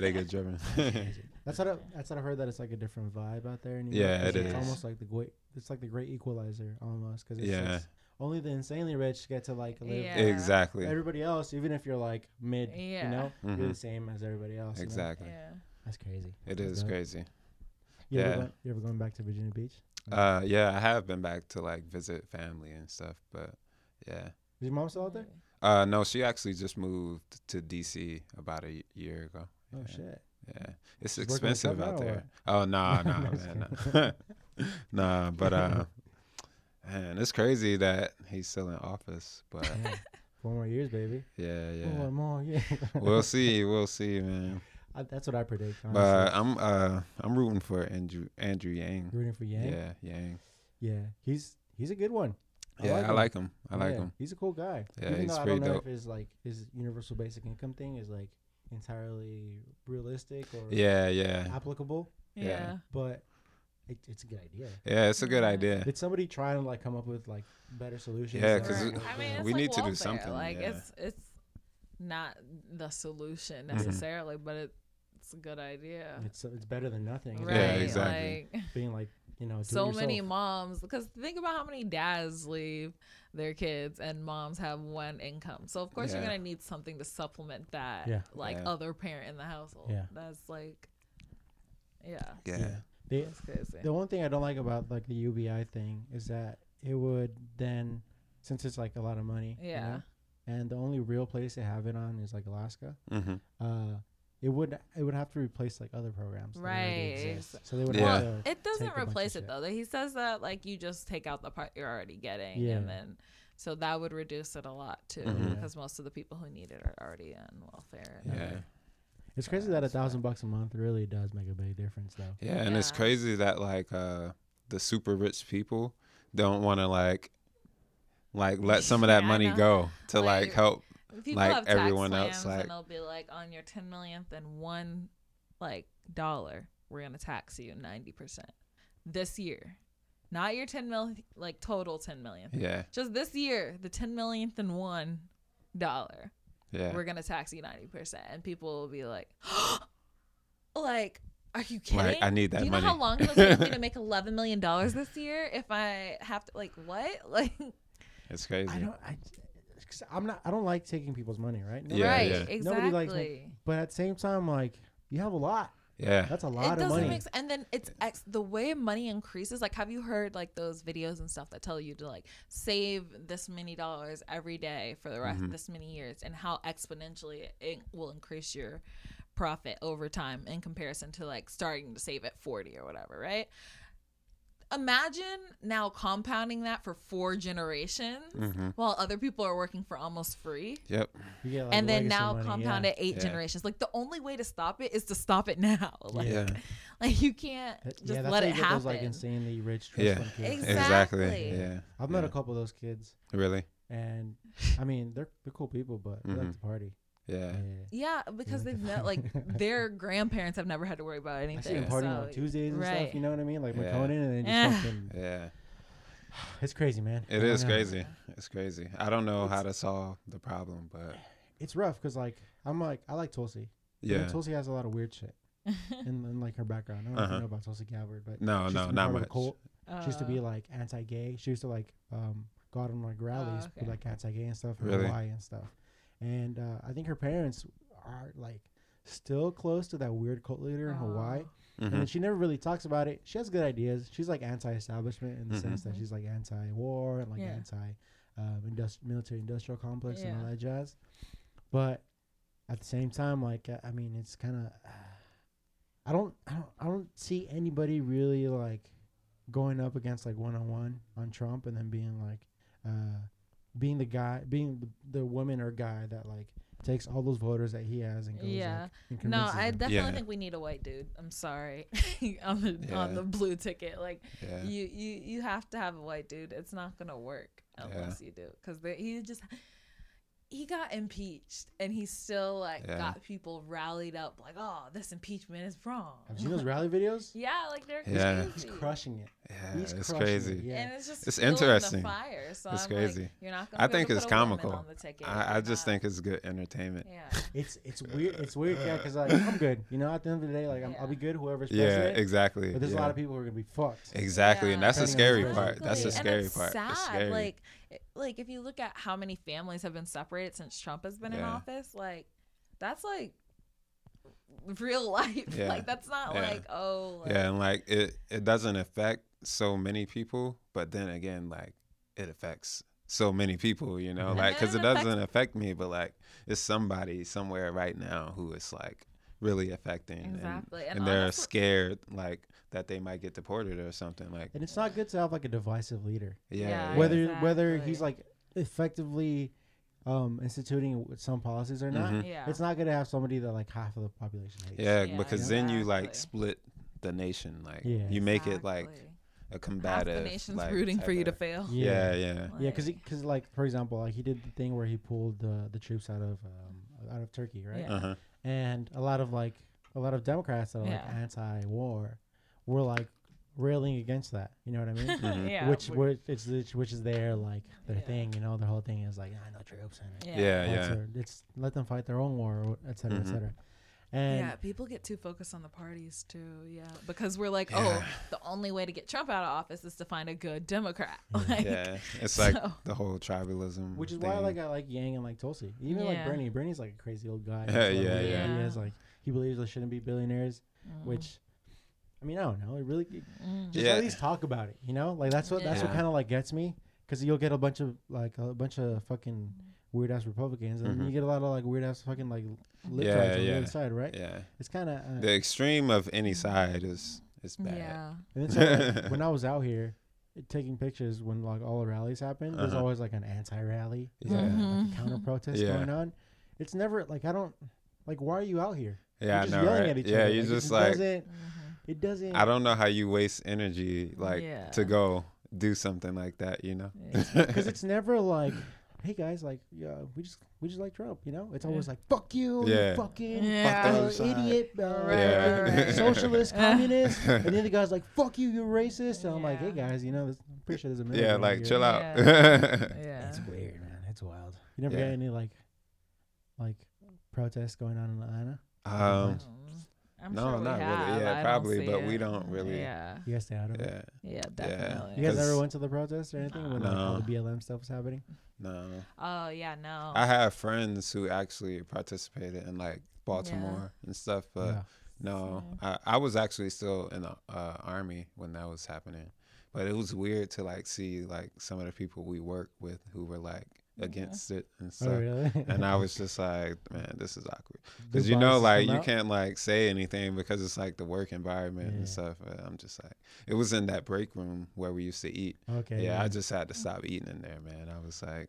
Speaker 2: [LAUGHS]
Speaker 3: they get driven. [LAUGHS]
Speaker 4: [LAUGHS] That's what I, that's what I heard that it's like a different vibe out there. In New
Speaker 3: Yeah,
Speaker 4: York, 'cause
Speaker 2: it
Speaker 4: It's
Speaker 2: is.
Speaker 4: almost like the great. It's like the great equalizer almost because
Speaker 3: Yeah.
Speaker 4: only the insanely rich get to like live.
Speaker 2: Yeah.
Speaker 3: exactly.
Speaker 4: Everybody else, even if you're like mid, you
Speaker 2: Yeah.
Speaker 4: know, you're
Speaker 3: Mhm.
Speaker 4: the same as everybody else. you know?
Speaker 3: Exactly.
Speaker 2: yeah.
Speaker 4: That's crazy.
Speaker 3: It
Speaker 4: That's
Speaker 3: is
Speaker 4: dope.
Speaker 3: crazy.
Speaker 4: You ever
Speaker 3: Yeah.
Speaker 4: go- you ever going back to Virginia Beach?
Speaker 3: Uh, yeah, I have been back to like visit family and stuff, but yeah.
Speaker 4: Is your mom still out there?
Speaker 3: Uh, no, she actually just moved to DC about a y- year ago.
Speaker 4: Oh
Speaker 3: Yeah.
Speaker 4: shit.
Speaker 3: [LAUGHS] Yeah, it's
Speaker 4: She's working on
Speaker 3: expensive
Speaker 4: something now
Speaker 3: out
Speaker 4: or
Speaker 3: there.
Speaker 4: [LAUGHS]
Speaker 3: Oh no, no,
Speaker 4: No, I'm just
Speaker 3: man, no. [LAUGHS] nah,
Speaker 4: [LAUGHS]
Speaker 3: but uh, man, it's crazy that he's still in office. But
Speaker 4: [LAUGHS] Yeah. Four more years, baby.
Speaker 3: yeah, yeah,
Speaker 4: One more year.
Speaker 3: we'll see, we'll see, man.
Speaker 4: [LAUGHS] I, that's what I predict. Honestly.
Speaker 3: But I'm uh, I'm rooting for Andrew Andrew Yang.
Speaker 4: rooting for Yang. Yeah.
Speaker 3: Yeah, Yang.
Speaker 4: He's he's a good one. I
Speaker 3: Yeah,
Speaker 4: like
Speaker 3: I
Speaker 4: him.
Speaker 3: like him. I like
Speaker 4: Yeah,
Speaker 3: him.
Speaker 4: He's a cool guy.
Speaker 3: Yeah,
Speaker 4: Even
Speaker 3: he's
Speaker 4: though I
Speaker 3: pretty
Speaker 4: don't know
Speaker 3: dope.
Speaker 4: if his like his universal basic income thing is like entirely realistic or
Speaker 3: Yeah, yeah.
Speaker 4: applicable,
Speaker 2: Yeah.
Speaker 3: Yeah.
Speaker 4: but it, it's a good idea.
Speaker 3: Yeah, it's a good
Speaker 2: Yeah.
Speaker 3: idea.
Speaker 4: Did somebody try and like come up with like better solutions?
Speaker 3: Yeah,
Speaker 4: that
Speaker 3: 'cause
Speaker 4: would
Speaker 3: it-
Speaker 4: work
Speaker 2: I
Speaker 4: for
Speaker 2: mean,
Speaker 4: him?
Speaker 2: it's
Speaker 3: we
Speaker 2: like
Speaker 3: need to do
Speaker 2: welfare.
Speaker 3: something,
Speaker 2: Like
Speaker 3: yeah.
Speaker 2: it's it's not the solution
Speaker 3: Mhm.
Speaker 2: necessarily, but it, it's a good idea.
Speaker 4: it's uh, it's better than nothing.
Speaker 2: uh, Right?
Speaker 4: It's
Speaker 3: Yeah,
Speaker 4: better than
Speaker 3: exactly.
Speaker 2: Like
Speaker 4: Being like you know, do it
Speaker 2: so many
Speaker 4: yourself.
Speaker 2: moms, because think about how many dads leave their kids and moms have one income. So of course you're
Speaker 3: Yeah.
Speaker 2: gonna need something to supplement that,
Speaker 4: Yeah.
Speaker 2: like
Speaker 3: Yeah.
Speaker 2: other parent in the household.
Speaker 4: Yeah.
Speaker 2: That's like, yeah,
Speaker 3: Yeah.
Speaker 4: They,
Speaker 2: that's crazy.
Speaker 4: The one thing I don't like about like the UBI thing is that it would then, since it's like a lot of money, you
Speaker 2: Yeah.
Speaker 4: know, and the only real place they have it on is like Alaska.
Speaker 3: hmm
Speaker 4: Uh, it would it would have to replace like other programs, that already
Speaker 2: Right,
Speaker 4: exist.
Speaker 2: exa-
Speaker 4: So they would
Speaker 3: Yeah.
Speaker 4: have
Speaker 2: Well,
Speaker 4: to.
Speaker 2: it doesn't
Speaker 4: take a bunch of
Speaker 2: replace it
Speaker 4: shit.
Speaker 2: though. That he says that like you just take out the part you're already getting,
Speaker 4: Yeah.
Speaker 2: and then so that would reduce it a lot too,
Speaker 3: Mhm.
Speaker 2: because most of the people who need it are already on welfare. and
Speaker 3: Yeah.
Speaker 2: other-
Speaker 3: yeah.
Speaker 4: It's crazy that a thousand bucks a month really does make a big difference, though.
Speaker 3: and it's
Speaker 2: Yeah.
Speaker 3: crazy that like uh the super rich people don't want to like like let some of that
Speaker 2: Yeah, I
Speaker 3: money
Speaker 2: know.
Speaker 3: go to like,
Speaker 2: Like,
Speaker 3: help.
Speaker 2: People
Speaker 3: Like
Speaker 2: have tax
Speaker 3: everyone
Speaker 2: plans,
Speaker 3: else, like-
Speaker 2: and they'll be like, on your ten millionth and one like dollar, we're gonna tax you ninety percent this year, not your ten mil like total ten millionth.
Speaker 3: Yeah,
Speaker 2: Just this year, the ten millionth and one dollar.
Speaker 3: yeah.
Speaker 2: we're gonna tax you ninety percent, and people will be like, [GASPS] like, are you kidding?
Speaker 3: Like, I need that
Speaker 2: Do you
Speaker 3: money.
Speaker 2: know how long it'll take me
Speaker 3: [LAUGHS]
Speaker 2: to make eleven million dollars this year if I have to? Like, what? [LAUGHS] Like,
Speaker 3: it's crazy.
Speaker 4: I don't. I, cause I'm not. I don't like taking people's money, right?
Speaker 3: Yeah,
Speaker 2: right?
Speaker 3: yeah.
Speaker 4: Nobody likes me.
Speaker 2: Exactly.
Speaker 4: But at the same time, like you have a lot.
Speaker 3: yeah,
Speaker 4: That's a
Speaker 2: It
Speaker 4: lot of
Speaker 2: doesn't
Speaker 4: money.
Speaker 2: make sense. And then it's ex- the way money increases. Like, have you heard like those videos and stuff that tell you to like save this many dollars every day for the rest
Speaker 4: Mm-hmm.
Speaker 3: Mhm.
Speaker 2: this many years, and how exponentially it will increase your profit over time in comparison to like starting to save at 40 or whatever, right? imagine now compounding that for four generations
Speaker 4: Mm.
Speaker 3: Mhm.
Speaker 2: while other people are working for almost free.
Speaker 3: Yep.
Speaker 4: You get, like,
Speaker 2: and then
Speaker 4: legacy
Speaker 2: now
Speaker 4: money,
Speaker 2: compound
Speaker 4: yeah.
Speaker 2: it eight
Speaker 3: Yeah.
Speaker 2: generations. Like the only way to stop it is to stop it now. [LAUGHS] Like,
Speaker 3: Yeah.
Speaker 2: [LAUGHS] like you can't
Speaker 4: That-
Speaker 2: just
Speaker 4: yeah, that's
Speaker 2: let
Speaker 4: how
Speaker 2: it
Speaker 4: you get
Speaker 2: happen.
Speaker 4: Those, like insanely rich trust
Speaker 3: Yeah.
Speaker 4: fund kids.
Speaker 2: Exactly.
Speaker 3: Exactly. Yeah.
Speaker 4: I've met
Speaker 3: yeah.
Speaker 4: a couple of those kids,
Speaker 3: Really?
Speaker 4: and I mean they're they're cool people, but they like
Speaker 3: Mhm.
Speaker 4: to party.
Speaker 3: Yeah.
Speaker 2: yeah, because
Speaker 4: like
Speaker 2: they've
Speaker 4: the-
Speaker 2: ne-
Speaker 4: [LAUGHS]
Speaker 2: like their grandparents have never had to worry about
Speaker 4: I
Speaker 2: anything.
Speaker 4: see them partying
Speaker 2: so-
Speaker 4: on Tuesdays and
Speaker 2: right.
Speaker 4: stuff. You know what I mean? Like
Speaker 3: Yeah.
Speaker 4: McConan, and then
Speaker 2: Yeah. [LAUGHS]
Speaker 4: just fucking,
Speaker 3: Yeah.
Speaker 4: it's crazy, man. uh, I
Speaker 3: It
Speaker 4: don't
Speaker 3: is
Speaker 4: know.
Speaker 3: crazy. It's crazy. I don't know how to solve the problem, but
Speaker 4: It's rough because like I'm like I like Tulsi. But then
Speaker 3: yeah.
Speaker 4: Tulsi has a lot of
Speaker 2: [LAUGHS]
Speaker 4: weird shit, and then like her background. I don't know if
Speaker 3: Uh-huh.
Speaker 4: you know about Tulsi Gabbard, but
Speaker 3: No,
Speaker 4: she used to
Speaker 3: no,
Speaker 4: be
Speaker 3: not
Speaker 4: part of a
Speaker 3: much.
Speaker 4: cult. She used to be
Speaker 2: Uh,
Speaker 4: like anti-gay. She used to like um, go out on like rallies
Speaker 2: Oh, okay.
Speaker 4: with like anti-gay and stuff in
Speaker 3: Really?
Speaker 4: Hawaii and stuff. And uh, I think her parents are like still close to that weird cult leader in Hawaii.
Speaker 2: Oh.
Speaker 3: Mhm.
Speaker 4: And then she never really talks about it. She has good ideas. She's like anti-establishment in the
Speaker 3: Mhm.
Speaker 4: sense that
Speaker 2: Mhm.
Speaker 4: she's like anti-war and like
Speaker 2: Yeah.
Speaker 4: anti um, industri- military industrial complex and
Speaker 2: Yeah.
Speaker 4: all that jazz. But at the same time, like I- I mean, it's kind of I don't I don't I don't see anybody really like going up against like one on one on Trump and then being like uh, being the guy being the, the woman or guy that like takes all those voters that he has and goes
Speaker 2: Yeah.
Speaker 4: like, and
Speaker 2: No,
Speaker 4: convinces
Speaker 2: I
Speaker 4: them.
Speaker 2: definitely
Speaker 3: Yeah.
Speaker 2: think we need a white dude. I'm sorry, [LAUGHS] on the
Speaker 3: Yeah.
Speaker 2: on the blue ticket. Like
Speaker 3: Yeah.
Speaker 2: you, you, you have to have a white dude. It's not gonna work unless you do, because he just he got impeached and he still like
Speaker 3: Yeah.
Speaker 2: got people rallied up. Like, oh, this impeachment is wrong. [LAUGHS]
Speaker 4: have you seen those rally videos?
Speaker 2: yeah, like they're
Speaker 3: Yeah.
Speaker 2: crazy.
Speaker 4: He's crushing it.
Speaker 3: Yeah,
Speaker 4: He's
Speaker 3: it's
Speaker 4: crushing
Speaker 3: crazy.
Speaker 4: It. Yeah.
Speaker 2: And it's just
Speaker 3: It's
Speaker 2: fuel in the
Speaker 3: interesting.
Speaker 2: fire. So
Speaker 3: It's
Speaker 2: I'm like,
Speaker 3: crazy.
Speaker 2: you're not gonna
Speaker 3: I
Speaker 2: be able
Speaker 3: think
Speaker 2: to
Speaker 3: it's
Speaker 2: put a woman
Speaker 3: comical.
Speaker 2: on the ticket if
Speaker 3: I, I
Speaker 2: you're
Speaker 3: just
Speaker 2: not-
Speaker 3: think it's good entertainment.
Speaker 2: [LAUGHS] Yeah.
Speaker 4: It's it's weird. It's weird, yeah. Because like I'm good, you know. At the end of the day, like I'm, I'll be good. Whoever's
Speaker 3: Yeah,
Speaker 4: president.
Speaker 3: exactly.
Speaker 4: But there's a
Speaker 3: yeah.
Speaker 4: lot of people who are gonna be fucked.
Speaker 3: Exactly, and
Speaker 2: Yeah.
Speaker 3: that's the
Speaker 4: Depending on
Speaker 3: scary
Speaker 4: who's
Speaker 3: part. That's the
Speaker 4: president.
Speaker 2: Exactly.
Speaker 3: scary part.
Speaker 2: And
Speaker 3: It's
Speaker 2: it's sad.
Speaker 3: scary.
Speaker 2: Like, it- like if you look at how many families have been separated since Trump has been in
Speaker 3: Yeah.
Speaker 2: office, like that's like real [LAUGHS] life.
Speaker 3: Yeah.
Speaker 2: Like that's not
Speaker 3: Yeah.
Speaker 2: like oh like,
Speaker 3: yeah, and like it, it doesn't affect so many people, but then again, like it affects so many people, you know,
Speaker 4: And
Speaker 3: like
Speaker 2: then
Speaker 3: because it
Speaker 2: it affects-
Speaker 3: doesn't affect me, but like it's somebody somewhere right now who is like really affecting, and-
Speaker 2: Exactly,
Speaker 3: and,
Speaker 2: and
Speaker 3: they're
Speaker 2: honestly-
Speaker 3: scared like that they might get deported or something. Like,
Speaker 4: And it's not good to have like a divisive leader.
Speaker 3: yeah,
Speaker 2: Yeah,
Speaker 3: yeah.
Speaker 4: Whether whether he's like
Speaker 2: Exactly.
Speaker 4: effectively um instituting some policies or not,
Speaker 3: Mhm.
Speaker 2: yeah.
Speaker 4: it's not gonna have somebody that like half of the population hates.
Speaker 3: yeah,
Speaker 2: Yeah,
Speaker 3: because then you like
Speaker 2: exactly.
Speaker 3: split the nation, like
Speaker 4: Yeah.
Speaker 3: you make it like
Speaker 2: Exactly.
Speaker 3: a
Speaker 2: half
Speaker 3: combative.
Speaker 2: the nation's
Speaker 3: like,
Speaker 2: rooting
Speaker 3: type
Speaker 2: for you to
Speaker 3: of-
Speaker 2: fail.
Speaker 3: Yeah, yeah,
Speaker 4: Yeah,
Speaker 2: Like,
Speaker 4: because because like for example, like he did the thing where he pulled the the troops out of um, out of Turkey, right?
Speaker 2: Yeah.
Speaker 3: uh huh,
Speaker 4: and a lot of like a lot of Democrats that are like
Speaker 2: Yeah.
Speaker 4: anti-war were like railing against that. You know what I mean?
Speaker 2: [LAUGHS] [LAUGHS]
Speaker 4: [LAUGHS]
Speaker 3: Mhm.
Speaker 2: yeah,
Speaker 4: which
Speaker 2: we-
Speaker 4: which it's which, which is their like their
Speaker 2: Yeah.
Speaker 4: thing. You know, their whole thing is like I know troops and
Speaker 2: yeah.
Speaker 3: yeah,
Speaker 4: that's
Speaker 3: yeah.
Speaker 4: their- it's let them fight their own war, or et cetera, et
Speaker 3: Mhm.
Speaker 4: cetera. And
Speaker 2: yeah, people get too focused on the parties too. Yeah, because we're like, oh,
Speaker 3: Yeah.
Speaker 2: the only way to get Trump out of office is to find a good Democrat. [LAUGHS]
Speaker 4: Yeah.
Speaker 2: Like,
Speaker 3: yeah,
Speaker 2: [LAUGHS]
Speaker 3: it's like
Speaker 2: so-
Speaker 3: the whole tribalism,
Speaker 4: which is
Speaker 3: thing.
Speaker 4: why like I like Yang and like Tulsi. Even like
Speaker 2: Yeah.
Speaker 4: Bernie. Bernie's like a crazy old
Speaker 3: [LAUGHS]
Speaker 4: guy.
Speaker 3: Yeah,
Speaker 4: He's got
Speaker 3: yeah,
Speaker 4: weird
Speaker 2: yeah.
Speaker 4: Ideas, like he believes they shouldn't be billionaires,
Speaker 2: Mm,
Speaker 4: which. I mean, I don't know. It really it
Speaker 2: mm.
Speaker 4: just
Speaker 3: Yeah.
Speaker 4: at least talk about it you know like that's what that's what
Speaker 3: Yeah.
Speaker 4: kind of like gets me because you'll get a bunch of like a bunch of fucking weird ass republicans and
Speaker 3: Mhm.
Speaker 4: you get a lot of like weird ass fucking like lip
Speaker 3: Yeah,
Speaker 4: yeah, on the
Speaker 3: yeah.
Speaker 4: other side right [LAUGHS]
Speaker 3: yeah.
Speaker 4: it's kind of uh,
Speaker 3: The extreme of any
Speaker 4: Mm-hmm.
Speaker 3: side is is bad. [LAUGHS]
Speaker 2: Yeah.
Speaker 4: and then so, like, when i was out here uh, taking pictures when like all the rallies happen there's
Speaker 3: Uh-huh.
Speaker 4: always like an anti-rally
Speaker 3: Yeah.
Speaker 4: uh, like
Speaker 2: Mhm.
Speaker 4: a counter protest
Speaker 3: Yeah.
Speaker 4: going on it's never like i don't like why are you out here
Speaker 3: Yeah,
Speaker 4: you're
Speaker 3: I
Speaker 4: just
Speaker 3: know,
Speaker 4: yelling
Speaker 3: right?
Speaker 4: at each
Speaker 3: yeah,
Speaker 4: other
Speaker 3: you
Speaker 4: it
Speaker 3: just like
Speaker 4: doesn't,
Speaker 2: Mhm.
Speaker 4: it doesn't
Speaker 3: I don't know how you waste energy like
Speaker 2: Yeah.
Speaker 3: to go do something like that, you know? [LAUGHS]
Speaker 4: because it's never like hey guys like yeah we just we just like trump you know it's always like fuck you
Speaker 3: Yeah.
Speaker 4: you fucking
Speaker 2: Yeah.
Speaker 4: uh,
Speaker 3: Fuck those, uh,
Speaker 4: idiot uh,
Speaker 2: Right,
Speaker 3: Yeah. right, right.
Speaker 2: [LAUGHS]
Speaker 4: socialist
Speaker 2: Yeah.
Speaker 4: communist and then the other guy's like fuck you you're racist and i'm like hey
Speaker 2: Yeah.
Speaker 4: guys you know this, i'm pretty sure there's a middle
Speaker 3: yeah,
Speaker 4: ground
Speaker 3: like
Speaker 4: here."
Speaker 3: chill out. [LAUGHS]
Speaker 2: Yeah.
Speaker 4: it's weird man it's wild you never
Speaker 3: Yeah.
Speaker 4: get any like like protests going on in atlanta
Speaker 3: um
Speaker 2: I'm
Speaker 3: no, not really. Yeah,
Speaker 2: I don't
Speaker 3: probably,
Speaker 2: see
Speaker 3: but we
Speaker 2: it.
Speaker 3: don't really-
Speaker 2: Yeah.
Speaker 4: you guys stay out of it
Speaker 3: yeah.
Speaker 2: Yeah,
Speaker 4: you
Speaker 2: definitely.
Speaker 4: guys ever
Speaker 3: 'Cause-
Speaker 4: went to the protests or anything when like, all
Speaker 3: No.
Speaker 4: the blm stuff was happening
Speaker 3: No.
Speaker 2: Oh, yeah, no.
Speaker 3: I have friends who actually participated in like Baltimore and stuff, but
Speaker 4: yeah
Speaker 3: No, I, I was actually still in the uh, army when that was happening, but it was weird to like see like some of the people we work with who were like against it and stuff,
Speaker 4: oh really [LAUGHS]
Speaker 3: and I was just like, man, this is awkward. Because
Speaker 4: Big
Speaker 3: you know,
Speaker 4: boxes
Speaker 3: like
Speaker 4: come
Speaker 3: you
Speaker 4: out.
Speaker 3: can't like say anything because it's like the work environment
Speaker 4: Yeah.
Speaker 3: and stuff. But I'm just like, it was in that break room where we used to eat.
Speaker 4: Okay.
Speaker 3: yeah, I just had to stop eating in there, man. I
Speaker 2: [LAUGHS]
Speaker 3: was like,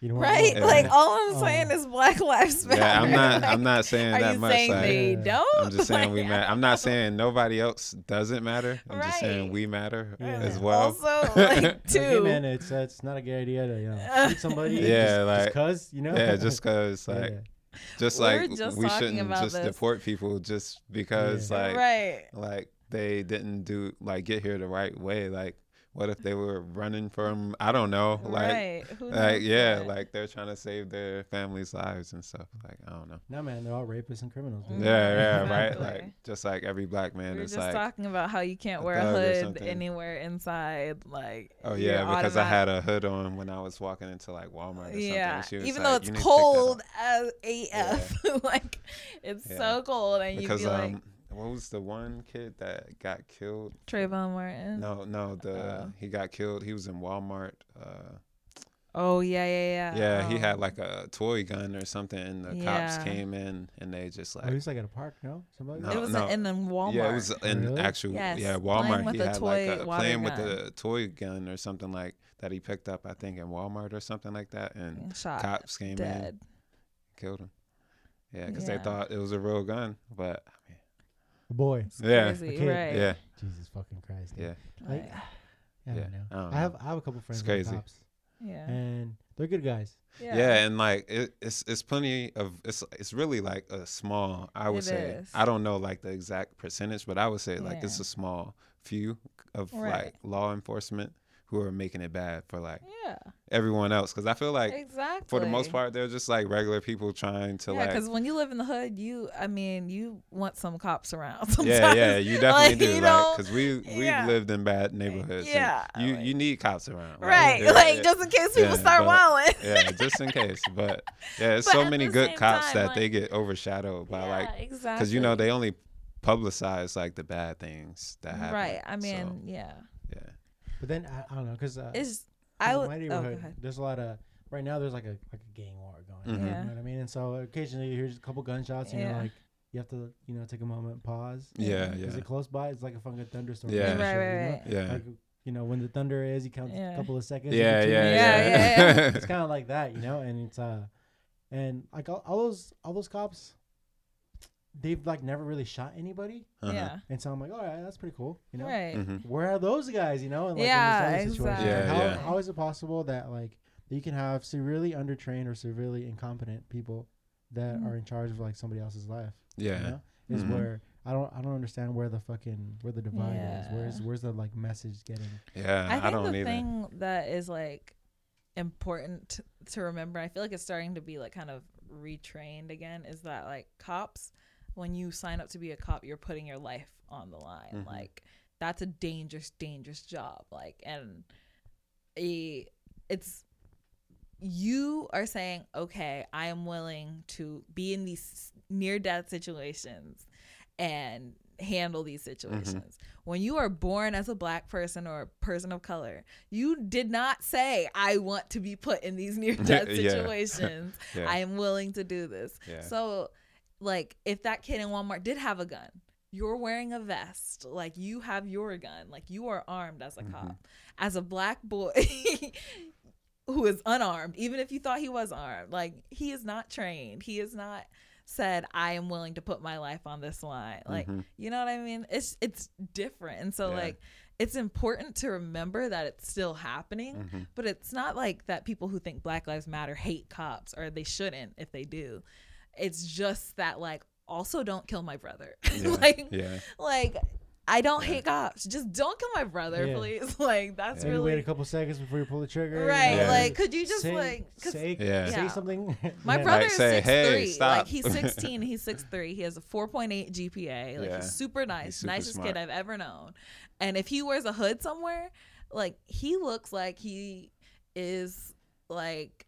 Speaker 4: You don't want
Speaker 2: Right?
Speaker 4: more.
Speaker 3: Yeah.
Speaker 2: Like all I'm
Speaker 4: Oh.
Speaker 2: saying is Black Lives Matter.
Speaker 3: yeah, I'm not, I'm
Speaker 2: Like, [LAUGHS]
Speaker 3: not saying
Speaker 2: Are
Speaker 3: that
Speaker 2: you
Speaker 3: much.
Speaker 2: saying
Speaker 3: like,
Speaker 2: they
Speaker 4: Yeah.
Speaker 2: don't? [LAUGHS]
Speaker 3: I'm just saying we
Speaker 2: Like,
Speaker 3: matter. I'm not saying nobody else doesn't matter. I'm just
Speaker 2: Right.
Speaker 3: saying we matter
Speaker 4: Yeah.
Speaker 3: as well. [LAUGHS]
Speaker 2: Also, [LAUGHS] like,
Speaker 4: Like, hey,
Speaker 2: too.
Speaker 4: man, it's uh, it's not a good idea to
Speaker 2: [LAUGHS]
Speaker 4: you know shoot somebody.
Speaker 3: Yeah,
Speaker 4: just,
Speaker 3: like-
Speaker 4: just cause you know. [LAUGHS]
Speaker 3: yeah, just cause like,
Speaker 4: Yeah.
Speaker 3: just
Speaker 2: We were
Speaker 3: like
Speaker 2: just
Speaker 3: we
Speaker 2: talking
Speaker 3: shouldn't
Speaker 2: about
Speaker 3: just
Speaker 2: this.
Speaker 3: deport people just because
Speaker 4: Yeah.
Speaker 3: like
Speaker 2: right.
Speaker 3: like they didn't do like get here the right way. Like, what if they were running from I don't know, like.
Speaker 2: right. Who
Speaker 3: like
Speaker 2: knows
Speaker 3: yeah,
Speaker 2: what?
Speaker 3: like they're trying to save their families' lives and stuff. Like I don't know.
Speaker 4: No man, they're all rapists and criminals.
Speaker 2: Mm.
Speaker 4: Dude.
Speaker 3: Yeah, yeah,
Speaker 2: Exactly.
Speaker 3: right. Like just like every black man
Speaker 2: we were
Speaker 3: is
Speaker 2: just
Speaker 3: like,
Speaker 2: talking about how you can't
Speaker 3: a
Speaker 2: wear a
Speaker 3: thug or
Speaker 2: hood
Speaker 3: something.
Speaker 2: anywhere inside. Like
Speaker 3: oh
Speaker 2: you're
Speaker 3: yeah, because I
Speaker 2: automatic-
Speaker 3: had a hood on when I was walking into like Walmart. Or
Speaker 2: yeah,
Speaker 3: something. She was
Speaker 2: even though
Speaker 3: like, "You
Speaker 2: it's
Speaker 3: need to take that off."
Speaker 2: cold as AF, [LAUGHS] like it's
Speaker 3: Yeah.
Speaker 2: so cold, and you'd
Speaker 3: Because
Speaker 2: be like
Speaker 3: um, what was the one kid that got killed?
Speaker 2: Trayvon Martin.
Speaker 3: No, no, the
Speaker 2: Uh.
Speaker 3: he got killed. He was in Walmart. Uh,
Speaker 2: Oh yeah, yeah, yeah.
Speaker 3: yeah, he
Speaker 2: um,
Speaker 3: had like a toy gun or something, and the
Speaker 2: yeah.
Speaker 3: cops came in and they just
Speaker 4: Oh, he
Speaker 3: like
Speaker 4: was like at a park, no? Somebody.
Speaker 3: No.
Speaker 2: It was in the Walmart.
Speaker 3: Yeah, it was um, in
Speaker 4: Really?
Speaker 3: actual.
Speaker 2: Yes,
Speaker 3: yeah,
Speaker 2: playing
Speaker 3: Walmart.
Speaker 2: with
Speaker 3: He
Speaker 2: a
Speaker 3: had
Speaker 2: toy
Speaker 3: like a
Speaker 2: water
Speaker 3: playing with
Speaker 2: gun.
Speaker 3: a toy gun or something like that. He picked up, I think, in Walmart or something like that, and
Speaker 2: shot
Speaker 3: cops came in, and
Speaker 2: dead.
Speaker 3: killed him. Yeah, because
Speaker 2: Yeah.
Speaker 3: they thought it was a real gun, but I mean,
Speaker 4: A boy.
Speaker 2: It's
Speaker 3: Yeah.
Speaker 2: crazy,
Speaker 4: Okay.
Speaker 2: right?
Speaker 3: yeah,
Speaker 4: Jesus fucking Christ. dude.
Speaker 3: yeah,
Speaker 4: Like,
Speaker 2: Like,
Speaker 4: I
Speaker 3: Yeah,
Speaker 4: don't know.
Speaker 3: I don't
Speaker 4: I have
Speaker 3: know.
Speaker 4: I have a couple friends.
Speaker 3: It's
Speaker 4: that are
Speaker 3: crazy.
Speaker 4: cops,
Speaker 2: yeah,
Speaker 4: and they're good guys.
Speaker 3: yeah, and like it, it's it's plenty of it's it's really like a small. I would
Speaker 2: It
Speaker 3: say
Speaker 2: is.
Speaker 3: I don't know like the exact percentage, but I would say like
Speaker 2: Yeah.
Speaker 3: it's a small few of
Speaker 2: Right.
Speaker 3: like law enforcement who are making it bad for like
Speaker 2: yeah.
Speaker 3: everyone else. Because I feel like
Speaker 2: exactly.
Speaker 3: for the most part, they're just like regular people trying to
Speaker 2: yeah,
Speaker 3: like.
Speaker 2: because when you live in the hood, you, I mean, you want some cops around. [LAUGHS] Sometimes.
Speaker 3: Yeah, yeah, you definitely
Speaker 2: Like,
Speaker 3: do.
Speaker 2: you
Speaker 3: like,
Speaker 2: don't-
Speaker 3: because we we
Speaker 2: yeah.
Speaker 3: have lived in bad neighborhoods. and
Speaker 2: Yeah,
Speaker 3: you
Speaker 2: like-
Speaker 3: you need cops around.
Speaker 2: Right,
Speaker 3: yeah,
Speaker 2: like
Speaker 3: yeah,
Speaker 2: just in case people
Speaker 3: yeah,
Speaker 2: start
Speaker 3: but-
Speaker 2: wilding.
Speaker 4: [LAUGHS]
Speaker 3: yeah, just in case. But yeah, there's
Speaker 2: But
Speaker 3: so
Speaker 2: at
Speaker 3: many
Speaker 2: the
Speaker 3: good
Speaker 2: same
Speaker 3: cops
Speaker 2: time,
Speaker 3: that they
Speaker 2: like-
Speaker 3: get overshadowed by like
Speaker 2: exactly.
Speaker 3: because you know they only publicize like the bad things that happen.
Speaker 2: Right. I
Speaker 3: So,
Speaker 2: mean, yeah.
Speaker 3: yeah.
Speaker 4: But then I, I don't know because uh,
Speaker 2: It's I
Speaker 4: I in
Speaker 2: would.
Speaker 4: my
Speaker 2: Oh, go
Speaker 4: neighborhood,
Speaker 2: ahead.
Speaker 4: there's a lot of right now. There's like a like a gang war going. on.
Speaker 3: Mhm.
Speaker 2: Yeah.
Speaker 4: You know what I mean? And so occasionally you hear just a couple gunshots, and
Speaker 2: Yeah.
Speaker 4: you're like, you have to you know take a moment, and pause.
Speaker 3: Yeah,
Speaker 4: Is
Speaker 3: yeah.
Speaker 4: it close by? It's like a fucking thunderstorm.
Speaker 3: Yeah.
Speaker 4: and
Speaker 2: Right,
Speaker 4: shit,
Speaker 2: right,
Speaker 4: you know?
Speaker 2: right.
Speaker 3: Yeah.
Speaker 4: Like, you know, when the thunder is, you count
Speaker 2: Yeah.
Speaker 4: a couple of seconds. you
Speaker 3: Yeah,
Speaker 4: get
Speaker 3: yeah,
Speaker 4: two
Speaker 3: yeah,
Speaker 4: minutes,
Speaker 2: Yeah,
Speaker 4: you know?
Speaker 2: yeah, yeah.
Speaker 3: [LAUGHS]
Speaker 4: It's kind of like that, you know. And it's uh, and like all, all those all those cops, they've like never really shot anybody.
Speaker 3: Uh-huh.
Speaker 2: Yeah.
Speaker 4: And so I'm like, all right, that's pretty cool, you know.
Speaker 2: Right.
Speaker 3: Mhm.
Speaker 4: Where are those guys, you know? And, like, in
Speaker 2: Yeah,
Speaker 4: this other situation,
Speaker 2: exactly.
Speaker 4: like, how,
Speaker 3: Yeah, yeah.
Speaker 4: how is it possible that like that you can have severely undertrained or severely incompetent people that
Speaker 2: Mhm.
Speaker 4: are in charge of like somebody else's life?
Speaker 3: Yeah.
Speaker 4: You know? Is
Speaker 3: Mhm.
Speaker 4: where I don't I don't understand where the fucking where the divide is.
Speaker 2: Yeah.
Speaker 4: Where's where's the like message getting?
Speaker 3: Yeah.
Speaker 2: I think
Speaker 3: don't
Speaker 2: the
Speaker 3: either.
Speaker 2: thing that is like important t- to remember, I feel like it's starting to be like kind of retrained again, is that like cops, when you sign up to be a cop, you're putting your life on the line.
Speaker 3: Mhm.
Speaker 2: Like that's a dangerous, dangerous job. Like and a it's you are saying, okay, I am willing to be in these near death situations and handle these
Speaker 3: Mm-hmm.
Speaker 2: situations. When you are born as a black person or a person of color, you did not say, I want to be put in these near death
Speaker 3: [LAUGHS] Yeah.
Speaker 2: situations.
Speaker 3: [LAUGHS] Yeah.
Speaker 2: I am willing to do this.
Speaker 3: yeah.
Speaker 2: So, like, if that kid in Walmart did have a gun, you're wearing a vest, like, you have your gun, like, you are armed as a
Speaker 3: Mhm.
Speaker 2: cop. As a black boy [LAUGHS] who is unarmed, even if you thought he was armed, like, he is not trained. He is not said, I am willing to put my life on this line. Like,
Speaker 3: Mhm.
Speaker 2: you know what I mean? It's it's different. And so
Speaker 3: Yeah.
Speaker 2: like it's important to remember that it's still happening,
Speaker 3: Mhm.
Speaker 2: but it's not like that people who think Black Lives Matter hate cops or they shouldn't if they do. It's just that like also don't kill my brother. [LAUGHS]
Speaker 3: Yeah.
Speaker 2: like
Speaker 3: yeah.
Speaker 2: like I don't
Speaker 3: Yeah.
Speaker 2: hate cops. Just don't kill my brother,
Speaker 4: Yeah.
Speaker 2: please. [LAUGHS] Like that's
Speaker 4: Maybe wait a
Speaker 2: really
Speaker 4: couple seconds before you pull the trigger. you
Speaker 2: right.
Speaker 4: know,
Speaker 3: Yeah.
Speaker 2: Like could you just
Speaker 4: say,
Speaker 2: like 'cause
Speaker 4: say,
Speaker 3: Yeah.
Speaker 4: say
Speaker 2: Yeah.
Speaker 4: something?
Speaker 2: My
Speaker 4: [LAUGHS] Yeah.
Speaker 2: brother
Speaker 3: Like,
Speaker 2: is
Speaker 3: say,
Speaker 2: six
Speaker 3: "Hey,
Speaker 2: three.
Speaker 3: stop."
Speaker 2: Like he's sixteen, he's six three. He has a four point eight GPA. Like
Speaker 3: Yeah.
Speaker 2: he's super nice,
Speaker 3: super
Speaker 2: nicest
Speaker 3: smart.
Speaker 2: kid I've ever known. And if he wears a hood somewhere, like he looks like he is like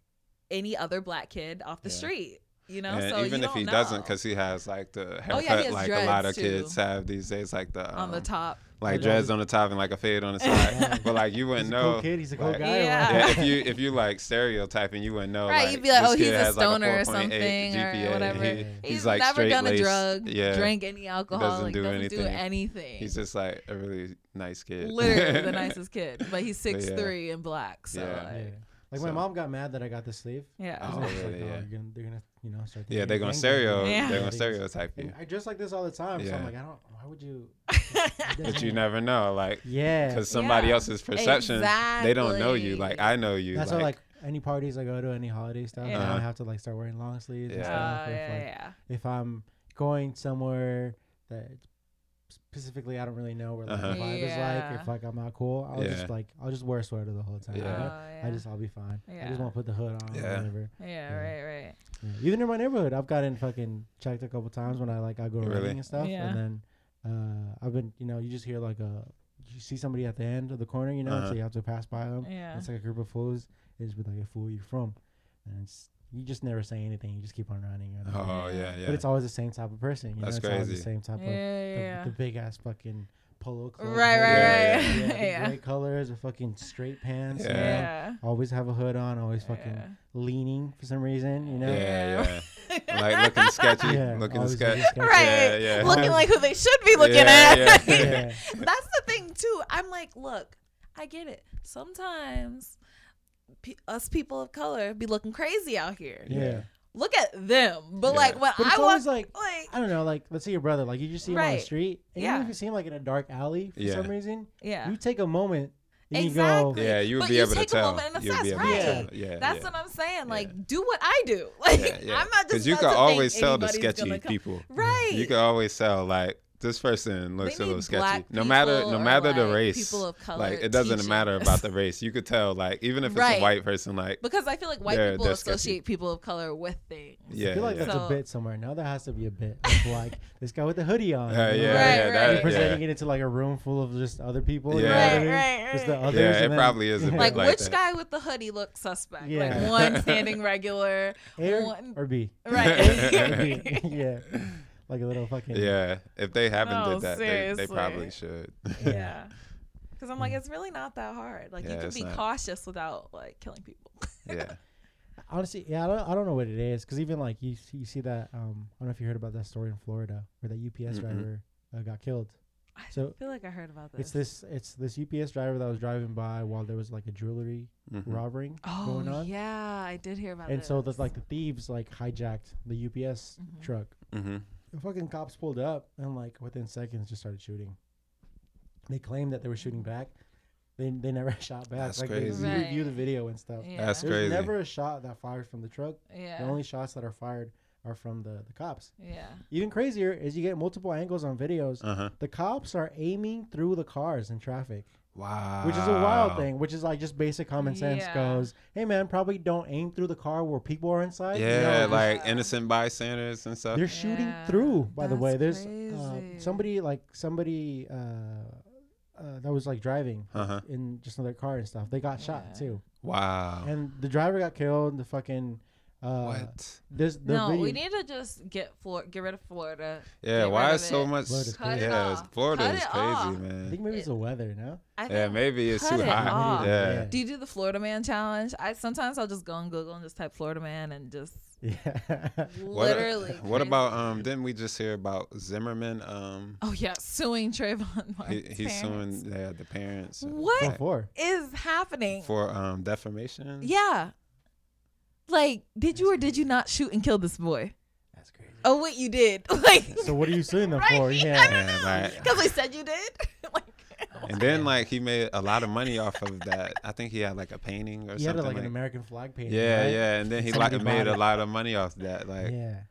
Speaker 2: any other black kid off the
Speaker 3: Yeah.
Speaker 2: street. You know,
Speaker 3: and
Speaker 2: so
Speaker 3: even
Speaker 2: you
Speaker 3: if he
Speaker 2: don't
Speaker 3: doesn't,
Speaker 2: know.
Speaker 3: because he has like the haircut,
Speaker 2: Oh, yeah, he has
Speaker 3: like a
Speaker 2: dreads,
Speaker 3: lot of
Speaker 2: too.
Speaker 3: kids have these days, like the um,
Speaker 2: on the top,
Speaker 3: like
Speaker 4: Yeah.
Speaker 3: dreads on the top and like a
Speaker 2: [LAUGHS]
Speaker 3: fade on the
Speaker 4: Yeah.
Speaker 3: side. but like you
Speaker 4: He's
Speaker 3: wouldn't
Speaker 4: a
Speaker 3: know.
Speaker 4: cool kid. He's a cool
Speaker 3: like-
Speaker 4: guy.
Speaker 2: Yeah.
Speaker 3: yeah,
Speaker 2: [LAUGHS]
Speaker 3: if you if you like stereotyping, you wouldn't know.
Speaker 2: Right,
Speaker 3: Like,
Speaker 2: you'd be like,
Speaker 3: this
Speaker 2: "Oh, he's
Speaker 3: kid
Speaker 2: a
Speaker 3: has, like,
Speaker 2: stoner or
Speaker 3: 4.8
Speaker 2: something or
Speaker 3: GPA, and
Speaker 2: whatever."
Speaker 3: he-
Speaker 4: He's
Speaker 2: he's,
Speaker 3: he's like
Speaker 2: never
Speaker 3: straight
Speaker 2: done a
Speaker 3: laced.
Speaker 2: drug,
Speaker 3: Yeah,
Speaker 2: drank any alcohol, like
Speaker 3: do
Speaker 2: doesn't do
Speaker 3: anything.
Speaker 2: anything.
Speaker 3: he's just like a really nice kid.
Speaker 2: literally
Speaker 3: [LAUGHS]
Speaker 2: the nicest kid, but he's
Speaker 3: But yeah.
Speaker 2: six three and black. So
Speaker 3: Yeah.
Speaker 4: Yeah.
Speaker 2: like,
Speaker 4: [LAUGHS] Like my
Speaker 3: So-
Speaker 4: mom got mad that I got the sleeve.
Speaker 2: yeah. [LAUGHS]
Speaker 4: 'Cause
Speaker 3: Oh,
Speaker 4: I was like,
Speaker 3: really?
Speaker 4: "Oh,
Speaker 3: Yeah.
Speaker 4: You're gonna, they're gonna, you know, start.
Speaker 3: Yeah,
Speaker 4: thinking
Speaker 3: they're gonna
Speaker 4: gangbang."
Speaker 2: Yeah.
Speaker 3: stereo, they're
Speaker 4: Yeah,
Speaker 3: gonna
Speaker 4: they-
Speaker 3: stereotype you,
Speaker 4: And I dress like this all the time, so I'm
Speaker 3: Yeah.
Speaker 4: like, I don't. Why
Speaker 2: [LAUGHS]
Speaker 4: would you?
Speaker 2: Uh,
Speaker 3: but you never know, like,
Speaker 4: Yeah.
Speaker 3: because somebody
Speaker 2: Yeah.
Speaker 3: else's perception, they don't know you.
Speaker 2: Exactly.
Speaker 3: Like I know you.
Speaker 4: That's
Speaker 3: like,
Speaker 4: why, like, any parties I go to, any holiday stuff,
Speaker 2: Yeah.
Speaker 4: I
Speaker 3: Uh-huh.
Speaker 4: don't have to like start wearing long sleeves and
Speaker 3: Yeah.
Speaker 4: stuff.
Speaker 2: Oh,
Speaker 4: if,
Speaker 2: yeah,
Speaker 4: like,
Speaker 2: yeah.
Speaker 4: if I'm going somewhere that specifically I don't really know where like, the
Speaker 3: Uh-huh.
Speaker 4: vibe is
Speaker 2: Yeah.
Speaker 4: like, if like I'm not cool, I'll
Speaker 3: Yeah.
Speaker 4: just like I'll just wear a sweater the whole time. I
Speaker 3: Yeah.
Speaker 4: don't-
Speaker 2: Oh,
Speaker 4: I
Speaker 2: yeah.
Speaker 4: just I'll be fine. I
Speaker 2: Yeah.
Speaker 4: just won't put the hood on or
Speaker 3: Yeah.
Speaker 4: whatever.
Speaker 2: Yeah, right, right.
Speaker 4: Yeah. Even in my neighborhood, I've gotten fucking checked a couple times when I like I go
Speaker 3: Really?
Speaker 4: running and stuff,
Speaker 2: Yeah.
Speaker 4: and then uh, I've been you know you just hear like a you see somebody at the end of the corner, you know,
Speaker 3: Uh-huh.
Speaker 4: so you have to pass by them.
Speaker 2: Yeah.
Speaker 4: It's like a group of fools. It's with like a fool you from, and it's you just never say anything. You just keep on running. You're like,
Speaker 3: oh yeah, yeah.
Speaker 4: But it's always the same type of person. You
Speaker 3: That's
Speaker 4: know, it's always the
Speaker 3: crazy.
Speaker 4: same type
Speaker 2: Yeah,
Speaker 4: of the,
Speaker 2: yeah.
Speaker 4: the big ass fucking polo clothes.
Speaker 2: Right, right,
Speaker 3: Yeah,
Speaker 2: right. [LAUGHS]
Speaker 4: Yeah,
Speaker 2: Yeah.
Speaker 4: the gray colors, the fucking straight pants. you
Speaker 3: Yeah.
Speaker 4: know?
Speaker 2: Yeah.
Speaker 4: Always have a hood on. Always fucking
Speaker 2: Yeah.
Speaker 4: leaning for some reason. You know.
Speaker 3: yeah, yeah.
Speaker 2: [LAUGHS]
Speaker 3: like looking sketchy,
Speaker 4: [LAUGHS] Yeah,
Speaker 3: looking
Speaker 4: always looking
Speaker 3: sketchy.
Speaker 4: sketchy.
Speaker 2: Right.
Speaker 3: Yeah, yeah.
Speaker 2: Looking like who they should be looking
Speaker 3: Yeah,
Speaker 2: at.
Speaker 3: yeah. [LAUGHS]
Speaker 4: Yeah.
Speaker 2: [LAUGHS] That's the thing too. I'm like, look, I get it. Sometimes pe- us people of color be looking crazy out here.
Speaker 4: Yeah.
Speaker 2: Look at them. But
Speaker 3: Yeah.
Speaker 2: like when
Speaker 4: But
Speaker 2: I
Speaker 4: it's
Speaker 2: was
Speaker 4: always
Speaker 2: like,
Speaker 4: like I don't know, like let's say your brother, like you just see him on the
Speaker 2: Right.
Speaker 4: street, and
Speaker 2: Yeah.
Speaker 4: even if you see him like in a dark alley for
Speaker 3: Yeah.
Speaker 4: some reason,
Speaker 2: yeah.
Speaker 4: you take a moment and you go,
Speaker 2: Exactly.
Speaker 3: Yeah, you would
Speaker 2: But
Speaker 3: be
Speaker 2: you
Speaker 3: able to
Speaker 2: take a
Speaker 3: tell.
Speaker 2: moment and
Speaker 3: you would be able
Speaker 2: assess,
Speaker 3: to
Speaker 4: right?
Speaker 3: tell. Yeah,
Speaker 2: That's
Speaker 3: yeah.
Speaker 2: what I'm saying. Like,
Speaker 3: Yeah.
Speaker 2: do what I do. [LAUGHS] Like,
Speaker 3: yeah, yeah.
Speaker 2: I'm not just.
Speaker 3: you
Speaker 2: about
Speaker 3: can
Speaker 2: to
Speaker 3: always
Speaker 2: think
Speaker 3: tell the
Speaker 2: anybody's
Speaker 3: sketchy
Speaker 2: gonna come-
Speaker 3: people.
Speaker 2: Right.
Speaker 3: You can always tell like this person looks a
Speaker 2: need
Speaker 3: little sketchy.
Speaker 2: black
Speaker 3: No matter
Speaker 2: people
Speaker 3: no
Speaker 2: or,
Speaker 3: matter the
Speaker 2: like,
Speaker 3: race,
Speaker 2: people of color
Speaker 3: like it doesn't
Speaker 2: teaching
Speaker 3: matter
Speaker 2: us. [LAUGHS]
Speaker 3: about the race. You could tell like even if it's
Speaker 2: Right.
Speaker 3: a white
Speaker 2: [LAUGHS]
Speaker 3: person, like
Speaker 2: because I feel like white
Speaker 3: They're-
Speaker 2: people
Speaker 3: they're sketchy.
Speaker 2: associate people of color with things.
Speaker 3: yeah,
Speaker 4: I feel like
Speaker 3: yeah.
Speaker 4: that's
Speaker 2: So-
Speaker 4: a bit somewhere. Now there has to be a bit of like
Speaker 2: [LAUGHS]
Speaker 4: this guy with the hoodie on,
Speaker 3: Uh, yeah,
Speaker 4: you know,
Speaker 2: Right,
Speaker 3: yeah,
Speaker 2: right.
Speaker 3: that-
Speaker 2: You're
Speaker 4: presenting
Speaker 3: yeah.
Speaker 4: it into like a room full of just other people. you know
Speaker 3: Yeah.
Speaker 4: what I
Speaker 2: Right,
Speaker 4: mean?
Speaker 2: right,
Speaker 4: Just the
Speaker 2: right.
Speaker 4: others.
Speaker 3: Yeah,
Speaker 4: and
Speaker 3: it
Speaker 4: then-
Speaker 3: probably is a
Speaker 4: Yeah.
Speaker 3: bit
Speaker 2: Like,
Speaker 3: like
Speaker 2: which
Speaker 3: that.
Speaker 2: guy with the hoodie looks suspect?
Speaker 4: Yeah.
Speaker 3: [LAUGHS]
Speaker 2: Like one standing regular,
Speaker 4: A
Speaker 2: one
Speaker 4: or B.
Speaker 2: [LAUGHS] right. [LAUGHS]
Speaker 4: [LAUGHS] yeah, like a little fucking
Speaker 3: Yeah, if they haven't
Speaker 2: No,
Speaker 3: did that, they, they
Speaker 2: Oh, seriously.
Speaker 3: probably should.
Speaker 2: yeah. Because I'm like, it's really not that hard. Like
Speaker 3: Yeah,
Speaker 2: you can
Speaker 3: it's
Speaker 2: be
Speaker 3: not.
Speaker 2: cautious without like killing people.
Speaker 3: [LAUGHS] yeah,
Speaker 4: Honestly, yeah, I don't, I don't know what it is because even like you, see- you see that um, I don't know if you heard about that story in Florida where that UPS
Speaker 3: Mm-mm.
Speaker 4: driver uh, got killed.
Speaker 2: I
Speaker 4: So
Speaker 2: feel like I heard about this.
Speaker 4: it's this it's this UPS driver that was driving by while there was like a jewelry
Speaker 3: Mhm.
Speaker 4: robbery
Speaker 2: oh
Speaker 4: going on,
Speaker 2: yeah, I did hear about
Speaker 4: and
Speaker 2: this.
Speaker 4: so the like the thieves like hijacked the UPS
Speaker 2: Mhm.
Speaker 4: truck.
Speaker 3: Mhm.
Speaker 4: The fucking cops pulled up and like within seconds just started shooting. They claimed that they were shooting back. They they never [LAUGHS] shot back.
Speaker 3: That's
Speaker 4: like
Speaker 3: crazy.
Speaker 4: they review the
Speaker 2: Right.
Speaker 4: video and stuff.
Speaker 2: yeah.
Speaker 3: that's
Speaker 4: There's
Speaker 3: Crazy.
Speaker 4: never a shot that fires from the truck.
Speaker 2: yeah.
Speaker 4: The only shots that are fired are from the, the cops.
Speaker 2: yeah.
Speaker 4: Even crazier is you get multiple angles on videos.
Speaker 3: Uh-huh.
Speaker 4: The cops are aiming through the cars in traffic,
Speaker 3: Wow.
Speaker 4: which is a wild thing. Which is like just basic common sense
Speaker 2: Yeah.
Speaker 4: goes, hey man, probably don't aim through the car where people are inside. you know,
Speaker 3: Yeah,
Speaker 4: just-
Speaker 3: like innocent bystanders and stuff.
Speaker 4: they're shooting
Speaker 2: Yeah,
Speaker 4: through. By the way,
Speaker 2: that's
Speaker 4: there's uh,
Speaker 2: crazy.
Speaker 4: somebody like somebody uh, uh, that was like driving
Speaker 3: Uh-huh.
Speaker 4: in just another car and stuff. They got shot
Speaker 2: Yeah.
Speaker 4: too,
Speaker 3: Wow.
Speaker 4: and the driver got killed. The fucking uh,
Speaker 3: Oh. what?
Speaker 4: This the
Speaker 2: No,
Speaker 4: video,
Speaker 2: we need to just get Flor- get rid of Florida.
Speaker 3: Yeah,
Speaker 2: get
Speaker 3: why
Speaker 2: rid
Speaker 3: is
Speaker 2: of
Speaker 3: so
Speaker 2: it.
Speaker 3: much?
Speaker 4: Florida's
Speaker 2: crazy.
Speaker 3: yeah,
Speaker 2: Cut it
Speaker 3: Florida
Speaker 2: off.
Speaker 3: is
Speaker 2: Cut it
Speaker 3: crazy,
Speaker 2: off.
Speaker 4: I
Speaker 3: man.
Speaker 4: think maybe it's the weather. No. [LAUGHS]
Speaker 2: I think
Speaker 3: Yeah, maybe it's
Speaker 2: Cut
Speaker 3: too
Speaker 2: it
Speaker 3: hot.
Speaker 2: off.
Speaker 3: Yeah.
Speaker 2: Do you do the Florida Man challenge? I sometimes I'll just go on Google and just type Florida Man and just
Speaker 4: Yeah.
Speaker 3: What, uh,
Speaker 2: literally.
Speaker 3: [LAUGHS] what
Speaker 2: crazy.
Speaker 3: about um? Didn't we just hear about Zimmerman? Um,
Speaker 2: Oh yeah, suing Trayvon [LAUGHS]
Speaker 3: he,
Speaker 2: Martin's
Speaker 3: he's
Speaker 2: Oh, parents.
Speaker 3: suing yeah, the parents. and-
Speaker 2: What?
Speaker 4: What
Speaker 3: like,
Speaker 4: for?
Speaker 2: is happening?
Speaker 3: for um defamation?
Speaker 2: yeah. Like, did you or did you not shoot and kill this boy?
Speaker 4: That's crazy.
Speaker 2: Oh wait, you did. [LAUGHS] Like,
Speaker 4: So what are you suing
Speaker 2: [LAUGHS]
Speaker 4: them
Speaker 2: Right? I
Speaker 4: for? Yeah.
Speaker 2: don't
Speaker 3: Yeah,
Speaker 2: know. [LAUGHS]
Speaker 3: right.
Speaker 2: Because they said you did. like,
Speaker 3: And then like he made a lot of money off of that. I think he had like a painting
Speaker 4: [LAUGHS]
Speaker 3: or
Speaker 4: He had
Speaker 3: something.
Speaker 4: like, an
Speaker 3: like-
Speaker 4: American flag painting.
Speaker 3: yeah,
Speaker 4: right?
Speaker 3: yeah. And then he
Speaker 4: Somebody
Speaker 3: like made
Speaker 4: bought
Speaker 3: a
Speaker 4: it.
Speaker 3: lot of money off that. Like,
Speaker 4: Yeah.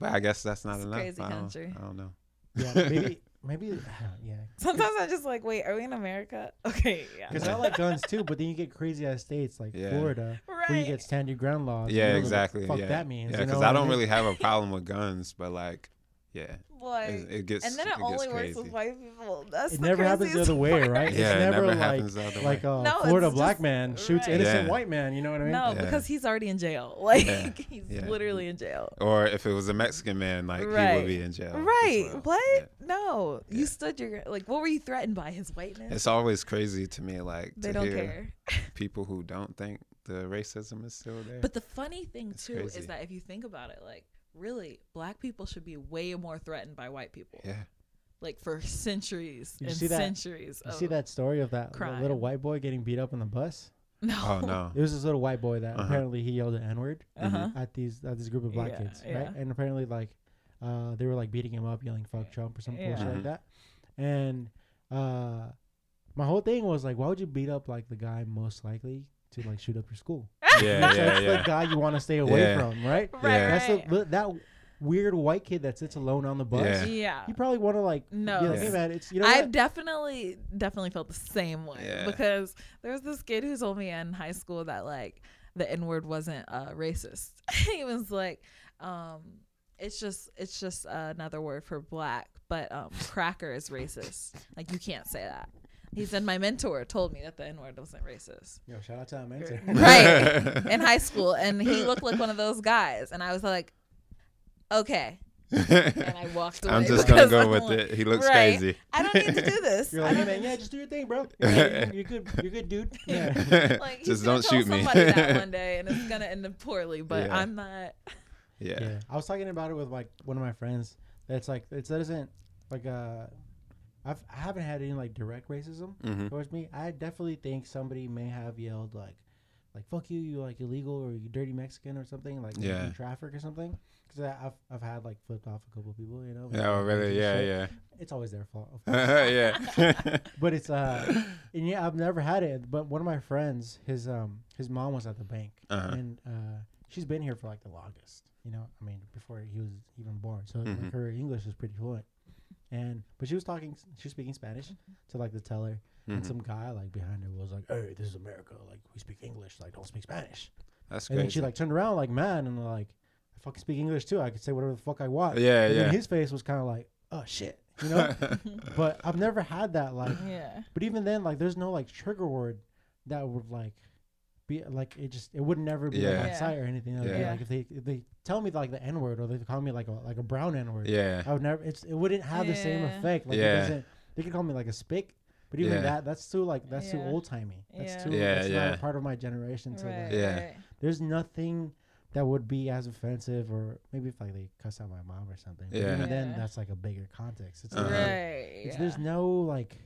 Speaker 3: but I guess that's not
Speaker 2: It's a
Speaker 3: enough.
Speaker 2: crazy
Speaker 3: I, don't,
Speaker 2: country.
Speaker 3: I don't know.
Speaker 4: Yeah. Maybe. Maybe. [SIGHS] I don't- Yeah.
Speaker 2: sometimes I'm just like, wait, are we in America? [LAUGHS] Okay, yeah.
Speaker 4: Because I like guns too, but then you get crazy ass states like
Speaker 3: Yeah.
Speaker 4: Florida, where you
Speaker 2: Right.
Speaker 4: get stand your ground laws.
Speaker 3: Yeah,
Speaker 4: You know what the
Speaker 3: exactly.
Speaker 4: Fuck
Speaker 3: yeah.
Speaker 4: that means. you
Speaker 3: Yeah,
Speaker 4: know
Speaker 3: because
Speaker 4: what
Speaker 3: I don't
Speaker 4: mean?
Speaker 3: really have a problem with guns, but like, Yeah,
Speaker 2: Like,
Speaker 3: it, it gets
Speaker 2: and then it,
Speaker 3: gets
Speaker 2: only works
Speaker 3: crazy.
Speaker 2: with white people. That's
Speaker 4: It
Speaker 2: the
Speaker 4: never happens the
Speaker 2: craziest
Speaker 4: other way,
Speaker 2: part.
Speaker 4: right? It's
Speaker 3: Yeah, it
Speaker 4: never
Speaker 3: never
Speaker 4: like-
Speaker 3: happens the other way.
Speaker 4: Like a
Speaker 2: No, it's
Speaker 4: Florida
Speaker 2: just-
Speaker 4: black man shoots
Speaker 2: right.
Speaker 4: innocent
Speaker 3: Yeah.
Speaker 4: white man. You know what I mean?
Speaker 2: No,
Speaker 3: Yeah.
Speaker 2: because he's already in jail. [LAUGHS] Like
Speaker 3: Yeah.
Speaker 2: he's
Speaker 3: Yeah. Oh,
Speaker 2: literally in jail.
Speaker 3: or if it was a Mexican man, like he
Speaker 2: Right.
Speaker 3: would be in jail. as
Speaker 2: Right?
Speaker 3: well.
Speaker 2: What?
Speaker 3: Yeah.
Speaker 2: No,
Speaker 3: Yeah.
Speaker 2: you stood your gr- like. What were you threatened by? His whiteness?
Speaker 3: It's always crazy to me, like
Speaker 2: they
Speaker 3: to
Speaker 2: don't
Speaker 3: hear
Speaker 2: care.
Speaker 3: people who don't think the racism is still there.
Speaker 2: But the funny thing
Speaker 3: It's
Speaker 2: too
Speaker 3: crazy.
Speaker 2: is that if you think about it, like really, black people should be way more threatened by white people.
Speaker 3: yeah,
Speaker 2: Like for centuries
Speaker 4: You
Speaker 2: and
Speaker 4: see that-
Speaker 2: centuries.
Speaker 4: You
Speaker 2: of,
Speaker 4: see that story of that li- little
Speaker 2: crime.
Speaker 4: white boy getting beat up on the bus?
Speaker 2: [LAUGHS] No.
Speaker 4: [LAUGHS]
Speaker 3: oh no, Mm-hmm.
Speaker 4: It was this little white boy that
Speaker 3: Uh-huh.
Speaker 4: apparently he yelled the N word
Speaker 2: Uh [LAUGHS] huh.
Speaker 4: at these at this group of black
Speaker 2: Yeah,
Speaker 4: kids, right?
Speaker 2: yeah.
Speaker 4: And apparently like uh, they were like beating him up, yelling "fuck Trump" or some
Speaker 2: Yeah.
Speaker 4: bullshit
Speaker 3: Mhm.
Speaker 4: like that. And uh, my whole thing was like, why would you beat up like the guy most likely to like shoot up your school?
Speaker 3: yeah,
Speaker 4: So
Speaker 3: yeah,
Speaker 4: that's
Speaker 3: yeah.
Speaker 4: the guy you want to stay away
Speaker 3: Yeah.
Speaker 4: from, right?
Speaker 2: Right.
Speaker 3: Yeah.
Speaker 4: That's
Speaker 2: right.
Speaker 4: the, that weird white kid that sits alone on the bus.
Speaker 3: Yeah.
Speaker 2: yeah.
Speaker 4: You probably want to like,
Speaker 2: No.
Speaker 4: be like, hey
Speaker 3: Yeah.
Speaker 4: man, it's you know,
Speaker 2: I've
Speaker 4: what?
Speaker 2: definitely definitely felt the same way
Speaker 3: Yeah.
Speaker 2: because there was this kid who told me in high school that like the N word wasn't uh, racist. [LAUGHS] he was like, um, it's just it's just another word for black, but um, cracker is racist. Like you can't say that. He said my mentor told me that the N word wasn't racist
Speaker 4: yo, shout out to our mentor.
Speaker 3: [LAUGHS]
Speaker 4: [LAUGHS]
Speaker 2: Right. in high school, and he looked like one of those guys, and I was like, okay, and I walked away.
Speaker 3: I'm
Speaker 2: [LAUGHS]
Speaker 3: just gonna
Speaker 2: because
Speaker 3: go
Speaker 2: I'm
Speaker 3: with
Speaker 2: like,
Speaker 3: it. He looks
Speaker 2: right.
Speaker 3: crazy.
Speaker 2: I don't need to do this.
Speaker 3: [LAUGHS]
Speaker 4: You're
Speaker 2: I
Speaker 4: like, hey
Speaker 2: don't
Speaker 4: man,
Speaker 2: need
Speaker 4: yeah, just do your thing, bro. Yeah, you're good, you're good, dude.
Speaker 3: [LAUGHS]
Speaker 4: Yeah.
Speaker 2: [LAUGHS] like he's
Speaker 3: just
Speaker 2: gonna
Speaker 3: don't
Speaker 2: tell
Speaker 3: shoot me.
Speaker 2: somebody
Speaker 3: [LAUGHS]
Speaker 2: that one day and it's gonna end up poorly but
Speaker 3: Yeah.
Speaker 2: i'm not
Speaker 3: yeah.
Speaker 4: yeah. I was talking about it with like one of my friends. That's like it's that isn't like uh I've I haven't had any like direct racism
Speaker 3: Mhm.
Speaker 4: towards me. I definitely think somebody may have yelled like like fuck you, you like illegal or you dirty Mexican or something like
Speaker 3: Yeah.
Speaker 4: in traffic or something. Because I've I've had like flipped off a couple people, you know. with,
Speaker 3: Yeah, oh,
Speaker 4: like, racist
Speaker 3: really? Yeah,
Speaker 4: shit.
Speaker 3: yeah,
Speaker 4: It's always their fault,
Speaker 3: [LAUGHS]
Speaker 4: of course.
Speaker 2: [LAUGHS]
Speaker 3: yeah. Mm-hmm.
Speaker 4: but it's uh and yeah i've never had it but one of my friends his um his mom was at the bank
Speaker 3: Uh-huh.
Speaker 4: and uh she's been here for like the longest you know i mean before he was even born so
Speaker 3: Mhm.
Speaker 4: like her english is pretty fluent and but she was talking she was speaking spanish to like the teller and
Speaker 3: Mhm.
Speaker 4: some guy like behind her was like hey this is america like we speak english like don't speak spanish
Speaker 3: That's
Speaker 4: and
Speaker 3: crazy.
Speaker 4: then she like turned around like man and like i fucking speak english too i could say whatever the fuck i want
Speaker 3: yeah,
Speaker 4: and
Speaker 3: yeah.
Speaker 4: then his face was kind of like oh shit you
Speaker 3: [LAUGHS]
Speaker 4: know
Speaker 2: [LAUGHS]
Speaker 4: but i've never had that like
Speaker 2: yeah
Speaker 4: but even then, like, there's no like trigger word that would like be like it just it would never be
Speaker 3: Yeah.
Speaker 4: like,
Speaker 2: Yeah.
Speaker 4: on site or anything. Like, that.
Speaker 2: Yeah.
Speaker 4: like if they if they tell me like the n word or they call me like a like a brown n word,
Speaker 3: yeah.
Speaker 4: I would never. It's it wouldn't have the same
Speaker 2: Yeah.
Speaker 4: effect. Like it
Speaker 3: Yeah.
Speaker 4: doesn't. They could call me like a spick, but even
Speaker 3: Yeah.
Speaker 4: that that's too like that's too
Speaker 2: Yeah.
Speaker 4: old timey. That's
Speaker 2: Yeah.
Speaker 4: too
Speaker 3: Yeah,
Speaker 4: that's not
Speaker 3: yeah.
Speaker 4: a part of my generation. To
Speaker 2: right,
Speaker 4: like,
Speaker 3: Yeah.
Speaker 2: right.
Speaker 4: there's nothing that would be as offensive or maybe if like they cuss out my mom or something. But
Speaker 3: Yeah.
Speaker 4: even then,
Speaker 2: Yeah.
Speaker 4: that's like a bigger context. It's
Speaker 3: Uh-huh.
Speaker 4: like,
Speaker 2: right
Speaker 4: it's,
Speaker 2: yeah.
Speaker 4: There's no like,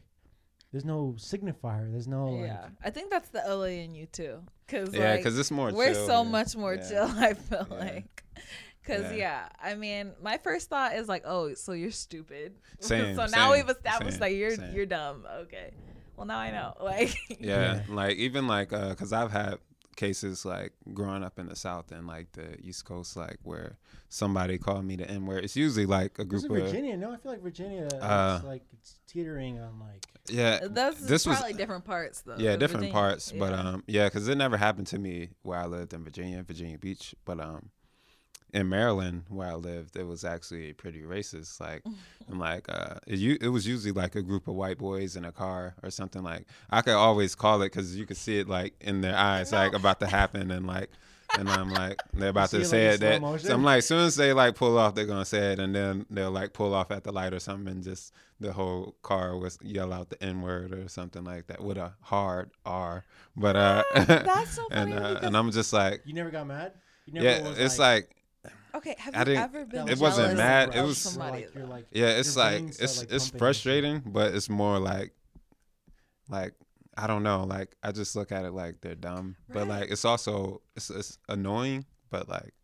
Speaker 4: there's no signifier. There's no like.
Speaker 2: yeah i think that's the la in you too because
Speaker 3: Yeah,
Speaker 2: like,
Speaker 3: because it's more.
Speaker 2: we're
Speaker 3: chill
Speaker 2: so
Speaker 3: here.
Speaker 2: much more
Speaker 3: Yeah.
Speaker 2: chill [LAUGHS] i feel
Speaker 3: Yeah.
Speaker 2: like because yeah.
Speaker 3: Yeah.
Speaker 2: i mean my first thought is like oh so you're stupid [LAUGHS]
Speaker 3: Same,
Speaker 2: so now
Speaker 3: same,
Speaker 2: we've established
Speaker 3: same,
Speaker 2: that you're
Speaker 3: same.
Speaker 2: you're dumb okay well now i know [LAUGHS] like
Speaker 3: Yeah,
Speaker 4: Yeah.
Speaker 3: like even like because I've had cases like growing up in the South and like the East Coast, like where somebody called me the N word. It's usually like a
Speaker 4: This is
Speaker 3: group of
Speaker 4: Virginia. No, I feel like Virginia.
Speaker 3: Uh,
Speaker 4: it's like it's teetering on like.
Speaker 3: yeah.
Speaker 2: that's
Speaker 3: this was
Speaker 2: probably different parts though
Speaker 3: yeah
Speaker 2: the
Speaker 3: different
Speaker 2: Virginia-
Speaker 3: parts, but
Speaker 2: yeah.
Speaker 3: um yeah, because it never happened to me where I lived in Virginia, Virginia Beach, but um in Maryland where I lived, it was actually pretty racist.
Speaker 4: [LAUGHS]
Speaker 3: Like and like uh it, u- it was usually like a group of white boys in a car or something. Like I could always call it because you could see it like in
Speaker 4: [LAUGHS]
Speaker 3: their eyes, like about to happen and like. And I'm like, they're about
Speaker 4: see
Speaker 3: to
Speaker 4: it,
Speaker 3: say
Speaker 4: like, in
Speaker 3: it. That
Speaker 4: slow motion?
Speaker 3: so I'm like, as soon as they like pull off, they're gonna say it, and then they'll like pull off at the light or something, and just the whole car was yell out the N word or something like that with a hard R. But uh,
Speaker 2: Ah,
Speaker 3: [LAUGHS]
Speaker 2: that's so funny
Speaker 3: and uh,
Speaker 2: because-
Speaker 3: and I'm just like,
Speaker 4: You never got mad. You never
Speaker 3: yeah,
Speaker 4: was,
Speaker 3: it's like,
Speaker 2: Okay, have
Speaker 3: I
Speaker 2: you
Speaker 3: didn't-
Speaker 2: ever been?
Speaker 4: that
Speaker 3: it wasn't
Speaker 2: jealous
Speaker 3: mad, it
Speaker 2: of
Speaker 4: or
Speaker 3: was-
Speaker 2: somebody.
Speaker 4: like, you're like
Speaker 3: yeah, it's
Speaker 4: your
Speaker 3: like
Speaker 4: veins are,
Speaker 3: it's
Speaker 4: like,
Speaker 3: it's
Speaker 4: pumping and
Speaker 3: frustrating, but it's more like, like I don't know, like I just look at it like they're dumb, but
Speaker 2: Right.
Speaker 3: like it's also it's, it's annoying, but like.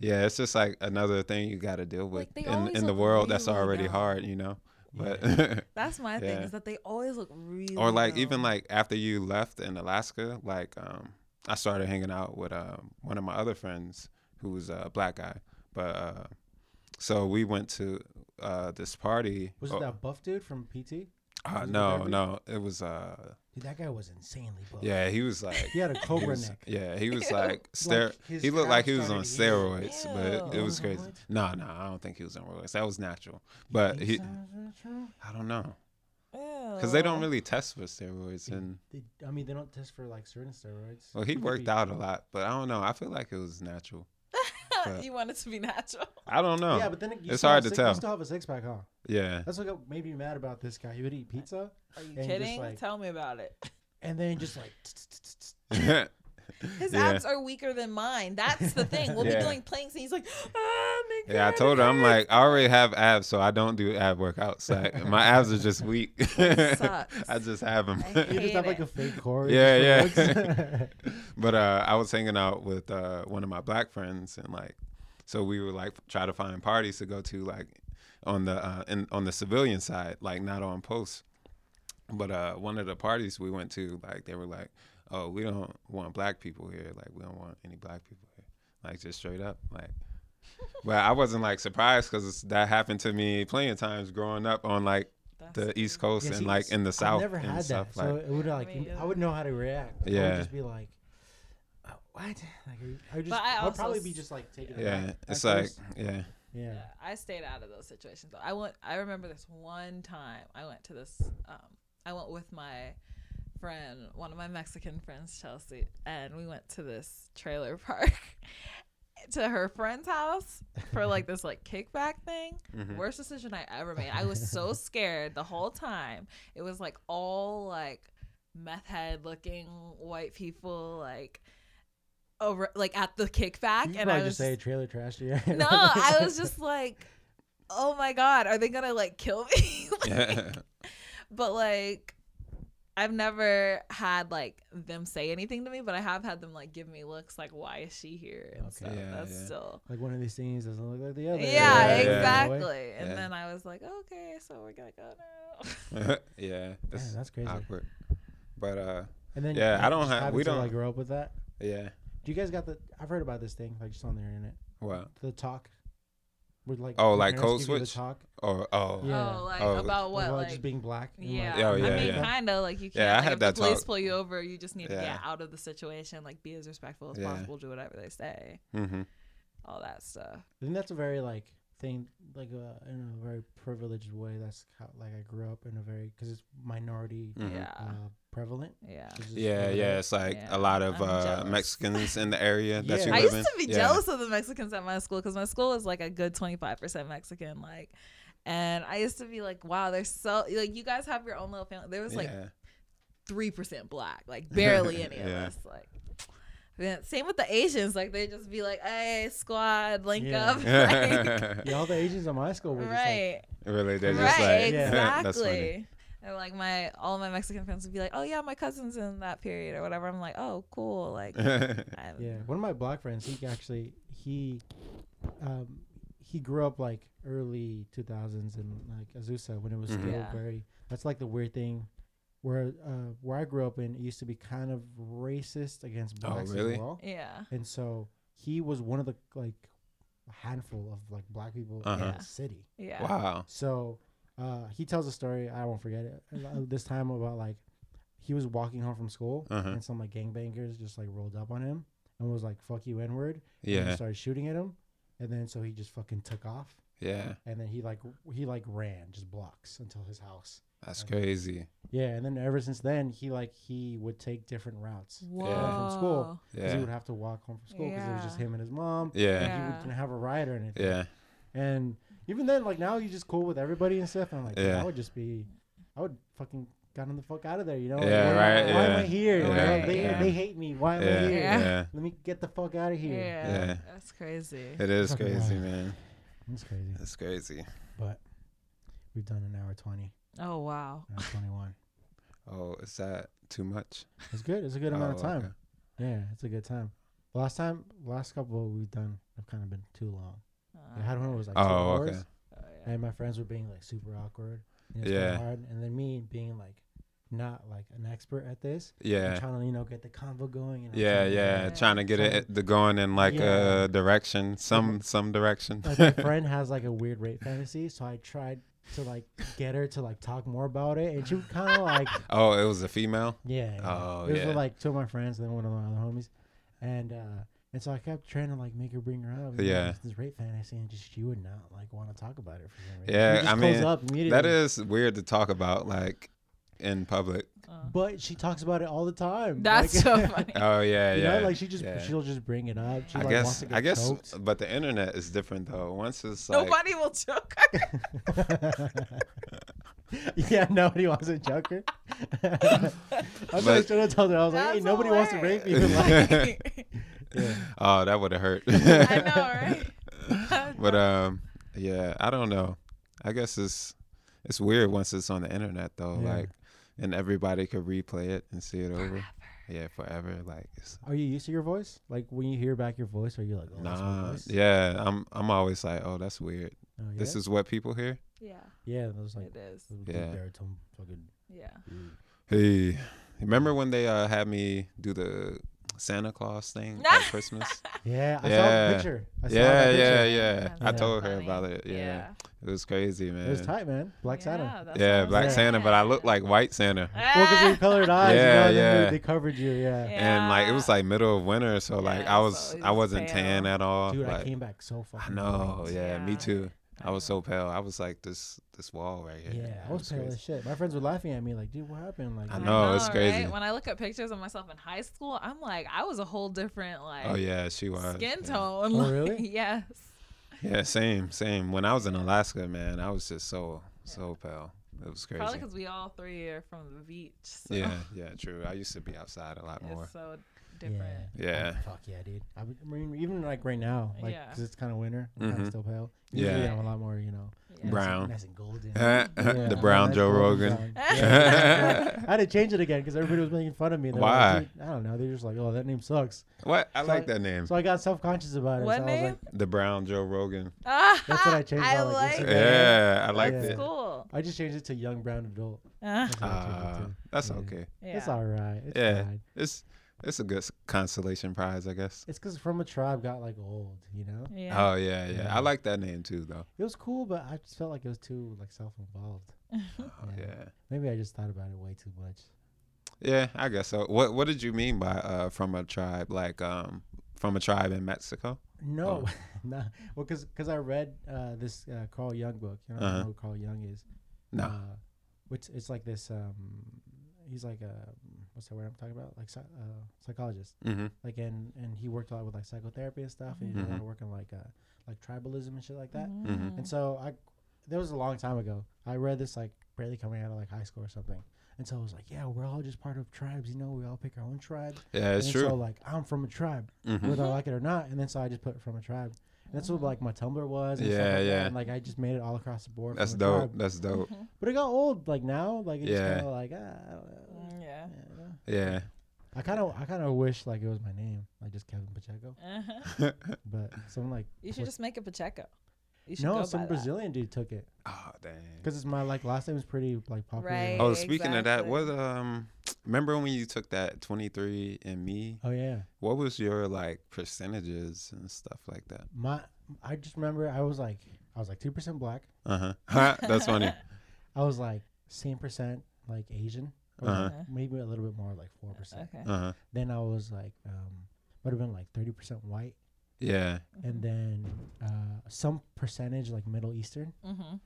Speaker 3: Yeah, it's just like another thing you got to deal with
Speaker 2: Like, they
Speaker 3: in,
Speaker 2: always
Speaker 3: in the
Speaker 2: look
Speaker 3: world that's
Speaker 2: really
Speaker 3: already
Speaker 2: dumb.
Speaker 3: hard, you know. But [LAUGHS]
Speaker 2: That's my thing
Speaker 3: Yeah.
Speaker 2: is that they always look really.
Speaker 3: or like even
Speaker 2: dumb.
Speaker 3: like after you left in Alaska, like um, I started hanging out with um, one of my other friends who was a black guy, but uh, so we went to uh, this party.
Speaker 4: [LAUGHS] Was
Speaker 3: oh,
Speaker 4: it that Oh. buff dude from PT?
Speaker 3: uh,
Speaker 4: was it
Speaker 3: no,
Speaker 4: Derby?
Speaker 3: no, it was uh,
Speaker 4: Dude, that guy was insanely buff.
Speaker 3: Yeah, he was
Speaker 4: [LAUGHS]
Speaker 3: like
Speaker 4: He had a
Speaker 3: he
Speaker 4: cobra
Speaker 3: was-
Speaker 4: neck.
Speaker 3: Yeah,
Speaker 4: [LAUGHS]
Speaker 3: he was
Speaker 2: Ew.
Speaker 3: like stare.
Speaker 4: Like, his
Speaker 3: he looked like
Speaker 4: calves
Speaker 3: he was on
Speaker 4: started
Speaker 3: steroids,
Speaker 2: eating.
Speaker 3: but it
Speaker 2: Ew.
Speaker 3: was
Speaker 4: Wasn't
Speaker 3: crazy.
Speaker 4: it?
Speaker 3: No, no, I don't think he was on steroids. That was natural.
Speaker 4: You
Speaker 3: But
Speaker 4: think
Speaker 3: he,
Speaker 4: so? Is that true?
Speaker 3: I don't know, because they
Speaker 4: Oh.
Speaker 3: don't really test for steroids. And
Speaker 4: They- I mean, they don't test for like certain steroids.
Speaker 3: well, he
Speaker 4: Mm. Could
Speaker 3: worked
Speaker 4: be-
Speaker 3: out a lot, but I don't know. I feel like it was natural.
Speaker 2: [LAUGHS]
Speaker 3: but-
Speaker 2: you want it to be natural.
Speaker 3: I don't know.
Speaker 4: Yeah, but then you
Speaker 3: It's
Speaker 4: still have
Speaker 3: hard to
Speaker 4: six-
Speaker 3: tell.
Speaker 4: You still have a six pack, huh?
Speaker 3: yeah.
Speaker 4: [LAUGHS]
Speaker 3: [LAUGHS]
Speaker 4: That's what got- made me mad about this guy. He would eat pizza
Speaker 2: Are you
Speaker 4: And just,
Speaker 2: kidding?
Speaker 4: like-
Speaker 2: Tell me about it.
Speaker 4: and then just like
Speaker 2: [LAUGHS]
Speaker 4: [LAUGHS]
Speaker 2: His
Speaker 3: Yeah.
Speaker 2: abs are weaker than mine. That's the thing. We'll
Speaker 3: Yeah.
Speaker 2: be doing planks, and he's like, "Oh my god!"
Speaker 3: Yeah, I told
Speaker 2: it
Speaker 3: her I'm like
Speaker 2: hurts."
Speaker 3: I already have abs, so I don't do ab workouts. Like my abs are just weak. [LAUGHS]
Speaker 2: sucks.
Speaker 3: I just have them.
Speaker 2: I
Speaker 4: you just
Speaker 2: hate
Speaker 4: have like
Speaker 2: it.
Speaker 4: a fake core. [LAUGHS]
Speaker 3: Yeah,
Speaker 4: just for looks.
Speaker 3: but uh, I was hanging out with uh, one of my black friends, and like, so we would like try to find parties to go to, like, on the uh, in, on the civilian side, like not on post. But uh, one of the parties we went to, like, they were like, "Oh, we don't want black people here. Like, we don't want any black people here. Like, just straight up,
Speaker 2: [LAUGHS]
Speaker 3: like." But I wasn't like surprised because that happened to me plenty of times growing up on like
Speaker 2: That's
Speaker 3: the East Coast
Speaker 4: Yeah, see,
Speaker 3: and like in the South
Speaker 4: I've never
Speaker 3: and
Speaker 4: had that,
Speaker 3: stuff
Speaker 4: so
Speaker 3: like.
Speaker 4: it would like
Speaker 2: Me
Speaker 4: I would know how to react. I would
Speaker 3: Yeah.
Speaker 4: just be like, "Uh, what? [LAUGHS] Like, are you- I would just,
Speaker 2: But I
Speaker 4: I would
Speaker 2: also
Speaker 4: probably be
Speaker 2: s-
Speaker 4: just like taking.
Speaker 3: Yeah, it's like yeah.
Speaker 4: yeah.
Speaker 2: Yeah, I stayed out of those situations. though. I went. I remember this one time. I went to this. Um, I went with my friend, one of my Mexican friends, Chelsea, and we went to this trailer [LAUGHS] park to her friend's house for like this like kickback thing.
Speaker 4: Mm-hmm.
Speaker 3: Mhm.
Speaker 2: Worst decision I ever made. I was
Speaker 4: [LAUGHS]
Speaker 2: so scared the whole time. It was like all like meth head looking white people like over like at the kickback,
Speaker 4: You
Speaker 2: and
Speaker 4: could
Speaker 2: I
Speaker 4: probably
Speaker 2: was
Speaker 4: just say trailer trash. [LAUGHS] Yeah.
Speaker 2: no, I was just like, oh my god, are they gonna like kill me? [LAUGHS] Like,
Speaker 3: [LAUGHS] Yeah.
Speaker 2: But like, I've never had like them say anything to me, but I have had them like give me looks like, why is she here? And
Speaker 4: Okay.
Speaker 2: stuff.
Speaker 3: Yeah,
Speaker 2: That's
Speaker 3: yeah.
Speaker 2: still.
Speaker 4: like one of these things doesn't look like the
Speaker 2: Yeah,
Speaker 4: other.
Speaker 3: yeah, yeah.
Speaker 2: exactly. And
Speaker 3: Yeah.
Speaker 2: then I was like, okay, so we're gonna go now. [LAUGHS]
Speaker 3: [LAUGHS] yeah,
Speaker 4: Man,
Speaker 3: it's
Speaker 4: that's crazy.
Speaker 3: awkward. But uh,
Speaker 4: And then
Speaker 3: Yeah, I don't
Speaker 4: just
Speaker 3: have-
Speaker 4: having
Speaker 3: we
Speaker 4: to,
Speaker 3: don't-
Speaker 4: like grow up with that.
Speaker 3: yeah.
Speaker 4: Do you guys got the? I've heard about this thing like just on the internet.
Speaker 3: Well,
Speaker 4: The talk. With like
Speaker 3: Oh,
Speaker 4: your
Speaker 3: like
Speaker 4: parents
Speaker 3: code
Speaker 4: give you
Speaker 3: switch?
Speaker 4: The talk.
Speaker 3: or oh, yeah,
Speaker 4: Yeah.
Speaker 2: Oh, like
Speaker 3: Oh,
Speaker 2: about what?
Speaker 4: about
Speaker 2: Like,
Speaker 4: just being black. and, like,
Speaker 2: yeah.
Speaker 3: Oh,
Speaker 2: I
Speaker 3: yeah,
Speaker 2: mean,
Speaker 3: yeah.
Speaker 2: kind of like you can't.
Speaker 3: Yeah, I
Speaker 2: like,
Speaker 3: had
Speaker 2: if
Speaker 3: that
Speaker 2: the police
Speaker 3: talk.
Speaker 2: pull you over, you just need to
Speaker 3: Yeah.
Speaker 2: get out of the situation. Like, be as respectful as
Speaker 3: Yeah.
Speaker 2: possible. Do whatever they say.
Speaker 3: mm-hmm.
Speaker 2: All that stuff.
Speaker 4: I think that's a very like thing, like uh, in a very privileged way. That's how like I grew up in a very because it's minority
Speaker 3: Mhm.
Speaker 2: Yeah.
Speaker 4: uh, prevalent.
Speaker 2: Yeah.
Speaker 4: which is
Speaker 3: yeah,
Speaker 4: really
Speaker 3: yeah.
Speaker 4: nice.
Speaker 3: It's like
Speaker 2: Yeah,
Speaker 3: a lot of
Speaker 2: I'm
Speaker 3: uh,
Speaker 2: jealous.
Speaker 3: Mexicans in the area that
Speaker 4: Yeah.
Speaker 3: you
Speaker 2: I
Speaker 3: live
Speaker 2: used to be
Speaker 3: in. Yeah.
Speaker 2: jealous of the Mexicans at my school because my school was like a good 25% Mexican. Like, and I used to be like, wow, they're so, like, you guys have your own little family. There was like [LAUGHS]
Speaker 3: Yeah.
Speaker 2: 3% black,
Speaker 3: [LAUGHS]
Speaker 2: like, barely any of
Speaker 3: Yeah.
Speaker 2: us. Like, then same with the Asians. Like, they just be like, hey, squad, link
Speaker 4: Yeah.
Speaker 3: [LAUGHS]
Speaker 2: up. Like,
Speaker 4: Yeah, all the Asians at my school were just like,
Speaker 2: right.
Speaker 3: really, they're just
Speaker 2: right.
Speaker 3: like [LAUGHS]
Speaker 4: Yeah.
Speaker 3: that's funny.
Speaker 2: Exactly. And like my all my Mexican friends would be like, "Oh yeah, my cousin's in that period or whatever." I'm like, "Oh cool."
Speaker 3: [LAUGHS]
Speaker 2: Like, I'm,
Speaker 4: yeah. One of my black friends, he actually he, um, he grew up like early two thousands in like Azusa when it was
Speaker 3: Mhm.
Speaker 4: still
Speaker 2: Yeah.
Speaker 4: very. That's like the weird thing. Where uh, where I grew up in, it used to be kind of racist against
Speaker 3: Oh,
Speaker 4: blacks
Speaker 3: really?
Speaker 4: as well.
Speaker 2: yeah.
Speaker 4: and so he was one of the like handful of like black people
Speaker 3: Uh-huh.
Speaker 4: in the city.
Speaker 2: Yeah.
Speaker 3: wow.
Speaker 4: So uh, he tells a story I won't forget it uh, this time about like he was walking home from school
Speaker 3: Uh-huh.
Speaker 4: and some like gangbangers just like rolled up on him and was like "fuck you n word" and
Speaker 3: Yeah,
Speaker 4: just started shooting at him and then so he just fucking took off
Speaker 3: yeah.
Speaker 4: and then he like w- he like ran just blocks until his house.
Speaker 3: That's
Speaker 4: Okay.
Speaker 3: crazy.
Speaker 4: Yeah, and then ever since then he like he would take different routes. 'Cause
Speaker 2: Whoa.
Speaker 4: from school. He
Speaker 3: Yeah,
Speaker 4: would have to walk home from school because it was just
Speaker 2: Yeah.
Speaker 4: him and his mom.
Speaker 3: yeah,
Speaker 4: Like, he would-
Speaker 2: Yeah.
Speaker 4: didn't have a ride or anything.
Speaker 3: yeah.
Speaker 4: And even then, like now, you just cool with everybody and stuff. And I'm like,
Speaker 3: Yeah.
Speaker 4: I would just be, I would fucking gotten the fuck out of there, you know? Like,
Speaker 3: Yeah,
Speaker 4: why,
Speaker 2: right,
Speaker 4: Why am I
Speaker 3: yeah.
Speaker 4: here? You
Speaker 2: Yeah,
Speaker 4: know, They,
Speaker 2: yeah.
Speaker 4: they hate me. Why am
Speaker 3: Yeah,
Speaker 4: I here?
Speaker 2: Yeah.
Speaker 3: yeah.
Speaker 4: Let me get the fuck out of
Speaker 2: Yeah.
Speaker 4: here.
Speaker 3: Yeah.
Speaker 2: That's crazy.
Speaker 3: It is
Speaker 4: Fucking
Speaker 3: crazy,
Speaker 4: wild.
Speaker 3: man.
Speaker 4: That's crazy.
Speaker 3: It's crazy.
Speaker 4: But we've done an hour 20,
Speaker 2: Oh wow.
Speaker 4: hour 21.
Speaker 3: Oh, is that too much?
Speaker 4: It's good. It's a good amount of
Speaker 3: Oh,
Speaker 4: time.
Speaker 3: okay.
Speaker 4: Yeah, it's a good time. Last time, last couple we've done have kind of been too long. I had one that was like two
Speaker 3: Oh,
Speaker 4: hours.
Speaker 3: okay.
Speaker 2: Uh, Oh, yeah.
Speaker 4: and my friends were being like super awkward. And it was kinda
Speaker 3: Yeah.
Speaker 4: Hard. And then me being like, not like an expert at this. I'm
Speaker 3: Yeah.
Speaker 4: trying to you know get the convo going. And I'm
Speaker 3: Yeah,
Speaker 4: trying to,
Speaker 3: yeah,
Speaker 2: Yeah.
Speaker 3: trying to get
Speaker 4: Trying-
Speaker 3: it the going in like
Speaker 4: Yeah.
Speaker 3: a direction, some some direction.
Speaker 4: [LAUGHS] like my friend has like a weird rape fantasy, so I tried to like get her to like talk more about it, and she would kind of like
Speaker 3: [LAUGHS]
Speaker 4: [LAUGHS]
Speaker 3: oh, it was a female.
Speaker 4: yeah. yeah.
Speaker 3: Oh,
Speaker 4: Those
Speaker 3: yeah.
Speaker 4: were like two of my friends, and then one of my other homies, and uh and so I kept trying to like make her bring her up. you know,
Speaker 3: Yeah.
Speaker 4: this- this rape fantasy, and just she would not like want to talk about it for some reason. She
Speaker 3: Yeah,
Speaker 4: just
Speaker 3: I
Speaker 4: close
Speaker 3: mean,
Speaker 4: up immediately.
Speaker 3: That is weird to talk about like in public.
Speaker 4: [LAUGHS]
Speaker 2: Uh,
Speaker 4: But she talks about it all the time.
Speaker 2: that's
Speaker 4: Like- [LAUGHS]
Speaker 2: so funny.
Speaker 3: Oh yeah,
Speaker 4: You
Speaker 3: yeah.
Speaker 4: know, like she just
Speaker 3: yeah.
Speaker 4: she'll just bring it up. She
Speaker 3: I
Speaker 4: like wants
Speaker 3: guess
Speaker 4: to get
Speaker 3: I guess
Speaker 4: choked.
Speaker 3: but the internet is different though. Once it's like
Speaker 2: Nobody will joke.
Speaker 3: uh,
Speaker 4: [LAUGHS] yeah, nobody wants to choke [LAUGHS]
Speaker 3: [LAUGHS]
Speaker 4: her. I was
Speaker 3: But-
Speaker 4: like trying to tell her. I was like,
Speaker 2: That's
Speaker 4: hey, nobody wants to rape me. But [LAUGHS]
Speaker 3: [LAUGHS]
Speaker 4: like,
Speaker 2: hilarious.
Speaker 4: yeah.
Speaker 3: Oh, that would have hurt.
Speaker 2: I know, right?
Speaker 3: [LAUGHS] but um yeah, I don't know. I guess it's it's weird once it's on the internet though,
Speaker 4: Yeah.
Speaker 3: like and everybody could replay it and see it over. Yeah, forever. Like it's
Speaker 4: Are you used to your voice? Like when you hear back your voice, are you like, oh, that's my
Speaker 3: Nah,
Speaker 4: voice?
Speaker 3: yeah, I'm I'm always like, oh, that's weird.
Speaker 4: Oh, yeah?
Speaker 3: This is what people hear.
Speaker 2: yeah,
Speaker 4: yeah. That was like
Speaker 2: it is.
Speaker 4: little deep
Speaker 3: Yeah.
Speaker 4: baritone fucking.
Speaker 2: Yeah.
Speaker 3: Hey, remember when they uh, had me do the Santa Claus thing
Speaker 2: [LAUGHS]
Speaker 3: at Christmas?
Speaker 4: Yeah, I saw
Speaker 3: Yeah.
Speaker 4: the picture. I saw
Speaker 3: yeah,
Speaker 4: that
Speaker 3: yeah,
Speaker 4: picture.
Speaker 3: yeah.
Speaker 2: That's
Speaker 3: I
Speaker 4: so
Speaker 3: told her
Speaker 2: funny.
Speaker 3: about it. Yeah, it was crazy, man.
Speaker 4: It was tight, man. Black Santa.
Speaker 2: that's Oh, what
Speaker 3: yeah,
Speaker 2: I'm
Speaker 3: Black
Speaker 4: saying.
Speaker 3: Santa, but I looked like White Santa.
Speaker 2: saying. [LAUGHS]
Speaker 4: Well, because [LAUGHS] they
Speaker 3: [LAUGHS]
Speaker 4: colored eyes. you
Speaker 3: Yeah,
Speaker 4: know, and then they-
Speaker 3: yeah.
Speaker 4: They covered you. Yeah.
Speaker 3: And like it was like middle of winter, so like
Speaker 2: Yeah,
Speaker 3: I was
Speaker 2: so
Speaker 3: I
Speaker 2: he's
Speaker 3: wasn't
Speaker 2: pale.
Speaker 3: tan at all.
Speaker 4: Dude, I
Speaker 3: like,
Speaker 4: came back so
Speaker 3: Oh, I
Speaker 4: fucking.
Speaker 3: know,
Speaker 4: white.
Speaker 3: yeah, me
Speaker 2: Yeah.
Speaker 3: too. I was
Speaker 2: know.
Speaker 3: so pale. I was like this this wall right here.
Speaker 4: Yeah,
Speaker 3: It
Speaker 4: I was pale
Speaker 3: crazy.
Speaker 4: as shit. My friends were laughing at me like, "Dude, what happened?" Like,
Speaker 3: I
Speaker 4: you-
Speaker 3: know. it's crazy.
Speaker 2: When I look at pictures of myself in high school, I'm like, I was a whole different like
Speaker 3: Oh yeah, she was.
Speaker 2: skin
Speaker 3: yeah.
Speaker 2: tone.
Speaker 4: Oh,
Speaker 2: like,
Speaker 4: really?
Speaker 2: [LAUGHS] yes.
Speaker 3: Yeah, same, same. When I was in Alaska, man, I was just so so pale. It was crazy.
Speaker 2: Probably because we all three are from the beach. So
Speaker 3: Yeah, yeah, true. I used to be outside a lot more.
Speaker 2: It's
Speaker 3: [LAUGHS]
Speaker 2: so different.
Speaker 3: Yeah.
Speaker 4: Oh, fuck yeah, dude. I would- I mean, even like right now, like,
Speaker 2: Yeah.
Speaker 4: 'cause it's kind of winter, I'm kind of
Speaker 3: Mhm.
Speaker 4: still pale.
Speaker 3: Yeah.
Speaker 4: Usually I'm a lot more, you know, nice and-
Speaker 2: [LAUGHS]
Speaker 3: Brown.
Speaker 4: nice and golden. Yeah,
Speaker 3: [LAUGHS] the
Speaker 4: I'm a
Speaker 3: brown
Speaker 4: nice
Speaker 3: Joe
Speaker 4: golden
Speaker 3: [LAUGHS] Rogan.
Speaker 4: brown. Yeah. I had to change it again because everybody was making fun of me. They were
Speaker 3: Why?
Speaker 4: Like, "Dude," I don't know. They're just like, "Oh, that name sucks."
Speaker 3: what? I
Speaker 4: So
Speaker 3: like
Speaker 4: I-
Speaker 3: that name.
Speaker 4: So I got self conscious about it.
Speaker 2: What
Speaker 4: so I was
Speaker 2: name?
Speaker 4: like,
Speaker 3: The brown Joe Rogan.
Speaker 2: Ah,
Speaker 4: That's what I changed
Speaker 2: I
Speaker 4: on, like,
Speaker 2: like
Speaker 4: Instagram.
Speaker 2: it.
Speaker 3: Yeah, I like
Speaker 4: Yeah.
Speaker 3: that.
Speaker 2: Cool. [LAUGHS]
Speaker 4: I just changed it to young brown adult.
Speaker 2: Ah,
Speaker 4: That's what I changed it
Speaker 3: Uh,
Speaker 4: to.
Speaker 3: that's
Speaker 4: Yeah.
Speaker 3: okay.
Speaker 2: yeah.
Speaker 4: It's all right. It's
Speaker 3: Yeah.
Speaker 4: fine.
Speaker 3: It's it's a good s- consolation prize, I guess.
Speaker 4: It's because from a tribe got like old, you know.
Speaker 2: [LAUGHS] Yeah.
Speaker 3: Oh yeah, yeah,
Speaker 4: Yeah.
Speaker 3: I like that name too, though.
Speaker 4: It was cool, but I just felt like it was too like self-involved.
Speaker 3: Oh,
Speaker 4: Yeah.
Speaker 2: Mm-hmm.
Speaker 3: yeah.
Speaker 4: Maybe I just thought about it way too much.
Speaker 3: yeah, I guess so. What What did you mean by uh, from a tribe? Like um, from a tribe in Mexico?
Speaker 4: [LAUGHS] No, no. Oh. Well, because I read uh, this uh, Carl Jung book. You know, I don't
Speaker 3: Uh-huh.
Speaker 4: know who Carl Jung is.
Speaker 3: No.
Speaker 4: Uh, which it's like this. Um, he's like a what's that word I'm talking about? Like psy- uh, psychologist.
Speaker 3: Mm-hmm.
Speaker 4: Like and and he worked a lot with like psychotherapy and stuff. And he did a lot of work on like uh, like tribalism and shit like
Speaker 2: Mm-hmm.
Speaker 4: that.
Speaker 3: Mhm.
Speaker 4: And so I, there was a long time ago. I read this like barely coming out of like high school or something. And so I was like, yeah, we're all just part of tribes, you know. We all pick our own tribe.
Speaker 3: Yeah, it's
Speaker 4: and
Speaker 3: true.
Speaker 4: So like, I'm from a tribe,
Speaker 2: Mm-hmm.
Speaker 3: Mhm.
Speaker 4: whether I like it or not. And then so I just put from a tribe. And that's what like my Tumblr was. And stuff
Speaker 3: Yeah,
Speaker 4: like that,
Speaker 3: yeah.
Speaker 4: And like I just made it all across the board.
Speaker 3: That's
Speaker 4: from a
Speaker 3: dope.
Speaker 4: tribe.
Speaker 3: That's
Speaker 2: [LAUGHS]
Speaker 3: dope.
Speaker 4: But it got old. Like now, like it's
Speaker 3: Yeah.
Speaker 4: kind of like ah, I don't know.
Speaker 2: Mm, Yeah.
Speaker 4: Yeah, you know.
Speaker 3: Yeah. [LAUGHS]
Speaker 4: I kind of, I kind of wish like it was my name, like just Kevin Pacheco.
Speaker 2: Uh-huh.
Speaker 4: But some like
Speaker 2: You should
Speaker 4: What-
Speaker 2: just make it Pacheco. You should go
Speaker 4: no,
Speaker 2: by
Speaker 4: some
Speaker 2: that.
Speaker 4: Brazilian dude took it
Speaker 3: Oh dang.
Speaker 4: because it's my like last name is pretty like popular.
Speaker 2: Right.
Speaker 3: Oh, speaking of that,
Speaker 2: Exactly.
Speaker 3: what um, remember when you took that twenty three and Me?
Speaker 4: Oh yeah.
Speaker 3: What was your like percentages and stuff like that?
Speaker 4: My, I just remember I was like, I was like two percent black.
Speaker 3: Uh huh. [LAUGHS]
Speaker 2: [LAUGHS]
Speaker 3: That's funny.
Speaker 4: I was like same percent like Asian, or like,
Speaker 2: Uh-huh.
Speaker 4: maybe a little bit more, like four percent.
Speaker 2: Okay.
Speaker 3: Uh huh.
Speaker 4: Then I was like, um, might have been like thirty percent white,
Speaker 3: Yeah.
Speaker 2: Mm-hmm.
Speaker 4: and then uh, some percentage like Middle Eastern,
Speaker 2: Mm-hmm.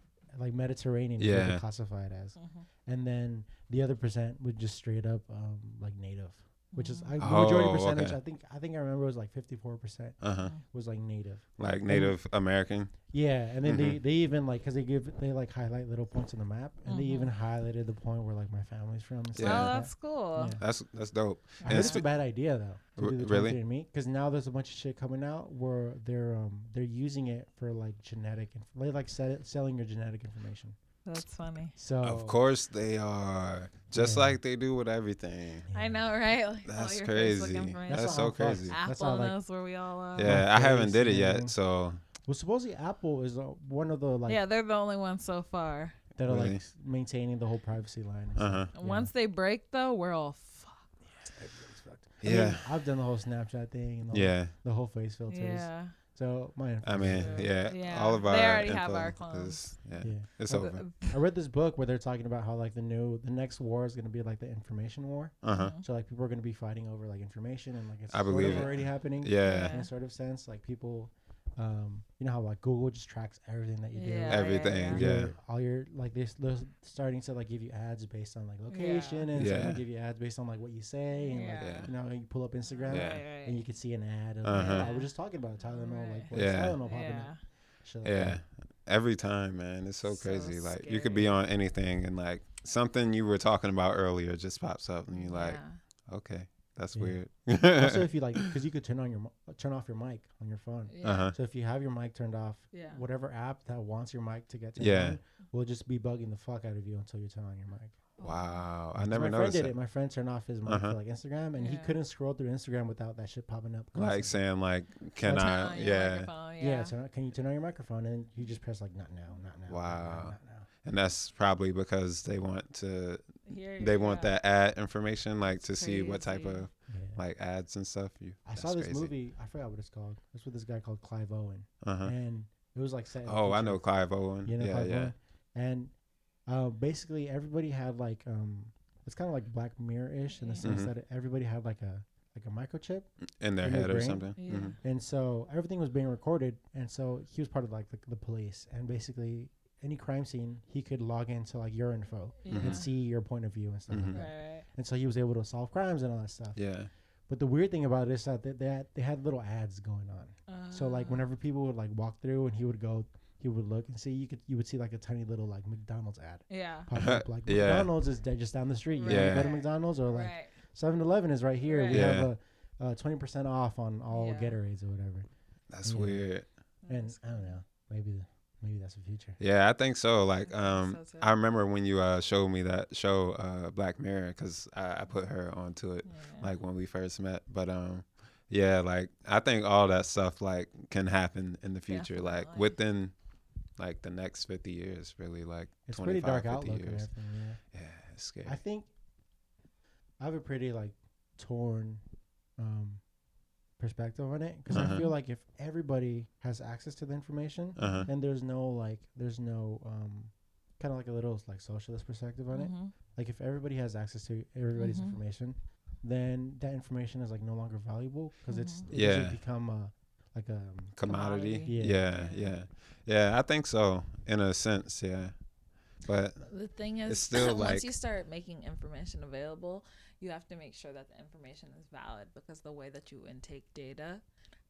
Speaker 4: like Mediterranean, is what they
Speaker 3: Yeah.
Speaker 4: classify it as.
Speaker 2: Mhm.
Speaker 4: And then the other percent was just straight up um, like Native, which is I, the majority
Speaker 3: Oh,
Speaker 4: percentage.
Speaker 3: okay.
Speaker 4: I think I think I remember was like fifty four percent
Speaker 3: Uh huh.
Speaker 4: was like Native.
Speaker 3: Like Native American.
Speaker 4: Yeah, and then they,
Speaker 3: Mhm.
Speaker 4: they even like because they give they like highlight little points on the map, and they
Speaker 2: Mhm.
Speaker 4: even highlighted the point where like my family's from. And stuff
Speaker 3: Yeah.
Speaker 2: Oh,
Speaker 4: like
Speaker 2: that's cool.
Speaker 4: that. Yeah.
Speaker 3: That's that's dope.
Speaker 4: I heard
Speaker 3: And
Speaker 4: it's a
Speaker 3: spe-
Speaker 4: bad idea though. To
Speaker 3: R-
Speaker 4: do the
Speaker 3: really?
Speaker 4: me because now there's a bunch of shit coming out where they're um they're using it for like genetic inf- they like sell selling your genetic information.
Speaker 2: That's funny.
Speaker 4: So
Speaker 3: Of course they are. Just
Speaker 4: Oh. Yeah.
Speaker 3: like they do with everything.
Speaker 4: yeah.
Speaker 2: I know, right? Like, all
Speaker 3: That's
Speaker 2: your Facebook
Speaker 3: crazy.
Speaker 2: information.
Speaker 3: That's
Speaker 4: That's
Speaker 3: so
Speaker 4: how I'm
Speaker 3: crazy.
Speaker 4: fucked. That's how,
Speaker 2: Apple
Speaker 4: like-
Speaker 2: knows where we all are.
Speaker 3: Yeah, I haven't did it
Speaker 4: Yeah.
Speaker 3: yet, so
Speaker 4: Well, supposedly Apple is uh, one of the like
Speaker 2: yeah, they're the only ones so far.
Speaker 4: that are like
Speaker 3: Really?
Speaker 4: s- maintaining the whole privacy line. and
Speaker 3: Uh
Speaker 4: stuff.
Speaker 3: huh.
Speaker 2: And Once they break, though, we're all fucked.
Speaker 4: Everybody's fucked. I mean,
Speaker 3: Yeah.
Speaker 4: I've done the whole Snapchat thing and the, whole,
Speaker 3: Yeah.
Speaker 4: the whole face filters.
Speaker 2: Yeah.
Speaker 4: So my
Speaker 3: I mean,
Speaker 2: So,
Speaker 3: yeah.
Speaker 2: yeah.
Speaker 3: All of
Speaker 2: They
Speaker 3: our
Speaker 2: already have
Speaker 3: info
Speaker 2: our clones.
Speaker 3: is- yeah.
Speaker 4: yeah.
Speaker 3: It's
Speaker 2: Well,
Speaker 3: over.
Speaker 2: the-
Speaker 4: I read this book where they're talking about how like the new the next war is gonna be like the information war.
Speaker 3: Uh huh.
Speaker 2: Mm-hmm.
Speaker 4: So like people are gonna be fighting over like information and like it's
Speaker 3: I
Speaker 4: sort
Speaker 3: believe
Speaker 4: of
Speaker 3: it.
Speaker 4: already happening
Speaker 3: Yeah.
Speaker 4: in a sort of sense. Like people um you know how like Google just tracks everything that you do.
Speaker 2: Yeah,
Speaker 3: Everything.
Speaker 4: your-
Speaker 3: Yeah.
Speaker 4: all your like this they're starting to like give you ads based on like location and yeah.
Speaker 3: Yeah.
Speaker 4: give you ads based on like what you say and like
Speaker 2: Yeah.
Speaker 4: you know you pull up Instagram
Speaker 3: Yeah.
Speaker 4: and you could see an ad of
Speaker 3: Uh-huh.
Speaker 4: like, oh, we're just talking about Tylenol like
Speaker 2: Right.
Speaker 4: what's
Speaker 3: Yeah.
Speaker 4: Tylenol popping
Speaker 2: yeah.
Speaker 4: up Shit like
Speaker 3: Yeah.
Speaker 4: that.
Speaker 3: Every time, man. It's so,
Speaker 2: So
Speaker 3: crazy. Like you could be
Speaker 2: scary.
Speaker 3: on anything and like something you were talking about earlier just pops up and you're like, okay, that's
Speaker 4: Yeah.
Speaker 3: weird. [LAUGHS]
Speaker 4: also if you like because you could turn on your mi- turn off your mic on your phone
Speaker 2: Yeah.
Speaker 3: uh huh.
Speaker 4: so if you have your mic turned off
Speaker 2: Yeah.
Speaker 4: whatever app that wants your mic to get turned
Speaker 3: Yeah.
Speaker 4: on will just be bugging the fuck out of you until you turn on your mic
Speaker 3: Wow. I
Speaker 4: So
Speaker 3: never
Speaker 4: my friend
Speaker 3: noticed
Speaker 4: did
Speaker 3: that.
Speaker 4: it my friend turned off his mic
Speaker 3: Uh-huh.
Speaker 4: for like instagram and he
Speaker 2: Yeah.
Speaker 4: couldn't scroll through instagram without that shit popping up
Speaker 3: Like
Speaker 4: constantly.
Speaker 3: saying like, can
Speaker 4: Turn
Speaker 3: I?
Speaker 2: On your
Speaker 3: Yeah.
Speaker 2: microphone,
Speaker 4: yeah,
Speaker 2: Oh, Yeah.
Speaker 4: turn on- can you turn on your microphone and you just press like not now not now not now,
Speaker 3: Wow.
Speaker 4: not now.
Speaker 3: And that's probably because they want to.
Speaker 2: Here-
Speaker 3: They want
Speaker 2: yeah.
Speaker 3: that ad information, like to see what type
Speaker 2: Crazy.
Speaker 3: of
Speaker 4: Yeah.
Speaker 3: like ads and stuff. You.
Speaker 4: I saw this movie. I forgot what it's called. It's with this guy called Clive Owen,
Speaker 3: Uh huh.
Speaker 4: and it was like set. in the
Speaker 3: Oh, I
Speaker 4: future.
Speaker 3: know Clive Owen.
Speaker 4: You know,
Speaker 3: yeah,
Speaker 4: Clive
Speaker 3: yeah.
Speaker 4: Owen? And uh, basically, everybody had like um, it's kind of like Black Mirror ish in the sense
Speaker 3: Mhm.
Speaker 4: that everybody had like a like a microchip,
Speaker 3: In their
Speaker 4: In their
Speaker 3: head or
Speaker 4: brain?
Speaker 3: something.
Speaker 2: Yeah.
Speaker 3: Mhm.
Speaker 4: and so everything was being recorded, and so he was part of like the, the police, and basically any crime scene he could log into like your info
Speaker 2: Yeah.
Speaker 4: and see your point of view and stuff
Speaker 3: Mhm.
Speaker 4: like
Speaker 2: Mm. Right,
Speaker 4: that,
Speaker 2: right.
Speaker 4: and so he was able to solve crimes and all that stuff.
Speaker 3: Yeah.
Speaker 4: But the weird thing about it is that they, they had, they had little ads going on. So like
Speaker 2: Ah.
Speaker 4: whenever people would like walk through and he would go, he would look and see you could you would see like a tiny little like McDonald's ad
Speaker 2: Yeah.
Speaker 4: pop
Speaker 3: [LAUGHS]
Speaker 4: up like
Speaker 3: Yeah.
Speaker 4: McDonald's is dead just down the street. You yeah.
Speaker 3: Yeah.
Speaker 4: go to McDonald's or like
Speaker 2: Right.
Speaker 4: 7-Eleven is right here. We
Speaker 3: Right.
Speaker 4: have a twenty percent off on all
Speaker 2: Yeah.
Speaker 4: Gatorades or whatever.
Speaker 3: That's
Speaker 4: Yeah.
Speaker 3: weird.
Speaker 4: And I don't know, maybe maybe that's the future.
Speaker 3: Yeah, I think
Speaker 2: I
Speaker 3: so. Like,
Speaker 2: think
Speaker 3: um,
Speaker 2: so, too.
Speaker 3: I remember when you uh, showed me that show, uh, Black Mirror, because I, I put her onto it,
Speaker 2: Yeah.
Speaker 3: like when we first met. But um, yeah, like I think all that stuff like can happen in the future, like
Speaker 2: Definitely.
Speaker 3: within like the next fifty years, really, like
Speaker 4: It's pretty
Speaker 3: 25,
Speaker 4: dark
Speaker 3: 50
Speaker 4: outlook and
Speaker 3: years.
Speaker 4: everything. Yeah.
Speaker 3: Yeah, it's scary.
Speaker 4: I think I have a pretty like torn um, perspective on it because I
Speaker 3: Uh-huh.
Speaker 4: feel like if everybody has access to the information,
Speaker 3: Uh huh.
Speaker 4: and there's no like there's no um kind of like a little like socialist perspective on it
Speaker 2: Mhm.
Speaker 4: like if everybody has access to everybody's
Speaker 2: Mhm.
Speaker 4: information then that information is like no longer valuable because it's
Speaker 2: Mhm.
Speaker 4: it doesn't
Speaker 3: Yeah.
Speaker 4: become a like um, a
Speaker 3: Commodity.
Speaker 2: Commodity.
Speaker 3: Yeah. yeah, yeah, I think so in a sense. Yeah, but
Speaker 2: The thing is,
Speaker 3: still,
Speaker 2: [LAUGHS] once
Speaker 3: like-
Speaker 2: you start making information available, you have to make sure that the information is valid because the way that you intake data,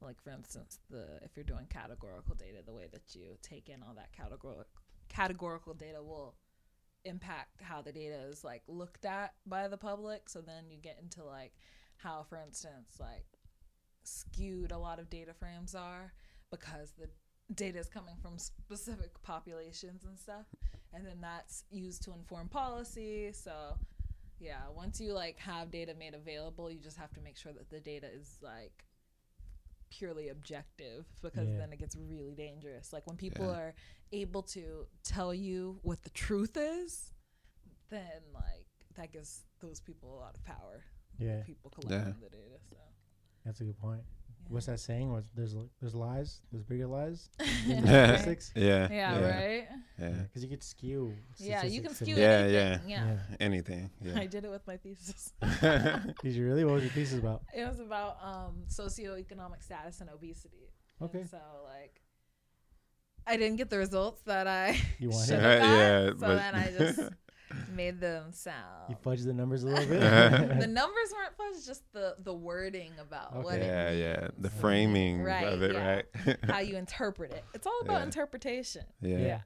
Speaker 2: like for instance, the if you're doing categorical data, the way that you take in all that categorical categorical data will impact how the data is like looked at by the public. So then you get into like how, for instance, like skewed a lot of data frames are because the data is coming from specific populations and stuff and then that's used to inform policy so yeah once you like have data made available you just have to make sure that the data is like purely objective because
Speaker 4: Yeah.
Speaker 2: then it gets really dangerous like when people
Speaker 3: Yeah.
Speaker 2: are able to tell you what the truth is then like that gives those people a lot of power
Speaker 4: yeah
Speaker 2: people collecting the data so
Speaker 4: that's a good point what's that saying what's there's li- there's lies there's
Speaker 2: [LAUGHS]
Speaker 4: bigger lies than
Speaker 3: Yeah.
Speaker 4: statistics
Speaker 3: yeah,
Speaker 2: yeah,
Speaker 3: yeah,
Speaker 2: right
Speaker 3: yeah.
Speaker 4: because you could skew
Speaker 2: yeah you can skew
Speaker 4: statistics and-
Speaker 3: Yeah,
Speaker 2: anything. yeah
Speaker 3: Anything.
Speaker 2: I
Speaker 3: Yeah.
Speaker 2: did it with my thesis. [LAUGHS]
Speaker 3: [LAUGHS]
Speaker 4: did you really what was your thesis about
Speaker 2: It was about um, socioeconomic status and obesity. And
Speaker 4: okay
Speaker 2: so like, I didn't get the results that I [LAUGHS]
Speaker 4: you want
Speaker 2: should
Speaker 4: it
Speaker 3: Sure.
Speaker 2: have got.
Speaker 3: Uh, Yeah,
Speaker 2: so
Speaker 3: but-
Speaker 2: then
Speaker 3: [LAUGHS]
Speaker 2: I just made them
Speaker 4: you
Speaker 2: sound.
Speaker 4: fudge the numbers a
Speaker 2: [LAUGHS]
Speaker 4: little bit
Speaker 3: Uh-huh.
Speaker 2: The numbers weren't fudged, just the the wording about what it
Speaker 4: Okay.
Speaker 3: yeah, yeah. The
Speaker 4: means.
Speaker 3: framing
Speaker 2: Right,
Speaker 3: of it,
Speaker 2: yeah.
Speaker 3: right?
Speaker 2: how you interpret it. It's all about
Speaker 3: Yeah.
Speaker 2: interpretation.
Speaker 3: [LAUGHS] yeah. yeah.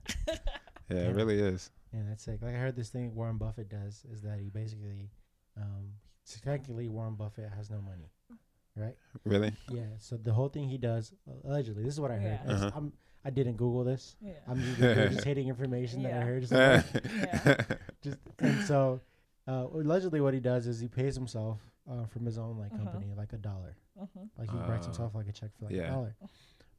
Speaker 4: Yeah.
Speaker 3: it really is.
Speaker 4: [LAUGHS] Yeah, that's sick. Like I heard this thing Warren Buffett does is that he basically, um, technically Warren Buffett has no money, right?
Speaker 3: Really?
Speaker 4: Yeah. So the whole thing he does allegedly, this is what I heard.
Speaker 2: Yeah.
Speaker 4: It's-
Speaker 3: Uh-huh.
Speaker 4: I'm- I didn't Google this.
Speaker 2: Yeah.
Speaker 4: I'm just, I'm just hitting information that I
Speaker 2: Yeah.
Speaker 3: [LAUGHS]
Speaker 4: heard. somewhere.
Speaker 3: yeah.
Speaker 4: just and so, uh, allegedly, what he does is he pays himself uh, from his own like
Speaker 2: Uh-huh.
Speaker 4: company like a dollar.
Speaker 2: Mhm.
Speaker 4: Like he writes
Speaker 3: Oh.
Speaker 4: himself like a check for like a
Speaker 3: Yeah.
Speaker 4: dollar.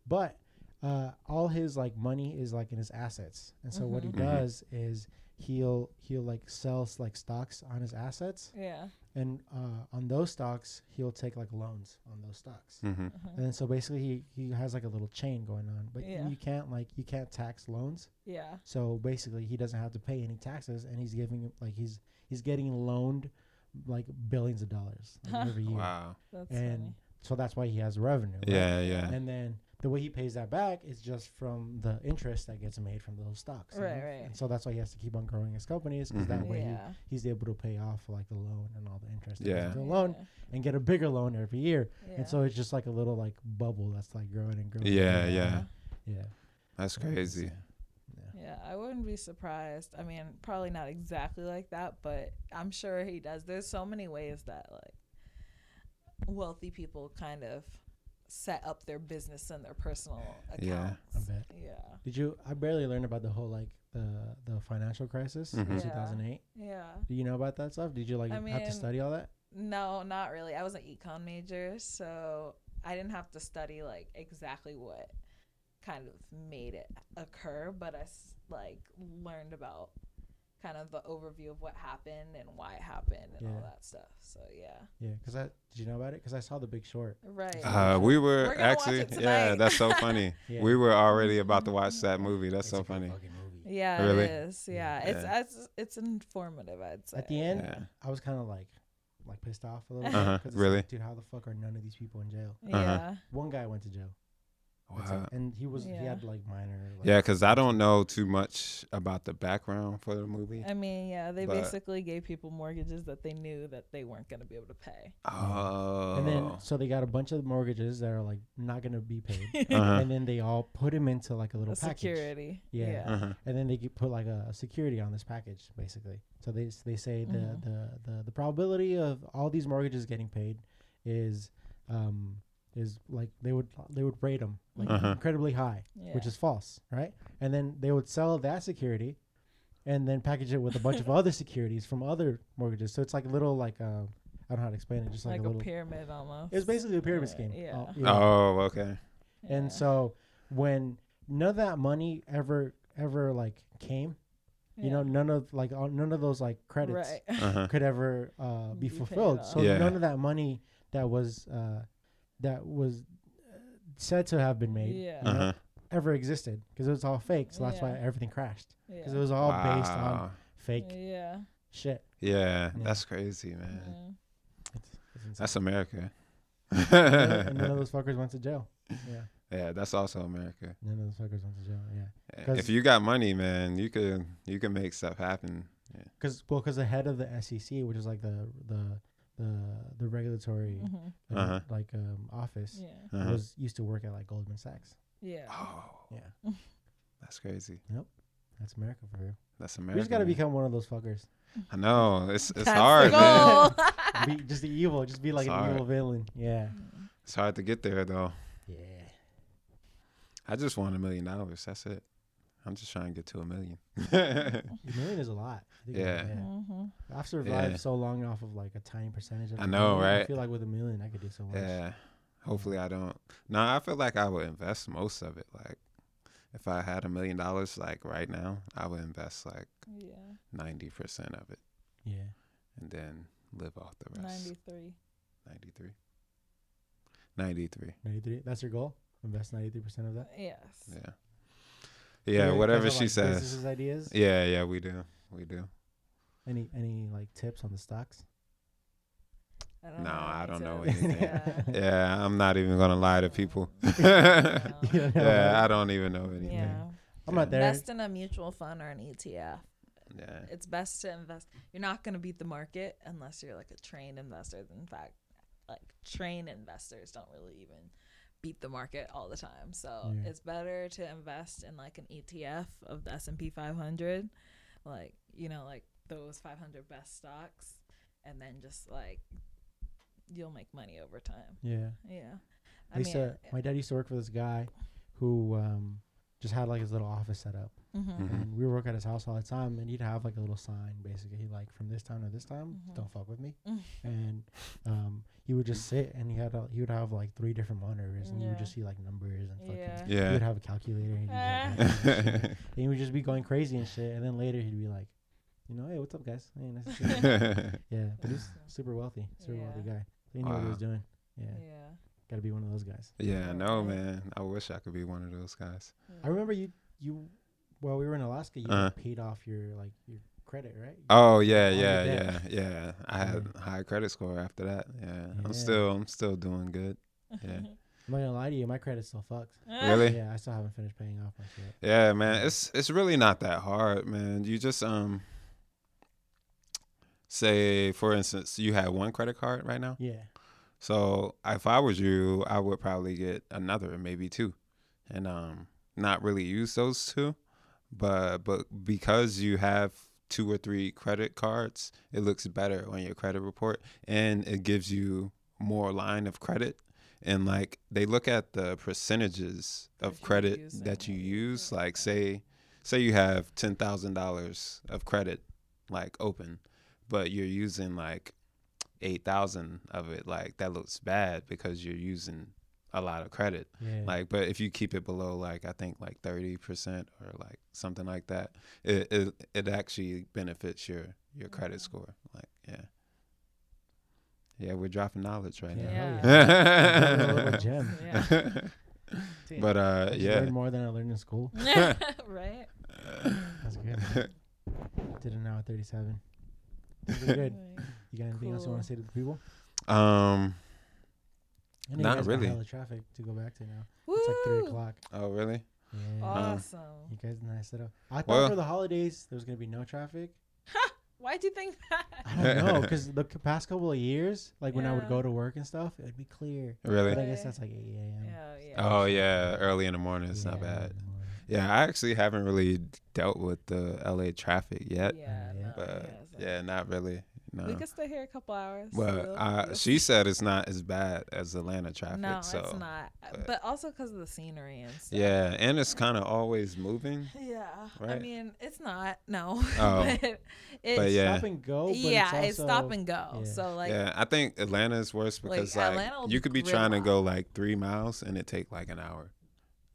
Speaker 4: But uh, all his like money is like in his assets, and so what he
Speaker 2: Mhm.
Speaker 3: Mhm.
Speaker 4: does is he'll he'll like sells like stocks on his assets,
Speaker 2: Yeah.
Speaker 4: and uh, on those stocks he'll take like loans on those stocks.
Speaker 3: Mm-hmm.
Speaker 2: Mhm.
Speaker 4: And then so basically he, he has like a little chain going on, but
Speaker 2: Yeah.
Speaker 4: you can't like you can't tax loans.
Speaker 2: Yeah.
Speaker 4: So basically he doesn't have to pay any taxes and he's giving like he's he's getting loaned like billions of
Speaker 2: [LAUGHS]
Speaker 4: dollars like, every year.
Speaker 3: Wow.
Speaker 2: That's
Speaker 4: And so that's why he has revenue. right?
Speaker 3: Yeah, yeah.
Speaker 4: And then the way he pays that back is just from the interest that gets made from those stocks. you
Speaker 2: Right,
Speaker 4: know?
Speaker 2: right.
Speaker 4: And so that's why he has to keep on growing his companies because
Speaker 3: Mhm.
Speaker 4: that
Speaker 2: funny.
Speaker 4: way
Speaker 2: Yeah.
Speaker 4: he, he's able to pay off like the loan and all the interest that goes
Speaker 3: Yeah.
Speaker 4: into the loan
Speaker 2: Yeah.
Speaker 4: and get a bigger loan every year.
Speaker 2: Yeah.
Speaker 4: And so it's just like a little like bubble that's like growing and growing. and
Speaker 3: Yeah,
Speaker 4: growing.
Speaker 3: yeah.
Speaker 4: yeah.
Speaker 3: That's crazy.
Speaker 2: Yeah, I wouldn't be surprised. I mean, probably not exactly like that, but I'm sure he does. There's so many ways that like wealthy people kind of set up their business and their personal
Speaker 3: Yeah.
Speaker 2: accounts.
Speaker 4: I bet.
Speaker 2: Yeah.
Speaker 4: Did you? I barely learned about the whole like the the financial crisis in
Speaker 3: Mhm.
Speaker 2: Yeah.
Speaker 4: 2008.
Speaker 2: Yeah.
Speaker 4: Do you know about that stuff? Did you like
Speaker 2: I
Speaker 4: have
Speaker 2: mean-
Speaker 4: to study all that?
Speaker 2: No, not really. I was an econ major, so I didn't have to study like exactly what kind of made it occur, but I s- like learned about kind of the overview of what happened and why it happened and
Speaker 4: Yeah.
Speaker 2: all that stuff. So yeah.
Speaker 4: Yeah, because I did you know about it? Because I saw The Big Short.
Speaker 2: Right.
Speaker 3: Uh, we were
Speaker 2: We're gonna watch
Speaker 3: actually,
Speaker 2: it
Speaker 3: yeah,
Speaker 2: tonight.
Speaker 3: that's so
Speaker 2: [LAUGHS]
Speaker 3: funny.
Speaker 4: Yeah.
Speaker 3: We were already about to watch that movie.
Speaker 4: It's
Speaker 3: That's
Speaker 4: a
Speaker 3: so
Speaker 4: good
Speaker 3: funny.
Speaker 4: fucking movie.
Speaker 2: yeah,
Speaker 3: Really?
Speaker 2: it is. Yeah, it's
Speaker 3: Yeah.
Speaker 2: It's, it's informative. I'd say.
Speaker 4: At the end,
Speaker 3: Yeah.
Speaker 4: I was kind of like like pissed off a little bit.
Speaker 3: Uh-huh,
Speaker 4: 'cause it's
Speaker 3: really?
Speaker 4: Like, Dude, how the fuck are none of these people in jail?
Speaker 3: Uh-huh.
Speaker 2: Yeah.
Speaker 4: One guy went to jail, That's it.
Speaker 3: Wow.
Speaker 4: and he was he
Speaker 2: Yeah.
Speaker 4: had like minor. Like,
Speaker 3: Yeah, because I don't know too much about the background for the movie.
Speaker 2: I mean, yeah, they
Speaker 3: But-
Speaker 2: basically gave people mortgages that they knew that they weren't going to be able to pay.
Speaker 3: Oh.
Speaker 4: And [LAUGHS] then so they got a bunch of mortgages that are like not gonna be paid.
Speaker 2: [LAUGHS]
Speaker 3: uh-huh.
Speaker 4: and then they all put him into like a little
Speaker 2: The
Speaker 4: package,
Speaker 2: security.
Speaker 4: Yeah.
Speaker 3: Uh-huh.
Speaker 4: and then they could put like a, a security on this package, basically. So they s- they say
Speaker 2: Mhm.
Speaker 4: the, the the the probability of all these mortgages getting paid is um is like they would they would rate them like
Speaker 3: Uh-huh.
Speaker 4: incredibly high,
Speaker 2: yeah.
Speaker 4: which is false, right? And then they would sell that security, and then package it with a [LAUGHS] bunch of other securities from other mortgages. So it's like a little like uh, I don't know how to explain it, just like,
Speaker 2: like,
Speaker 4: a
Speaker 2: a,
Speaker 4: little.
Speaker 2: pyramid almost.
Speaker 4: it's basically a pyramid
Speaker 2: Yeah,
Speaker 4: scheme.
Speaker 2: yeah.
Speaker 4: Oh,
Speaker 3: Oh, okay.
Speaker 2: Yeah.
Speaker 4: and so when none of that money ever ever like came, you know,
Speaker 2: Yeah.
Speaker 4: none of like all, none of those like credits
Speaker 2: Right. [LAUGHS]
Speaker 4: [LAUGHS]
Speaker 3: Uh-huh.
Speaker 4: could ever uh, be
Speaker 2: Be paid
Speaker 4: fulfilled.
Speaker 2: off.
Speaker 4: So
Speaker 3: Yeah.
Speaker 4: none of that money that was uh, that was uh, said to have been made
Speaker 2: Yeah.
Speaker 4: you know,
Speaker 3: Uh-huh.
Speaker 4: ever existed because it was all fake. So that's why
Speaker 2: Yeah.
Speaker 4: everything crashed
Speaker 2: Yeah.
Speaker 4: because it was all based on
Speaker 3: Wow.
Speaker 4: fake
Speaker 2: Yeah.
Speaker 4: shit.
Speaker 3: Yeah,
Speaker 4: Yeah.
Speaker 3: that's crazy, man.
Speaker 2: yeah.
Speaker 4: It's, it's insane.
Speaker 3: That's America.
Speaker 4: You know, and none
Speaker 3: [LAUGHS]
Speaker 4: of those fuckers went to jail. Yeah,
Speaker 3: yeah, that's also America.
Speaker 4: none of those fuckers went to jail. Yeah,
Speaker 3: Yeah,
Speaker 4: 'Cause-
Speaker 3: If you got money, man, you could you can make stuff happen.
Speaker 4: because well, because the head of the SEC, which is like the the the the regulatory
Speaker 2: Mhm.
Speaker 4: uh,
Speaker 3: Uh-huh.
Speaker 4: like um, office,
Speaker 2: Yeah.
Speaker 3: Uh-huh.
Speaker 4: was used to work at like Goldman Sachs.
Speaker 2: Yeah.
Speaker 3: Oh,
Speaker 4: Yeah.
Speaker 3: [LAUGHS] that's crazy.
Speaker 4: That's America for real.
Speaker 3: That's America.
Speaker 4: We just gotta
Speaker 3: man.
Speaker 4: become one of those fuckers.
Speaker 3: I
Speaker 4: [LAUGHS]
Speaker 3: know it's it's
Speaker 2: That's the
Speaker 3: hard, man.
Speaker 2: goal. [LAUGHS]
Speaker 4: Be just the evil. Just be like
Speaker 3: It's
Speaker 4: an
Speaker 3: hard.
Speaker 4: evil villain. Yeah.
Speaker 3: It's hard to get there though.
Speaker 4: Yeah.
Speaker 3: I just want a million dollars. That's it. I'm just trying to get to a million. [LAUGHS]
Speaker 4: A million is a lot. I think about
Speaker 3: Yeah.
Speaker 4: it,
Speaker 2: Mhm.
Speaker 4: I've survived
Speaker 3: Yeah.
Speaker 4: so long off of like a tiny percentage of.
Speaker 3: I
Speaker 4: a
Speaker 3: know,
Speaker 4: million. I
Speaker 3: right?
Speaker 4: feel like with a million, I could do so much.
Speaker 3: yeah. Hopefully I don't. No, I feel like I would invest most of it. Like if I had a million dollars, like right now, I would invest like
Speaker 2: Yeah.
Speaker 3: ninety percent of it,
Speaker 4: Yeah.
Speaker 3: and then live off the rest.
Speaker 2: Ninety-three.
Speaker 3: 93. 93.
Speaker 4: Ninety-three. That's your goal. Invest ninety-three percent of that.
Speaker 2: Yes.
Speaker 3: Yeah. Yeah,
Speaker 4: You guys
Speaker 3: whatever
Speaker 4: have,
Speaker 3: she
Speaker 4: like,
Speaker 3: says.
Speaker 4: Businesses ideas.
Speaker 3: Yeah, [LAUGHS] yeah, we do. We do.
Speaker 4: Any any like tips on the stocks?
Speaker 2: I don't
Speaker 3: No,
Speaker 2: know
Speaker 3: I don't know
Speaker 2: any tips.
Speaker 3: anything.
Speaker 2: Yeah.
Speaker 3: Yeah, I'm not even going to lie to people.
Speaker 2: Yeah.
Speaker 3: [LAUGHS] yeah, I don't even know anything. Yeah.
Speaker 2: Yeah.
Speaker 4: I'm not there.
Speaker 2: Invest in a mutual fund or an ETF.
Speaker 3: Yeah.
Speaker 2: It's best to invest. You're not going to beat the market unless you're like a trained investor. In fact, like trained investors don't really even beat the market all the time. So
Speaker 4: Yeah.
Speaker 2: it's better to invest in like an ETF of the S&P 500, like, you know, like those 500 best stocks and then just like you'll make money over time.
Speaker 4: Yeah.
Speaker 2: Yeah. uh,
Speaker 4: I used to, my dad used to work for this guy who um, just had like his little office set up
Speaker 2: Mm-hmm.
Speaker 3: Mhm.
Speaker 4: And we would work at his house all the time, and he'd have like a little sign, basically. He like from this time to this time,
Speaker 2: Mhm.
Speaker 4: don't fuck with me.
Speaker 2: Mm.
Speaker 4: and um, he would just sit, and he had a, he would have like three different monitors, and you
Speaker 2: Yeah.
Speaker 4: would just see like numbers and fucking.
Speaker 2: Yeah.
Speaker 4: He would
Speaker 3: Yeah.
Speaker 4: have a calculator, and he'd,
Speaker 2: Ah. [LAUGHS]
Speaker 4: just, like, calculate
Speaker 3: [LAUGHS]
Speaker 4: shit. and he would just be going crazy and shit. And then later he'd be like, you know, hey, what's up, guys? Hey, nice to
Speaker 2: [LAUGHS]
Speaker 4: see you." yeah, but he's super wealthy, super
Speaker 2: Yeah.
Speaker 4: wealthy guy. He knew what he
Speaker 3: Wow.
Speaker 4: was doing. Yeah,
Speaker 2: Yeah.
Speaker 4: gotta be one of those guys.
Speaker 3: yeah, I know, man. I wish I could be one of those guys.
Speaker 4: I remember you you while we were in Alaska, you
Speaker 3: Uh-huh.
Speaker 4: like, paid off your like your credit, right?
Speaker 3: Oh yeah,
Speaker 4: On your
Speaker 3: yeah, yeah,
Speaker 4: deck.
Speaker 3: yeah. I had high credit score after that. Yeah,
Speaker 4: Yeah.
Speaker 3: I'm still, I'm still doing good. Yeah. [LAUGHS]
Speaker 4: I'm not gonna lie to you, my credit's still fucked.
Speaker 2: [LAUGHS]
Speaker 3: Really?
Speaker 4: Yeah, I still haven't finished paying off my
Speaker 3: [LAUGHS]
Speaker 4: shit.
Speaker 3: Yeah, man. It's it's really not that hard, man. You just um say for instance, you had one credit card right now.
Speaker 4: Yeah.
Speaker 3: So if I was you, I would probably get another, maybe two, and um not really use those two, but but because you have two or three credit cards, it looks better on your credit report, and it gives you more line of credit. And like they look at the percentages
Speaker 2: That
Speaker 3: of
Speaker 2: you're
Speaker 3: credit
Speaker 2: using.
Speaker 3: that you use. Like say say you have ten thousand dollars of credit, like open, but you're using like eight thousand of it. Like that looks bad because you're using a lot of credit.
Speaker 4: Yeah.
Speaker 3: Like, but if you keep it below, like I think like thirty percent or like something like that, it, it it actually benefits your your
Speaker 4: Mm-hmm.
Speaker 3: credit score. Like, yeah, yeah, we're dropping knowledge right
Speaker 4: Yeah,
Speaker 2: Yeah.
Speaker 4: hell
Speaker 2: [LAUGHS]
Speaker 3: [LAUGHS]
Speaker 4: yeah. Little- little gem.
Speaker 2: Yeah.
Speaker 3: now. [LAUGHS] but
Speaker 4: I
Speaker 3: uh,
Speaker 4: just
Speaker 3: yeah,
Speaker 4: learned more than I learned in school.
Speaker 2: [LAUGHS] right?
Speaker 4: That's
Speaker 3: [LAUGHS]
Speaker 4: good. Did an hour thirty seven.
Speaker 2: [LAUGHS]
Speaker 4: good.
Speaker 2: Right.
Speaker 4: You got anything else you
Speaker 2: Cool.
Speaker 4: want to say to the people?
Speaker 3: um,
Speaker 4: I know you
Speaker 3: Not
Speaker 4: guys got
Speaker 3: really.
Speaker 4: hella traffic to go back to now. It's like
Speaker 2: Woo!
Speaker 4: three o'clock.
Speaker 3: oh really?
Speaker 4: Yeah.
Speaker 2: Awesome.
Speaker 4: you guys nice setup. I thought
Speaker 3: Well-
Speaker 4: for the holidays there was gonna be no traffic.
Speaker 2: Why'd you think [LAUGHS] that?
Speaker 4: I
Speaker 3: [LAUGHS]
Speaker 4: don't know because the c- past couple of years, like when I would
Speaker 2: Yeah.
Speaker 4: go to work and stuff, it would be clear. But uh, I
Speaker 3: Really?
Speaker 2: Right.
Speaker 4: guess that's like eight a.m.
Speaker 2: Oh, yeah.
Speaker 3: Oh yeah, early in the morning. It's not
Speaker 4: Yeah,
Speaker 3: bad.
Speaker 4: in the morning.
Speaker 3: Yeah, I actually haven't really dealt with the LA traffic yet.
Speaker 2: Yeah.
Speaker 4: Yeah.
Speaker 2: no,
Speaker 3: But
Speaker 2: so-
Speaker 3: yeah, not really. No.
Speaker 2: We could stay here a couple [LAUGHS] hours. so
Speaker 3: Well,
Speaker 2: we'll-
Speaker 3: I,
Speaker 2: we'll
Speaker 3: uh, she said it's not as bad as Atlanta traffic.
Speaker 2: No,
Speaker 3: so
Speaker 2: it's not.
Speaker 3: but-
Speaker 2: But also because of the scenery and stuff.
Speaker 3: Yeah, and it's kind of always moving.
Speaker 2: Yeah. I
Speaker 3: Right.
Speaker 2: mean, it's not. No.
Speaker 3: Oh.
Speaker 2: [LAUGHS] but it's,
Speaker 3: But yeah.
Speaker 4: Stop and go. But
Speaker 2: yeah,
Speaker 4: it's, also,
Speaker 2: it's stop and go.
Speaker 4: yeah.
Speaker 2: So [LAUGHS] like,
Speaker 3: yeah, I think Atlanta is worse
Speaker 2: Like,
Speaker 3: because like,
Speaker 2: Atlanta will
Speaker 3: you
Speaker 2: be
Speaker 3: could be
Speaker 2: gridlocked.
Speaker 3: trying to go like three miles and it take like an hour.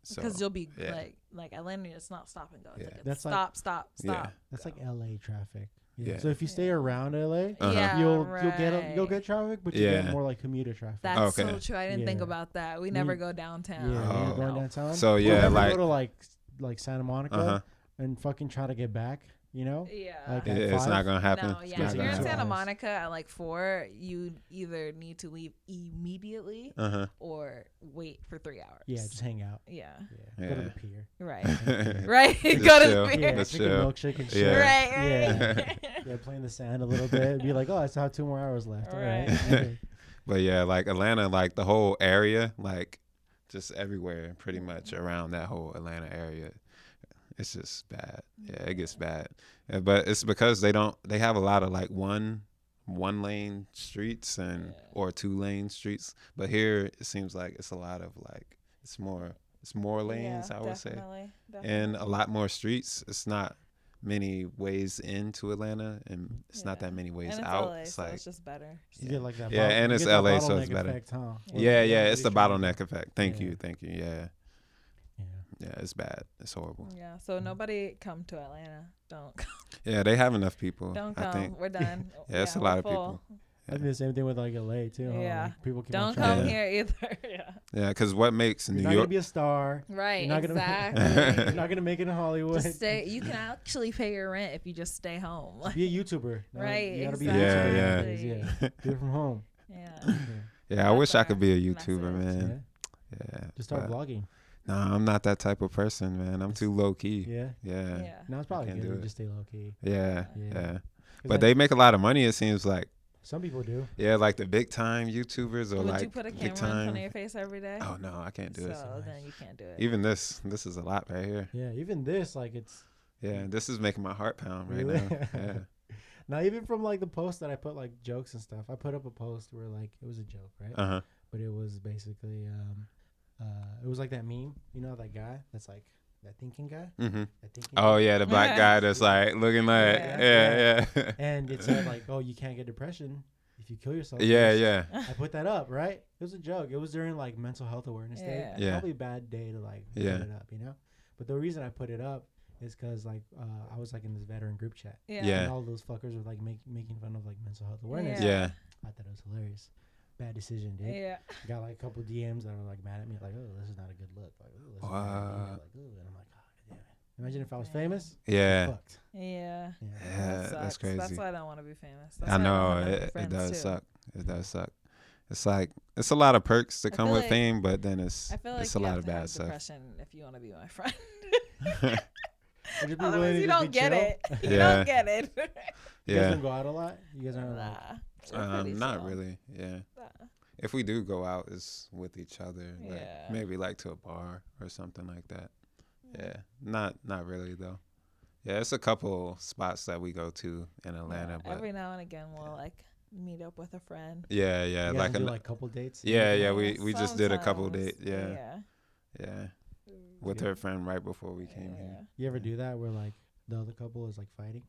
Speaker 3: So
Speaker 2: because you'll be
Speaker 3: yeah.
Speaker 2: like, like Atlanta, it's not stop and go. It's
Speaker 3: Yeah.
Speaker 2: like it's
Speaker 4: That's like-
Speaker 2: stop, stop,
Speaker 3: Yeah.
Speaker 2: stop.
Speaker 4: That's
Speaker 2: go.
Speaker 4: like L.A. traffic. Yeah.
Speaker 3: Yeah.
Speaker 4: So if you stay
Speaker 2: Yeah.
Speaker 4: around L.A.,
Speaker 3: Uh-huh.
Speaker 2: yeah,
Speaker 4: you'll you'll get a, you'll
Speaker 2: right.
Speaker 4: get traffic, but you get
Speaker 3: Yeah. Oh.
Speaker 4: more like commuter traffic.
Speaker 2: That's
Speaker 3: Okay.
Speaker 2: so true. I didn't think
Speaker 4: Yeah.
Speaker 2: about that. We
Speaker 4: Me-
Speaker 2: never go
Speaker 4: yeah,
Speaker 2: downtown.
Speaker 4: when you're
Speaker 3: Oh.
Speaker 4: going
Speaker 2: No.
Speaker 4: downtown.
Speaker 3: So,
Speaker 4: Or
Speaker 3: yeah,
Speaker 4: if you
Speaker 3: like-
Speaker 4: go to like s- like Santa Monica
Speaker 3: Uh-huh.
Speaker 4: and fucking try to get back. You know,
Speaker 2: Yeah.
Speaker 4: Like,
Speaker 3: Yeah,
Speaker 4: at
Speaker 3: it's
Speaker 4: five?
Speaker 3: not gonna happen.
Speaker 2: No,
Speaker 3: It's
Speaker 2: yeah.
Speaker 3: not
Speaker 2: If you're in
Speaker 3: gonna
Speaker 4: Two
Speaker 2: Santa
Speaker 4: hours.
Speaker 2: Monica at like four, you either need to leave immediately
Speaker 3: happen.
Speaker 2: or wait for three hours.
Speaker 4: yeah, just hang out.
Speaker 2: yeah.
Speaker 4: Yeah, go to the
Speaker 3: Yeah.
Speaker 4: pier.
Speaker 2: [LAUGHS] Right.
Speaker 3: [LAUGHS] Uh-huh.
Speaker 2: Right.
Speaker 3: Just
Speaker 2: go to the
Speaker 3: chill.
Speaker 2: beer.
Speaker 4: Yeah,
Speaker 3: That's
Speaker 4: drink a
Speaker 3: chill.
Speaker 4: milkshake and shit.
Speaker 3: Yeah.
Speaker 2: [LAUGHS] Right. Right.
Speaker 3: [LAUGHS]
Speaker 2: [LAUGHS]
Speaker 4: Yeah, play in the sand a little bit. Be like, oh, I still have two more hours left. All right.
Speaker 2: Right.
Speaker 4: Okay.
Speaker 3: but yeah, like Atlanta, like the whole area, like just everywhere, pretty much around that whole Atlanta area, it's just bad. Yeah, it gets bad. Uh, But it's because they don't. They have a lot of like one one lane streets and
Speaker 2: Yeah.
Speaker 3: or two lane streets. But here it seems like it's a lot of like it's more it's more lanes. I would say
Speaker 2: definitely,
Speaker 3: and a lot more streets. It's not many ways into Atlanta, and it's not
Speaker 2: Yeah.
Speaker 3: that many ways
Speaker 2: and it's
Speaker 3: out.
Speaker 2: LA,
Speaker 3: it's
Speaker 2: so
Speaker 3: like
Speaker 2: it's just better.
Speaker 4: You get like that.
Speaker 3: [LAUGHS] Yeah,
Speaker 4: bottle-
Speaker 3: and
Speaker 4: you
Speaker 3: it's
Speaker 4: get that
Speaker 3: LA, so
Speaker 4: bottleneck
Speaker 3: it's better.
Speaker 4: effect, huh? Where
Speaker 3: yeah,
Speaker 4: everybody's
Speaker 3: yeah, it's the
Speaker 4: trying to-
Speaker 3: bottleneck effect. Thank
Speaker 4: Yeah.
Speaker 3: you, thank you. Yeah,
Speaker 4: Yeah.
Speaker 3: yeah, it's bad. It's horrible.
Speaker 2: Yeah. So nobody come to Atlanta.
Speaker 3: [LAUGHS]
Speaker 2: Don't
Speaker 3: Yeah, they have enough people.
Speaker 2: don't
Speaker 3: I
Speaker 2: come.
Speaker 3: think.
Speaker 2: We're done.
Speaker 3: [LAUGHS] Yeah, it's a
Speaker 2: we're
Speaker 3: lot of
Speaker 2: full.
Speaker 3: people.
Speaker 4: I think the same thing with like LA too. huh?
Speaker 2: Yeah.
Speaker 4: Like, people keep on
Speaker 2: Don't
Speaker 4: trying
Speaker 2: come
Speaker 4: to-
Speaker 3: Yeah.
Speaker 2: here either. [LAUGHS] yeah.
Speaker 3: Yeah, because what makes
Speaker 4: You're
Speaker 3: New
Speaker 4: not gonna
Speaker 3: York?
Speaker 4: be a star.
Speaker 2: Right.
Speaker 4: not
Speaker 3: [LAUGHS]
Speaker 4: gonna- [LAUGHS]
Speaker 2: exactly.
Speaker 4: You're not gonna make it in Hollywood.
Speaker 2: Just stay. You can actually pay your rent if you just stay home. [LAUGHS] Like,
Speaker 4: [LAUGHS] be a YouTuber. No,
Speaker 2: right.
Speaker 4: You gotta
Speaker 2: exactly.
Speaker 4: be a
Speaker 3: Yeah,
Speaker 4: YouTuber.
Speaker 3: yeah.
Speaker 4: nowadays, yeah. Do it from home.
Speaker 2: Yeah.
Speaker 4: Yeah.
Speaker 3: [LAUGHS] yeah, I wish I could be a
Speaker 2: That's our
Speaker 3: YouTuber,
Speaker 2: message.
Speaker 4: yeah.
Speaker 3: man. Yeah,
Speaker 4: Just start
Speaker 3: but-
Speaker 4: vlogging.
Speaker 3: Nah, I'm not that type of person, man. I'm too low key.
Speaker 4: Yeah.
Speaker 3: Yeah, yeah,
Speaker 2: Yeah.
Speaker 4: No, it's probably
Speaker 3: can't
Speaker 4: good.
Speaker 3: do
Speaker 4: to
Speaker 3: it.
Speaker 4: Just stay low key.
Speaker 3: yeah.
Speaker 4: Yeah.
Speaker 3: But they make a lot of money. It seems like.
Speaker 4: Some people do.
Speaker 3: Yeah, like the big time YouTubers or
Speaker 2: Would
Speaker 3: like
Speaker 2: you put a
Speaker 3: big
Speaker 2: camera on
Speaker 3: time.
Speaker 2: front of your face every day?
Speaker 3: oh no, I can't do
Speaker 2: so
Speaker 3: this.
Speaker 2: then you can't do it.
Speaker 3: Even this, this is a lot right here.
Speaker 4: Yeah. Even this, like, it's
Speaker 3: Yeah, this is making my heart pound right
Speaker 4: Really?
Speaker 3: now.
Speaker 4: [LAUGHS]
Speaker 3: Yeah.
Speaker 4: Now, even from like the post that I put like jokes and stuff, I put up a post where like it was a joke, right?
Speaker 3: Uh huh.
Speaker 4: But it was basically, um, uh, it was like that meme, you know, that guy that's like that thinking guy.
Speaker 3: Mm-hmm.
Speaker 4: That thinking
Speaker 3: Oh
Speaker 4: guy.
Speaker 3: yeah, the black
Speaker 2: [LAUGHS]
Speaker 3: guy that's like looking like
Speaker 2: Yeah.
Speaker 3: yeah, yeah,
Speaker 4: And it said
Speaker 3: [LAUGHS]
Speaker 4: like, oh, you can't get depression if you kill yourself.
Speaker 3: yeah, [LAUGHS]
Speaker 4: first.
Speaker 3: yeah.
Speaker 4: I put that up, right? It was a joke. It was during like mental health awareness day.
Speaker 2: Yeah.
Speaker 4: It's
Speaker 3: Yeah.
Speaker 4: Probably a bad day to like
Speaker 3: Yeah.
Speaker 4: put it up, you know. But the reason I put it up is because like uh, I was like in this veteran group chat,
Speaker 2: Yeah.
Speaker 3: Yeah.
Speaker 4: and all those fuckers were like make, making fun of like mental health awareness.
Speaker 2: Yeah.
Speaker 3: Yeah.
Speaker 4: I thought it was hilarious. Bad decision, dude.
Speaker 2: Yeah.
Speaker 4: Got like a couple DMs that were like mad at me, like, "Oh, this is not a good look." Like, "Oh, this is not a good email,"
Speaker 3: Wow.
Speaker 4: like, "Ooh," and I'm like, "God damn it!" Imagine if I was famous.
Speaker 3: [LAUGHS] Yeah.
Speaker 4: Fucked.
Speaker 2: Yeah.
Speaker 4: Yeah.
Speaker 3: Yeah,
Speaker 2: That
Speaker 3: that's
Speaker 2: sucks. That's
Speaker 3: crazy.
Speaker 2: why I don't want to be famous. That's
Speaker 3: I
Speaker 2: why don't
Speaker 3: know
Speaker 2: wanna be
Speaker 3: it, it
Speaker 2: friends,
Speaker 3: does
Speaker 2: too.
Speaker 3: suck. It does suck. It's like it's a lot of perks to
Speaker 2: I
Speaker 3: come
Speaker 2: feel
Speaker 3: with
Speaker 2: like-
Speaker 3: fame, but then it's
Speaker 2: I feel like
Speaker 3: it's a
Speaker 2: you
Speaker 3: lot
Speaker 2: have
Speaker 3: of
Speaker 2: to have
Speaker 3: bad stuff.
Speaker 2: depression if you want to be my friend. [LAUGHS]
Speaker 3: [LAUGHS]
Speaker 4: Would you be willing
Speaker 2: Otherwise,
Speaker 4: to
Speaker 2: you
Speaker 4: just
Speaker 2: don't
Speaker 4: be
Speaker 2: get
Speaker 4: chill?
Speaker 2: it. [LAUGHS] You
Speaker 3: Yeah.
Speaker 2: don't get it.
Speaker 4: [LAUGHS] You guys
Speaker 3: yeah,
Speaker 4: don't go out a lot. You guys aren't like
Speaker 2: Nah, I'm pretty
Speaker 3: um, not
Speaker 2: chill.
Speaker 3: really. Yeah,
Speaker 2: Nah.
Speaker 3: if we do go out, it's with each other. Like
Speaker 2: Yeah.
Speaker 3: maybe like to a bar or something like that. Yeah, not not really though. Yeah, it's a couple spots that we go to in Atlanta,
Speaker 2: Yeah,
Speaker 3: but
Speaker 2: every now and again we'll like meet up with a friend.
Speaker 3: yeah,
Speaker 4: you
Speaker 3: yeah,
Speaker 4: guys
Speaker 3: like
Speaker 4: do
Speaker 3: an,
Speaker 4: like couple dates. and
Speaker 3: yeah,
Speaker 4: everything?
Speaker 3: yeah. We we just did a couple
Speaker 2: Sometimes,
Speaker 3: date. Yeah, yeah, with
Speaker 4: Mm, Yeah.
Speaker 3: her friend right before we came here.
Speaker 2: yeah.
Speaker 4: You ever do that where like the other couple is like fighting?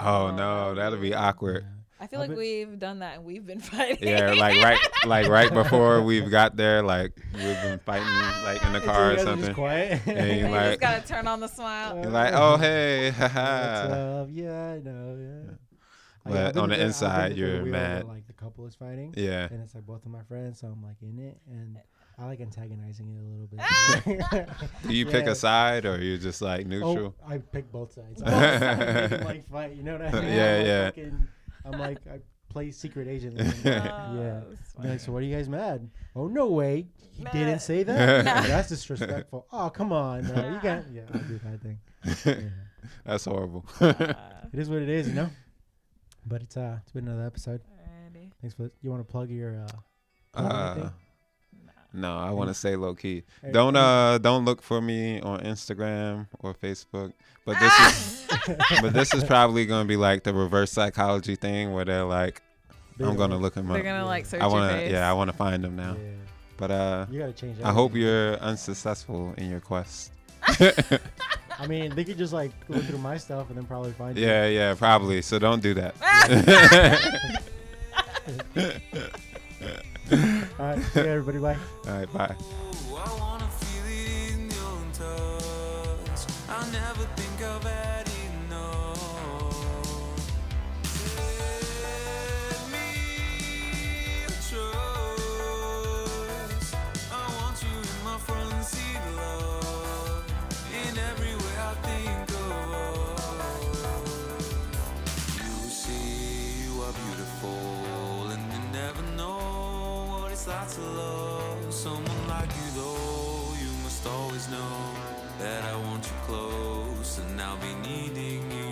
Speaker 3: Oh no, that'll be
Speaker 2: weird.
Speaker 3: awkward.
Speaker 2: I feel
Speaker 4: I
Speaker 2: like
Speaker 4: bet-
Speaker 2: we've done that and we've been [LAUGHS] fighting.
Speaker 3: [LAUGHS] Yeah, like right, like right before we've got there, like we've been fighting, like in the
Speaker 4: [LAUGHS] Yeah. you guys are
Speaker 3: car or
Speaker 4: Just
Speaker 3: something.
Speaker 4: quiet.
Speaker 3: And
Speaker 2: you
Speaker 4: [LAUGHS]
Speaker 3: you're
Speaker 2: just
Speaker 3: like-
Speaker 2: gotta turn on the smile.
Speaker 3: [LAUGHS] You're like, oh hey,
Speaker 4: What's
Speaker 3: haha.
Speaker 4: up? Yeah, I know. Yeah. Like,
Speaker 3: "Ah." But
Speaker 4: I've been
Speaker 3: on the
Speaker 4: to I've been to
Speaker 3: inside,
Speaker 4: the
Speaker 3: you're
Speaker 4: wheel where,
Speaker 3: mad.
Speaker 4: Like the couple is fighting,
Speaker 3: Yeah, [LAUGHS]
Speaker 4: and it's like both of my friends, so I'm like in it,
Speaker 3: Uh,
Speaker 4: and I like antagonizing it a little
Speaker 3: [LAUGHS]
Speaker 4: bit.
Speaker 3: do you pick
Speaker 4: Yeah.
Speaker 3: a side or you just like neutral? [LAUGHS]
Speaker 4: Oh, I pick both sides. I like making, like fight, you know what I mean?
Speaker 3: Yeah,
Speaker 4: I'm like,
Speaker 3: yeah.
Speaker 4: fucking- I'm like, I play secret agent. and I'm
Speaker 3: [LAUGHS]
Speaker 4: like, Yeah.
Speaker 2: that's
Speaker 4: Be like, so
Speaker 2: funny.
Speaker 4: what are you guys mad? Oh no way! He
Speaker 2: Nah.
Speaker 4: didn't say
Speaker 3: [LAUGHS]
Speaker 4: that. That's disrespectful. Oh come on, bro. you
Speaker 2: Nah.
Speaker 4: got yeah. I do that thing. Yeah.
Speaker 3: That's horrible. [LAUGHS]
Speaker 2: Uh,
Speaker 4: It is what it is, you know. But it's uh, it's been another episode.
Speaker 2: alrighty.
Speaker 4: Thanks for. You want to plug your uh, plug
Speaker 3: Uh,
Speaker 4: anything?
Speaker 2: Nah.
Speaker 3: no, I want to say low key.
Speaker 4: Hey,
Speaker 3: Don't
Speaker 4: any-
Speaker 3: uh, don't look for me on Instagram or Facebook. But this is,
Speaker 4: Ah!
Speaker 3: [LAUGHS] but this is probably gonna be like the reverse psychology thing where they're like,
Speaker 4: Big
Speaker 3: I'm gonna
Speaker 4: one.
Speaker 3: look them
Speaker 2: They're
Speaker 3: up.
Speaker 2: gonna like
Speaker 4: I
Speaker 2: search
Speaker 3: I
Speaker 2: your
Speaker 3: wanna,
Speaker 2: face.
Speaker 3: yeah, I wanna find them now.
Speaker 4: Yeah.
Speaker 3: But uh,
Speaker 4: You gotta change.
Speaker 3: I hope
Speaker 4: everything.
Speaker 3: you're unsuccessful in your quest.
Speaker 4: I mean, they could just like go through my stuff and then probably find. you.
Speaker 3: Yeah, yeah, probably. So don't do that.
Speaker 2: [LAUGHS]
Speaker 4: All right. See you, everybody. Bye.
Speaker 3: [LAUGHS] All right, bye.
Speaker 5: Ooh, I wanna feel it in your touch. I never think I've had enough. Give me the trust. I want you in my front seat, love. In every way I think of. You say you are beautiful, and you never know what it's like to love someone like you, though. You must always know that I want you close, and I'll be needing you Oh, Oh,